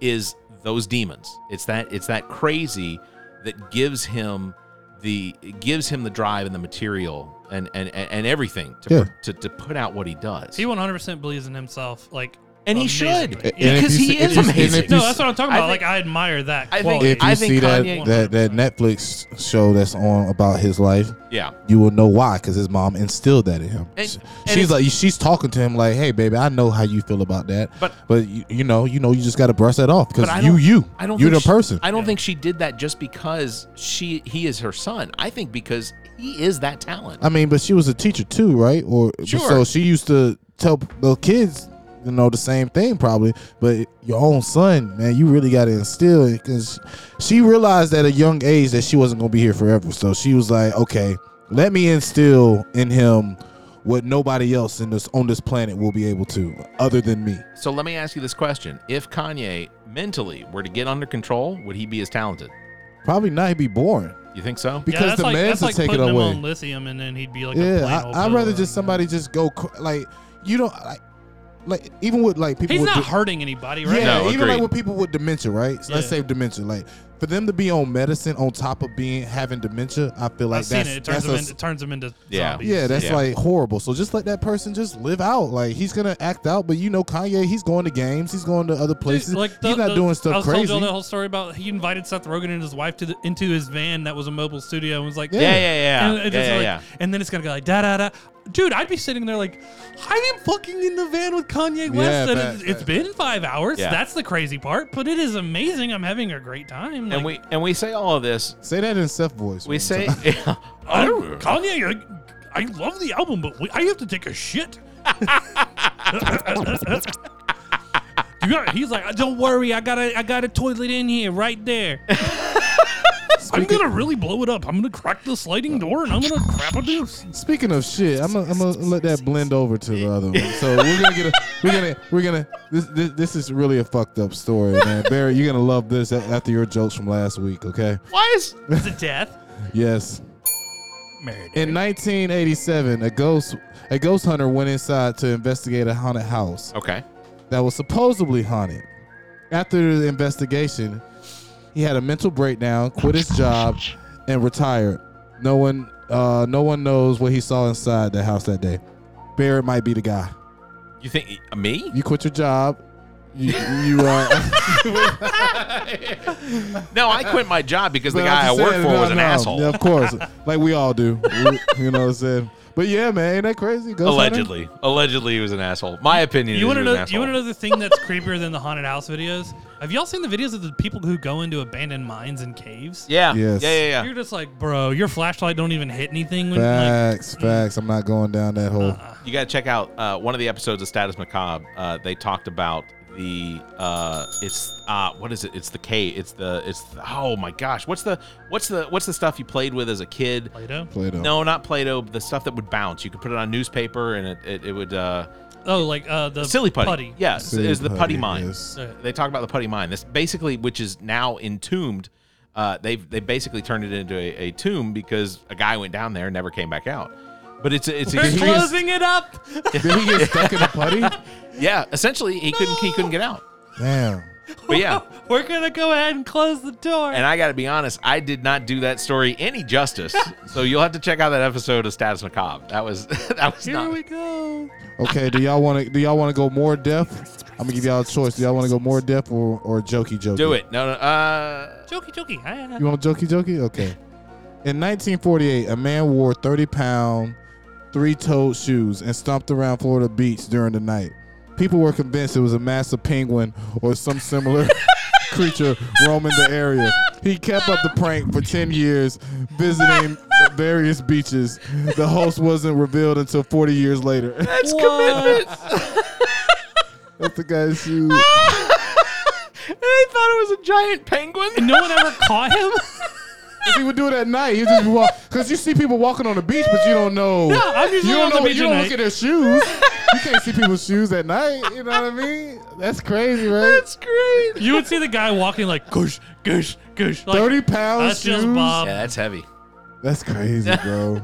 [SPEAKER 1] is those demons. It's that it's that crazy that gives him the gives him the drive and the material and and and, and everything to,
[SPEAKER 3] Yeah.
[SPEAKER 1] to to put out what he does.
[SPEAKER 4] He 100% believes in himself. Like,
[SPEAKER 1] and he
[SPEAKER 4] amazingly.
[SPEAKER 1] should
[SPEAKER 3] And
[SPEAKER 4] Yeah.
[SPEAKER 3] if
[SPEAKER 1] because
[SPEAKER 3] you
[SPEAKER 1] he
[SPEAKER 3] see-
[SPEAKER 1] is
[SPEAKER 3] if you see- and
[SPEAKER 1] amazing.
[SPEAKER 3] if you
[SPEAKER 4] No, that's what I'm talking
[SPEAKER 1] I
[SPEAKER 4] about.
[SPEAKER 1] think-
[SPEAKER 4] like, I admire that.
[SPEAKER 1] I think-
[SPEAKER 4] quality.
[SPEAKER 3] if you
[SPEAKER 1] I think
[SPEAKER 3] see
[SPEAKER 1] Kanye-
[SPEAKER 3] that, that that Netflix show that's on about his life,
[SPEAKER 1] yeah.
[SPEAKER 3] you will know why because his mom instilled that in him.
[SPEAKER 1] And-
[SPEAKER 3] She-
[SPEAKER 1] and
[SPEAKER 3] she's
[SPEAKER 1] it's-
[SPEAKER 3] like she's talking to him like, "Hey, baby, I know how you feel about that,
[SPEAKER 1] But-
[SPEAKER 3] but you, you know, you know, you just got to brush that off because
[SPEAKER 1] But I
[SPEAKER 3] you
[SPEAKER 1] don't-
[SPEAKER 3] you
[SPEAKER 1] I don't
[SPEAKER 3] you're the
[SPEAKER 1] think she-
[SPEAKER 3] person."
[SPEAKER 1] I don't think she did that just because she he is her son. I think because he is that talent.
[SPEAKER 3] I mean, but she was a teacher too, right? Or but
[SPEAKER 1] Sure.
[SPEAKER 3] so she used to tell the kids, you know, the same thing probably. But your own son, man, you really got to instill it because she realized at a young age that she wasn't gonna be here forever. So she was like, okay, let me instill in him what nobody else in this on this planet will be able to, other than me.
[SPEAKER 1] So let me ask you this question: If Kanye mentally were to get under control, would he be as talented?
[SPEAKER 3] Probably not. He'd be boring
[SPEAKER 1] You think so?
[SPEAKER 4] Yeah,
[SPEAKER 3] because
[SPEAKER 4] that's
[SPEAKER 3] the
[SPEAKER 4] like,
[SPEAKER 3] meds
[SPEAKER 4] that's
[SPEAKER 3] will
[SPEAKER 4] like
[SPEAKER 3] take it
[SPEAKER 4] putting him
[SPEAKER 3] away.
[SPEAKER 4] on lithium, and then he'd be like, a
[SPEAKER 3] yeah,
[SPEAKER 4] plain
[SPEAKER 3] I,
[SPEAKER 4] old
[SPEAKER 3] I'd rather
[SPEAKER 4] pillow,
[SPEAKER 3] just
[SPEAKER 4] you
[SPEAKER 3] somebody
[SPEAKER 4] know?
[SPEAKER 3] just go cr- like you don't like like even with like people.
[SPEAKER 4] He's
[SPEAKER 3] with
[SPEAKER 4] not
[SPEAKER 3] di-
[SPEAKER 4] hurting anybody, right?
[SPEAKER 1] No.
[SPEAKER 3] Yeah, even
[SPEAKER 1] agreed.
[SPEAKER 3] like with people with dementia, right? So Let's
[SPEAKER 4] Yeah.
[SPEAKER 3] say dementia, like for them to be on medicine on top of being having dementia, I feel like
[SPEAKER 4] I've seen
[SPEAKER 3] that's
[SPEAKER 4] it. It turns,
[SPEAKER 3] that's
[SPEAKER 4] him
[SPEAKER 3] a-
[SPEAKER 4] into, it turns him into
[SPEAKER 1] Yeah.
[SPEAKER 4] zombies.
[SPEAKER 3] yeah, that's
[SPEAKER 1] Yeah.
[SPEAKER 3] like horrible. So just let that person just live out. Like he's gonna act out, but you know Kanye, he's going to games, he's going to other places. he's not doing
[SPEAKER 4] I
[SPEAKER 3] stuff
[SPEAKER 4] was
[SPEAKER 3] crazy.
[SPEAKER 4] told y'all that whole story about he invited Seth Rogen and his wife to the, into his van that was a mobile studio and was like,
[SPEAKER 3] Yeah. Yeah,
[SPEAKER 1] yeah, yeah.
[SPEAKER 4] and, it's
[SPEAKER 1] Yeah,
[SPEAKER 4] just
[SPEAKER 1] yeah,
[SPEAKER 4] like-
[SPEAKER 1] yeah.
[SPEAKER 4] and then it's gonna go like da da da. Dude, I'd be sitting there like, I am fucking in the van with Kanye West,
[SPEAKER 3] Yeah,
[SPEAKER 4] and
[SPEAKER 3] facts,
[SPEAKER 4] it, it's
[SPEAKER 3] facts.
[SPEAKER 4] been five hours.
[SPEAKER 1] Yeah.
[SPEAKER 4] That's the crazy part, but it is amazing. I'm having a great time.
[SPEAKER 1] And we
[SPEAKER 4] Like,
[SPEAKER 1] and we say all of (laughs) this.
[SPEAKER 3] Say that in Seth voice.
[SPEAKER 1] We
[SPEAKER 3] one
[SPEAKER 1] say,
[SPEAKER 3] time.
[SPEAKER 1] I
[SPEAKER 4] oh,
[SPEAKER 1] don't-
[SPEAKER 4] Kanye, I, I love the album, but we, I have to take a shit. (laughs) You got- He's like, don't worry, I got a, I got a toilet in here, right
[SPEAKER 1] (laughs)
[SPEAKER 4] there. I'm gonna really blow it up. I'm gonna crack the sliding door and I'm gonna crap a deuce.
[SPEAKER 3] Speaking of shit, I'm gonna I'm gonna let that blend over to the other one. So we're gonna get a, we're gonna we're gonna this, this this is really a fucked up story, man. Barry, you're gonna love this a- after your jokes from last week, okay?
[SPEAKER 1] why is
[SPEAKER 4] Is it death?
[SPEAKER 3] Yes.
[SPEAKER 4] Married.
[SPEAKER 3] In 1987, a ghost a ghost hunter went inside to investigate a haunted house
[SPEAKER 1] okay?
[SPEAKER 3] that was supposedly haunted. After the investigation, he had a mental breakdown, quit his job, and retired. No one uh, no one knows what he saw inside the house that day. Barrett might be the guy.
[SPEAKER 1] You think uh, me?
[SPEAKER 3] You quit your job. You, you uh, (laughs)
[SPEAKER 1] No, I quit my job because (laughs) the
[SPEAKER 3] But I'm
[SPEAKER 1] guy I
[SPEAKER 3] just
[SPEAKER 1] worked
[SPEAKER 3] saying,
[SPEAKER 1] for
[SPEAKER 3] no,
[SPEAKER 1] was an
[SPEAKER 3] no.
[SPEAKER 1] asshole.
[SPEAKER 3] Yeah, of course, like we all do. We- you know what I'm saying? But yeah, man, ain't that crazy? Ghost hunter?
[SPEAKER 1] Allegedly, allegedly, he was an asshole. My opinion.
[SPEAKER 4] You
[SPEAKER 1] is
[SPEAKER 4] want
[SPEAKER 1] he was
[SPEAKER 4] to
[SPEAKER 1] an
[SPEAKER 4] know? You
[SPEAKER 1] asshole.
[SPEAKER 4] want to know the thing that's creepier than the haunted house videos? Have y'all seen the videos of the people who go into abandoned mines and caves?
[SPEAKER 1] Yeah.
[SPEAKER 3] Yes.
[SPEAKER 1] Yeah. Yeah. Yeah.
[SPEAKER 4] You're just like, bro, your flashlight don't even hit anything. When, like,
[SPEAKER 3] Facts, facts. I'm not going down that hole.
[SPEAKER 1] You got to check out uh, one of the episodes of Status Macabre. Uh, they talked about the uh, it's uh, what is it? It's the K. It's the it's oh my gosh. What's the what's the what's the stuff you played with as a kid?
[SPEAKER 4] Play-Doh?
[SPEAKER 3] Play-Doh. (laughs)
[SPEAKER 1] No, not Play-Doh. but The stuff that would bounce. You could put it on newspaper, and it, it, it would uh,
[SPEAKER 4] Oh, like uh, the
[SPEAKER 1] silly putty.
[SPEAKER 4] putty.
[SPEAKER 1] Yeah, s-
[SPEAKER 3] Silly
[SPEAKER 1] is the putty
[SPEAKER 3] putty,
[SPEAKER 1] mine.
[SPEAKER 3] yes.
[SPEAKER 4] Yeah.
[SPEAKER 1] They talk about the putty mine. This basically, which is now entombed. Uh, they've they basically turned it into a, a tomb because a guy went down there and never came back out. But it's a- it's a
[SPEAKER 4] They're
[SPEAKER 1] huge-
[SPEAKER 4] closing it up.
[SPEAKER 3] Did he get stuck in a putty?
[SPEAKER 1] yeah. Essentially, he couldn't he couldn't get out.
[SPEAKER 3] Damn.
[SPEAKER 1] But
[SPEAKER 4] (laughs)
[SPEAKER 1] yeah,
[SPEAKER 4] We're gonna go ahead and close the door.
[SPEAKER 1] and I got to be honest, I did not do that story any
[SPEAKER 4] (laughs)
[SPEAKER 1] justice. so you'll have to check out that episode of Status Macabre. That was (laughs) that was
[SPEAKER 4] Here
[SPEAKER 1] not.
[SPEAKER 4] we go.
[SPEAKER 3] Okay, do y'all want to do y'all want to go more depth? I'm gonna give y'all a choice. Do y'all want to go more depth or or jokey jokey?
[SPEAKER 1] do it. No, no. Uh,
[SPEAKER 4] Jokey, jokey. I-
[SPEAKER 3] You want jokey jokey? Okay. In 1948, a man wore 30 pound, three toed shoes and stomped around Florida Beach during the night. People were convinced it was a massive penguin or some similar (laughs) creature roaming the area. He kept up the prank for 10 years, visiting the various beaches. The host wasn't revealed until 40 years later. (laughs)
[SPEAKER 4] That's commitment.
[SPEAKER 3] That's the guy's shoes.
[SPEAKER 1] and I thought it was a giant penguin.
[SPEAKER 4] (laughs) No one ever caught him. (laughs)
[SPEAKER 3] he would do it at night. He would just be walk because you see people walking on the beach, but you don't know.
[SPEAKER 4] No, I'm usually
[SPEAKER 3] you don't
[SPEAKER 4] on the
[SPEAKER 3] know.
[SPEAKER 4] beach
[SPEAKER 3] you
[SPEAKER 4] at
[SPEAKER 3] don't
[SPEAKER 4] night.
[SPEAKER 3] look at their shoes. you can't see people's shoes at night. You know what I mean? That's crazy, right?
[SPEAKER 1] great.
[SPEAKER 4] You would see the guy walking like goosh, goosh, goosh. Like,
[SPEAKER 3] 30 pounds
[SPEAKER 4] That's just
[SPEAKER 3] shoes?
[SPEAKER 4] Bob.
[SPEAKER 1] Yeah, that's heavy.
[SPEAKER 3] That's crazy, bro.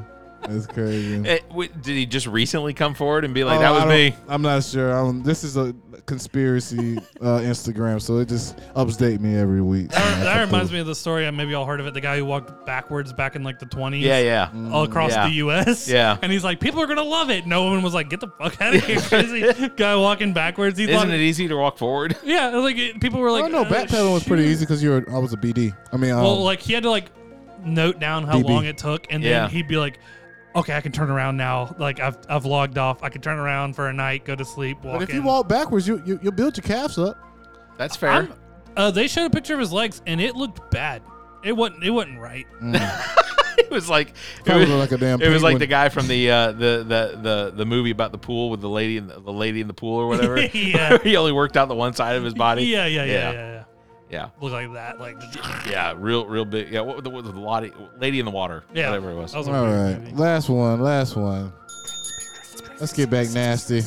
[SPEAKER 3] That's
[SPEAKER 4] (laughs)
[SPEAKER 3] crazy.
[SPEAKER 1] Eh, wait, did he just recently come forward and be like,
[SPEAKER 3] Oh,
[SPEAKER 1] "That
[SPEAKER 3] I
[SPEAKER 1] was
[SPEAKER 3] don't-
[SPEAKER 1] me"?
[SPEAKER 3] I'm not sure. I'm, this is a conspiracy uh, Instagram, so it just update me every week.
[SPEAKER 4] That, that reminds me of the story. and Maybe y'all heard of it. The guy who walked backwards back in like the 20s.
[SPEAKER 1] Yeah, yeah.
[SPEAKER 3] Mm.
[SPEAKER 4] All across
[SPEAKER 1] Yeah.
[SPEAKER 4] the U.S.
[SPEAKER 1] Yeah.
[SPEAKER 4] and he's like, people are gonna love it. No one was like, get the fuck
[SPEAKER 1] (laughs)
[SPEAKER 4] out of here, crazy guy walking backwards. He thought,
[SPEAKER 1] Isn't it easy to walk
[SPEAKER 3] (laughs)
[SPEAKER 1] forward?
[SPEAKER 4] yeah, like it- people were like,
[SPEAKER 3] oh no,
[SPEAKER 4] uh,
[SPEAKER 3] backpedaling was pretty
[SPEAKER 4] shoot.
[SPEAKER 3] easy because you were. I was a BD. I mean, um,
[SPEAKER 4] Well, like he had to like note down how
[SPEAKER 3] BB.
[SPEAKER 4] long it took, and
[SPEAKER 1] Yeah.
[SPEAKER 4] then he'd be like, okay, I can turn around now. Like I've I've logged off. I can turn around for a night, go to sleep, walk.
[SPEAKER 3] but if
[SPEAKER 4] in.
[SPEAKER 3] you walk backwards, you, you you'll build your calves up.
[SPEAKER 1] That's fair.
[SPEAKER 4] I'm- uh, they showed a picture of his legs, and it looked bad. It wasn't. It wasn't right.
[SPEAKER 1] Mm. it was
[SPEAKER 3] (laughs)
[SPEAKER 1] like it
[SPEAKER 3] Probably
[SPEAKER 1] was,
[SPEAKER 3] like a damn
[SPEAKER 1] It was like
[SPEAKER 3] penguin.
[SPEAKER 1] the guy from the uh, the, the the the movie about the pool with the lady in the, the lady in the pool
[SPEAKER 3] (laughs)
[SPEAKER 1] or whatever.
[SPEAKER 4] Yeah.
[SPEAKER 1] (laughs) he only worked out the one side of his body.
[SPEAKER 4] Yeah, yeah, yeah, yeah, yeah.
[SPEAKER 1] yeah,
[SPEAKER 4] Look like
[SPEAKER 1] (laughs)
[SPEAKER 4] that, like
[SPEAKER 1] yeah. Yeah, Real real big. Yeah, what was the, what was the lottie, lady in the water?
[SPEAKER 4] yeah,
[SPEAKER 1] whatever it was.
[SPEAKER 4] That was a
[SPEAKER 3] All
[SPEAKER 4] weird
[SPEAKER 3] right,
[SPEAKER 4] movie.
[SPEAKER 3] last one, last one. Let's get back nasty.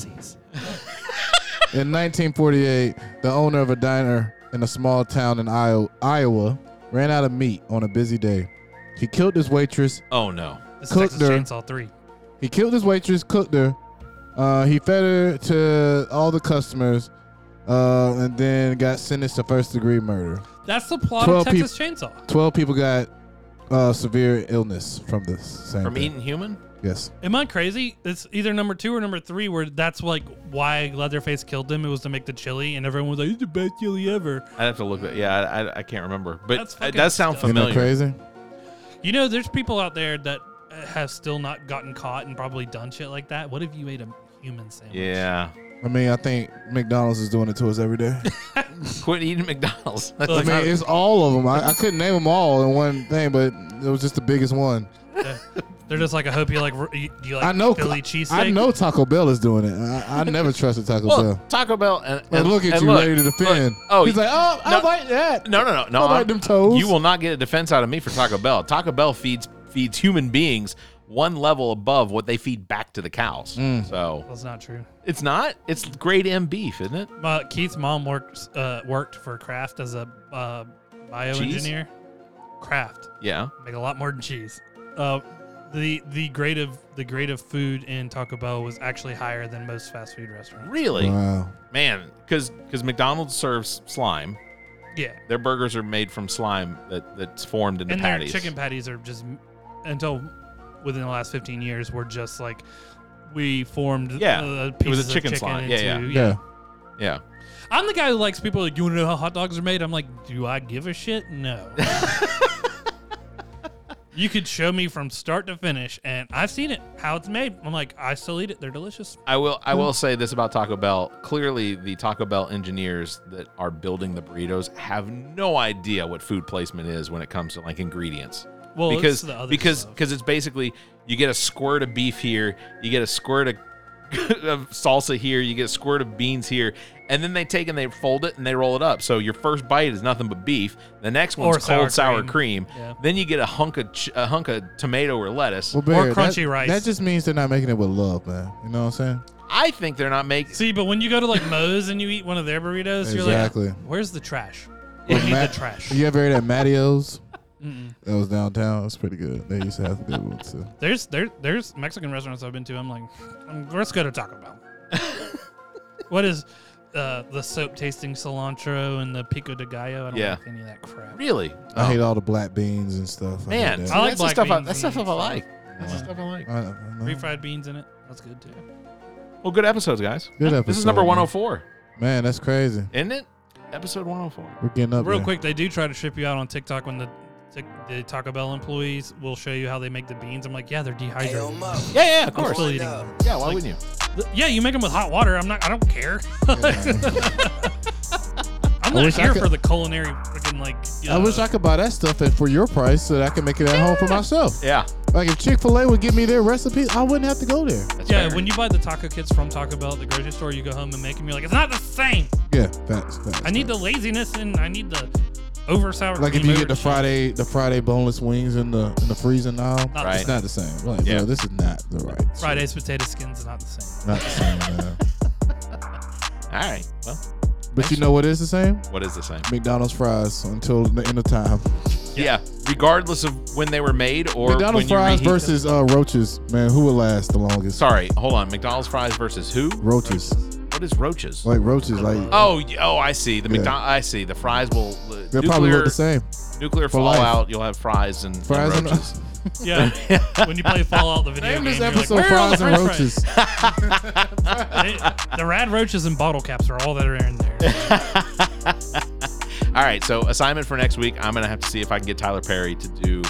[SPEAKER 3] In 1948, the owner of a diner in a small town in Iowa, Iowa ran out of meat on a busy day. He killed his waitress.
[SPEAKER 1] oh no.
[SPEAKER 4] This is
[SPEAKER 3] Cooked
[SPEAKER 4] Texas
[SPEAKER 3] her.
[SPEAKER 4] Chainsaw Three.
[SPEAKER 3] He killed his waitress, cooked her. Uh, he fed her to all the customers, uh, and then got sentenced to first degree murder.
[SPEAKER 4] That's the plot of
[SPEAKER 3] Twelve
[SPEAKER 4] Texas Chainsaw.
[SPEAKER 3] Twelve people got uh, severe illness from this. Same
[SPEAKER 1] From
[SPEAKER 3] thing.
[SPEAKER 1] eating human?
[SPEAKER 3] Yes.
[SPEAKER 4] Am I crazy? It's either number two or number three, where that's like why Leatherface killed him. It was to make the chili, and everyone was like, "It's the best chili ever."
[SPEAKER 1] I'd have to look at. Yeah, I, I, I can't remember, but
[SPEAKER 4] That's
[SPEAKER 1] it
[SPEAKER 4] fucking
[SPEAKER 1] does sound
[SPEAKER 4] stuff.
[SPEAKER 3] Isn't that
[SPEAKER 1] familiar.
[SPEAKER 3] crazy?
[SPEAKER 4] You know, there's people out there that uh, have still not gotten caught and probably done shit like that. What if you ate a human sandwich?
[SPEAKER 1] Yeah,
[SPEAKER 3] I mean, I think McDonald's is doing it to us every day.
[SPEAKER 1] quit eating McDonald's. (laughs) That's
[SPEAKER 4] Look,
[SPEAKER 1] like-
[SPEAKER 3] I mean, it's all of them. I, I couldn't name them all in one thing, but it was just the biggest one.
[SPEAKER 4] They're just like, I hope you like. r- You, do you like
[SPEAKER 3] I know.
[SPEAKER 4] Philly cheesesteak?
[SPEAKER 3] I know Taco Bell is doing it. I, I never trusted Taco
[SPEAKER 1] well,
[SPEAKER 3] Bell.
[SPEAKER 1] Taco Bell and,
[SPEAKER 3] And look at you, ready to
[SPEAKER 1] look,
[SPEAKER 3] defend.
[SPEAKER 1] oh,
[SPEAKER 3] he's like, oh, I
[SPEAKER 1] no.
[SPEAKER 3] like that.
[SPEAKER 1] No, no, no, no.
[SPEAKER 3] I like
[SPEAKER 1] I'm-
[SPEAKER 3] them toes.
[SPEAKER 1] You will not get a defense out of me for Taco Bell. Taco Bell feeds feeds human beings one level above what they feed back to the cows.
[SPEAKER 3] Mm.
[SPEAKER 1] So
[SPEAKER 4] That's not true.
[SPEAKER 1] it's not. It's grade M beef, isn't it?
[SPEAKER 4] Uh, Keith's mom works uh, worked for Kraft as a uh, bioengineer. Kraft
[SPEAKER 1] Yeah.
[SPEAKER 4] make a lot more than cheese. Uh, the the grade of the grade of food in Taco Bell was actually higher than most fast food restaurants.
[SPEAKER 1] Really,
[SPEAKER 3] Wow.
[SPEAKER 1] man. Because because McDonald's serves slime.
[SPEAKER 4] Yeah,
[SPEAKER 1] Their burgers are made from slime that that's formed into
[SPEAKER 4] and their
[SPEAKER 1] patties.
[SPEAKER 4] chicken patties are just until within the last 15 years were just like we formed
[SPEAKER 1] Yeah,
[SPEAKER 4] uh,
[SPEAKER 1] it was a
[SPEAKER 4] pieces of
[SPEAKER 1] chicken slide. Yeah,
[SPEAKER 4] into,
[SPEAKER 1] yeah.
[SPEAKER 3] Yeah.
[SPEAKER 1] Yeah.
[SPEAKER 4] I'm the guy who likes people like you want to know how hot dogs are made. I'm like, do I give a shit?
[SPEAKER 1] (laughs)
[SPEAKER 4] No. you could show me from start to finish, and I've seen it how it's made. I'm like, I still eat it. They're delicious.
[SPEAKER 1] I will. I will say this about Taco Bell. Clearly, the Taco Bell engineers that are building the burritos have no idea what food placement is when it comes to like ingredients.
[SPEAKER 4] Well, it's
[SPEAKER 1] because
[SPEAKER 4] the other
[SPEAKER 1] because
[SPEAKER 4] stuff.
[SPEAKER 1] because it's basically you get a squirt of beef here, you get a squirt of, (laughs) of salsa here, you get a squirt of beans here, and then they take and they fold it and they roll it up. So your first bite is nothing but beef. The next one's
[SPEAKER 4] Or sour
[SPEAKER 1] cold sour cream.
[SPEAKER 4] cream. Yeah.
[SPEAKER 1] Then you get a hunk of ch- a hunk of tomato or lettuce.
[SPEAKER 3] Well, Barry, that-
[SPEAKER 4] crunchy rice.
[SPEAKER 3] That just means they're not making it with love, man. You know what I'm saying?
[SPEAKER 1] I think they're not making.
[SPEAKER 4] See, but when you
[SPEAKER 3] (laughs)
[SPEAKER 4] go to like Moe's and you eat one of their burritos,
[SPEAKER 3] Exactly.
[SPEAKER 4] (laughs) you're like, where's the trash?
[SPEAKER 3] Or
[SPEAKER 4] We need
[SPEAKER 3] Ma-
[SPEAKER 4] the trash.
[SPEAKER 3] You ever heard at Matteo's? That was downtown. It was pretty good. They used to have good ones too.
[SPEAKER 4] There's there there's
[SPEAKER 1] (laughs)
[SPEAKER 4] Mexican restaurants I've been to. I'm like, "Mm, let's go to Taco Bell. what is uh, the soap tasting cilantro and the pico de gallo. I don't
[SPEAKER 1] Yeah.
[SPEAKER 4] like any of that crap.
[SPEAKER 1] Really?
[SPEAKER 3] I hate all the black beans and stuff. I hate
[SPEAKER 1] Man,
[SPEAKER 3] that.
[SPEAKER 1] see,
[SPEAKER 4] I like
[SPEAKER 1] that's the
[SPEAKER 4] black
[SPEAKER 1] stuff I,
[SPEAKER 4] beans
[SPEAKER 1] that's
[SPEAKER 4] and
[SPEAKER 1] stuff I
[SPEAKER 4] stuff.
[SPEAKER 1] like. That's the stuff I like.
[SPEAKER 3] I don't- I don't know.
[SPEAKER 4] Refried beans in it. That's good too.
[SPEAKER 1] Well, good episodes, guys.
[SPEAKER 3] Good
[SPEAKER 1] This is
[SPEAKER 3] episode,
[SPEAKER 1] number oh-
[SPEAKER 3] man.
[SPEAKER 1] 104,
[SPEAKER 3] Man, that's crazy.
[SPEAKER 1] isn't it? Episode 104.
[SPEAKER 3] We're getting up
[SPEAKER 4] Real
[SPEAKER 3] there.
[SPEAKER 4] quick, they do try to trip you out on TikTok when the, tic- the Taco Bell employees will show you how they make the beans. I'm like, yeah, they're dehydrated.
[SPEAKER 1] Yeah, yeah, of
[SPEAKER 4] I'm
[SPEAKER 1] course.
[SPEAKER 4] still eating them.
[SPEAKER 1] Yeah, why wouldn't you?
[SPEAKER 4] Th- Yeah, you make them with hot water. I'm not. I don't care. (laughs) I'm
[SPEAKER 3] I
[SPEAKER 4] not
[SPEAKER 3] wish I
[SPEAKER 4] here
[SPEAKER 3] could-
[SPEAKER 4] for the culinary freaking like.
[SPEAKER 3] I wish I could buy that stuff at, for your price so that I can make it at home for myself.
[SPEAKER 1] Yeah.
[SPEAKER 3] Like if Chick Fil A would give me their recipes, I wouldn't have to go there.
[SPEAKER 1] That's
[SPEAKER 4] Yeah,
[SPEAKER 1] fair.
[SPEAKER 4] when you buy the taco kits from Taco Bell at the grocery store, you go home and make them. You're like, it's not the same.
[SPEAKER 3] Yeah, facts. facts
[SPEAKER 4] I need the laziness and I need the over sour.
[SPEAKER 3] like if
[SPEAKER 4] cream,
[SPEAKER 3] you get the
[SPEAKER 4] over-
[SPEAKER 3] Friday the Friday boneless wings in the in the freezer now,
[SPEAKER 4] Not
[SPEAKER 1] Right.
[SPEAKER 3] it's not the same. Like,
[SPEAKER 1] Yeah.
[SPEAKER 3] bro, this is not the right. shit.
[SPEAKER 4] (laughs) Friday's potato skins are not
[SPEAKER 3] (laughs)
[SPEAKER 4] the same.
[SPEAKER 3] Not the same,
[SPEAKER 1] (laughs)
[SPEAKER 3] man.
[SPEAKER 1] All right. Well,
[SPEAKER 3] But you know what is the same?
[SPEAKER 1] what is the same?
[SPEAKER 3] McDonald's fries until the end of time.
[SPEAKER 1] Yeah. Regardless of when they were made or when
[SPEAKER 3] McDonald's
[SPEAKER 1] you
[SPEAKER 3] fries
[SPEAKER 1] reheat them.
[SPEAKER 3] versus uh, roaches. Man, who will last the longest?
[SPEAKER 1] Sorry, hold on. McDonald's fries versus who?
[SPEAKER 3] Roaches.
[SPEAKER 1] What is roaches?
[SPEAKER 3] Like roaches, like
[SPEAKER 1] Oh, y- oh, I see. The
[SPEAKER 3] Yeah.
[SPEAKER 1] McDonald, I see. The fries will uh,
[SPEAKER 3] they
[SPEAKER 1] nuclear,
[SPEAKER 3] probably look the same.
[SPEAKER 1] nuclear
[SPEAKER 3] for life.
[SPEAKER 1] fallout. You'll have fries and and
[SPEAKER 3] Fries and- (laughs)
[SPEAKER 1] roaches. (laughs)
[SPEAKER 4] Yeah, when you play Fallout, the video
[SPEAKER 3] Name
[SPEAKER 4] game,
[SPEAKER 3] this
[SPEAKER 4] you're like,
[SPEAKER 3] episode
[SPEAKER 4] "Where are all the
[SPEAKER 3] fries and
[SPEAKER 4] french fries?"
[SPEAKER 3] roaches.
[SPEAKER 4] They- the rad roaches and bottle caps are all that are in there.
[SPEAKER 1] All right. So assignment for next week. I'm gonna have to see if I can get Tyler Perry to do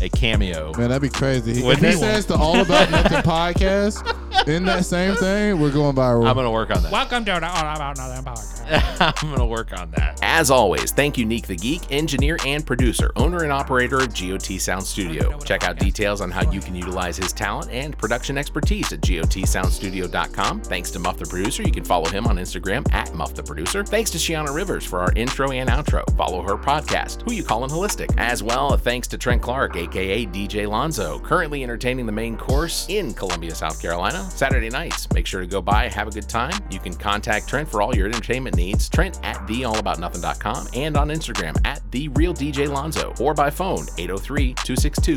[SPEAKER 1] a cameo.
[SPEAKER 3] Man, that'd be crazy.
[SPEAKER 1] Wouldn't
[SPEAKER 3] If
[SPEAKER 1] it?
[SPEAKER 3] he says the All About Nothing podcast in that same thing, we're going viral.
[SPEAKER 1] I'm gonna work on that.
[SPEAKER 4] Welcome to the All About Nothing podcast.
[SPEAKER 1] (laughs) I'm going to work on that. As always, thank you, Neek the Geek, engineer and producer, owner and operator of GOT Sound Studio. Check out details on how you can utilize his talent and production expertise at GOTSoundstudio.com. Thanks to Muff the Producer. You can follow him on Instagram at Muff the Producer. Thanks to Shiana Rivers for our intro and outro. Follow her podcast, Who You Callin' Holistic. As well, a thanks to Trent Clark, aka DJ Lonzo, currently entertaining the main course in Columbia, South Carolina, Saturday nights. Make sure to go by, have a good time. You can contact Trent for all your entertainment needs, Trent at theallaboutnothing.com and on Instagram at the real DJ Lonzo or by phone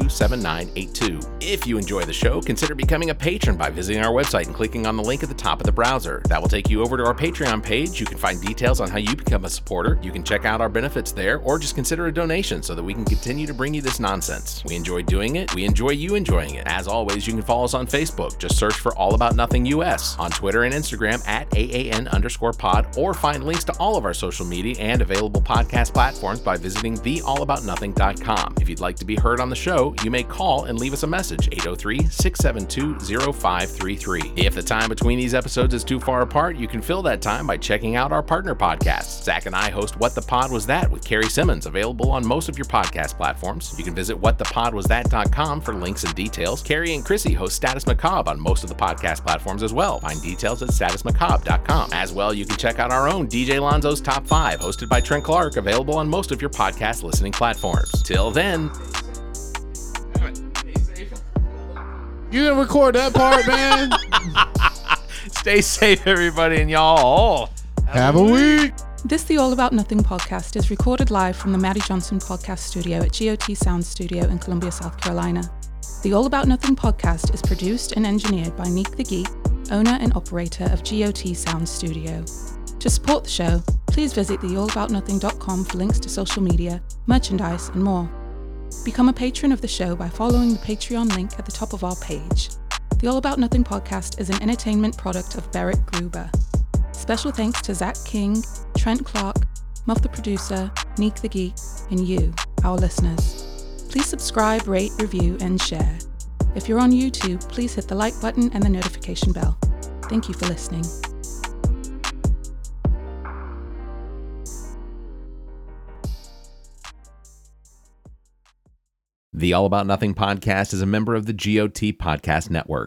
[SPEAKER 1] 803-262-7982. If you enjoy the show, consider becoming a patron by visiting our website and clicking on the link at the top of the browser. That will take you over to our Patreon page. You can find details on how you become a supporter. You can check out our benefits there or just consider a donation so that we can continue to bring you this nonsense. We enjoy doing it. We enjoy you enjoying it. As always, you can follow us on Facebook. Just search for All About Nothing US on Twitter and Instagram at AAN underscore pod or find links to all of our social media and available podcast platforms by visiting theallaboutnothing.com. If you'd like to be heard on the show, you may call and leave us a message 803 672 0533. If the time between these episodes is too far apart, you can fill that time by checking out our partner podcasts. Zach and I host What the Pod Was That with Carrie Simmons, available on most of your podcast platforms. You can visit whatthepodwasthat.com for links and details. Carrie and Chrissy host Status Macabre on most of the podcast platforms as well. Find details at statusmacabre.com. As well, you can check out our own DJ Lonzo's Top 5, hosted by Trent Clark, available on most of your podcast listening platforms. Till then,
[SPEAKER 3] you didn't record that part, man.
[SPEAKER 1] stay safe, everybody, and y'all.
[SPEAKER 3] Have a week.
[SPEAKER 2] This The All About Nothing podcast is recorded live from the Maddie Johnson Podcast Studio at GOT Sound Studio in Columbia, South Carolina. The All About Nothing podcast is produced and engineered by Neek the Geek, owner and operator of GOT Sound Studio. To support the show, please visit theallaboutnothing.com for links to social media, merchandise, and more. Become a patron of the show by following the Patreon link at the top of our page. The All About Nothing podcast is an entertainment product of Berwick Gruber. Special thanks to Zach King, Trent Clark, Muff the Producer, Neek the Geek, and you, our listeners. Please subscribe, rate, review, and share. If you're on YouTube, please hit the like button and the notification bell. Thank you for listening.
[SPEAKER 1] The All About Nothing podcast is a member of the GOT Podcast Network.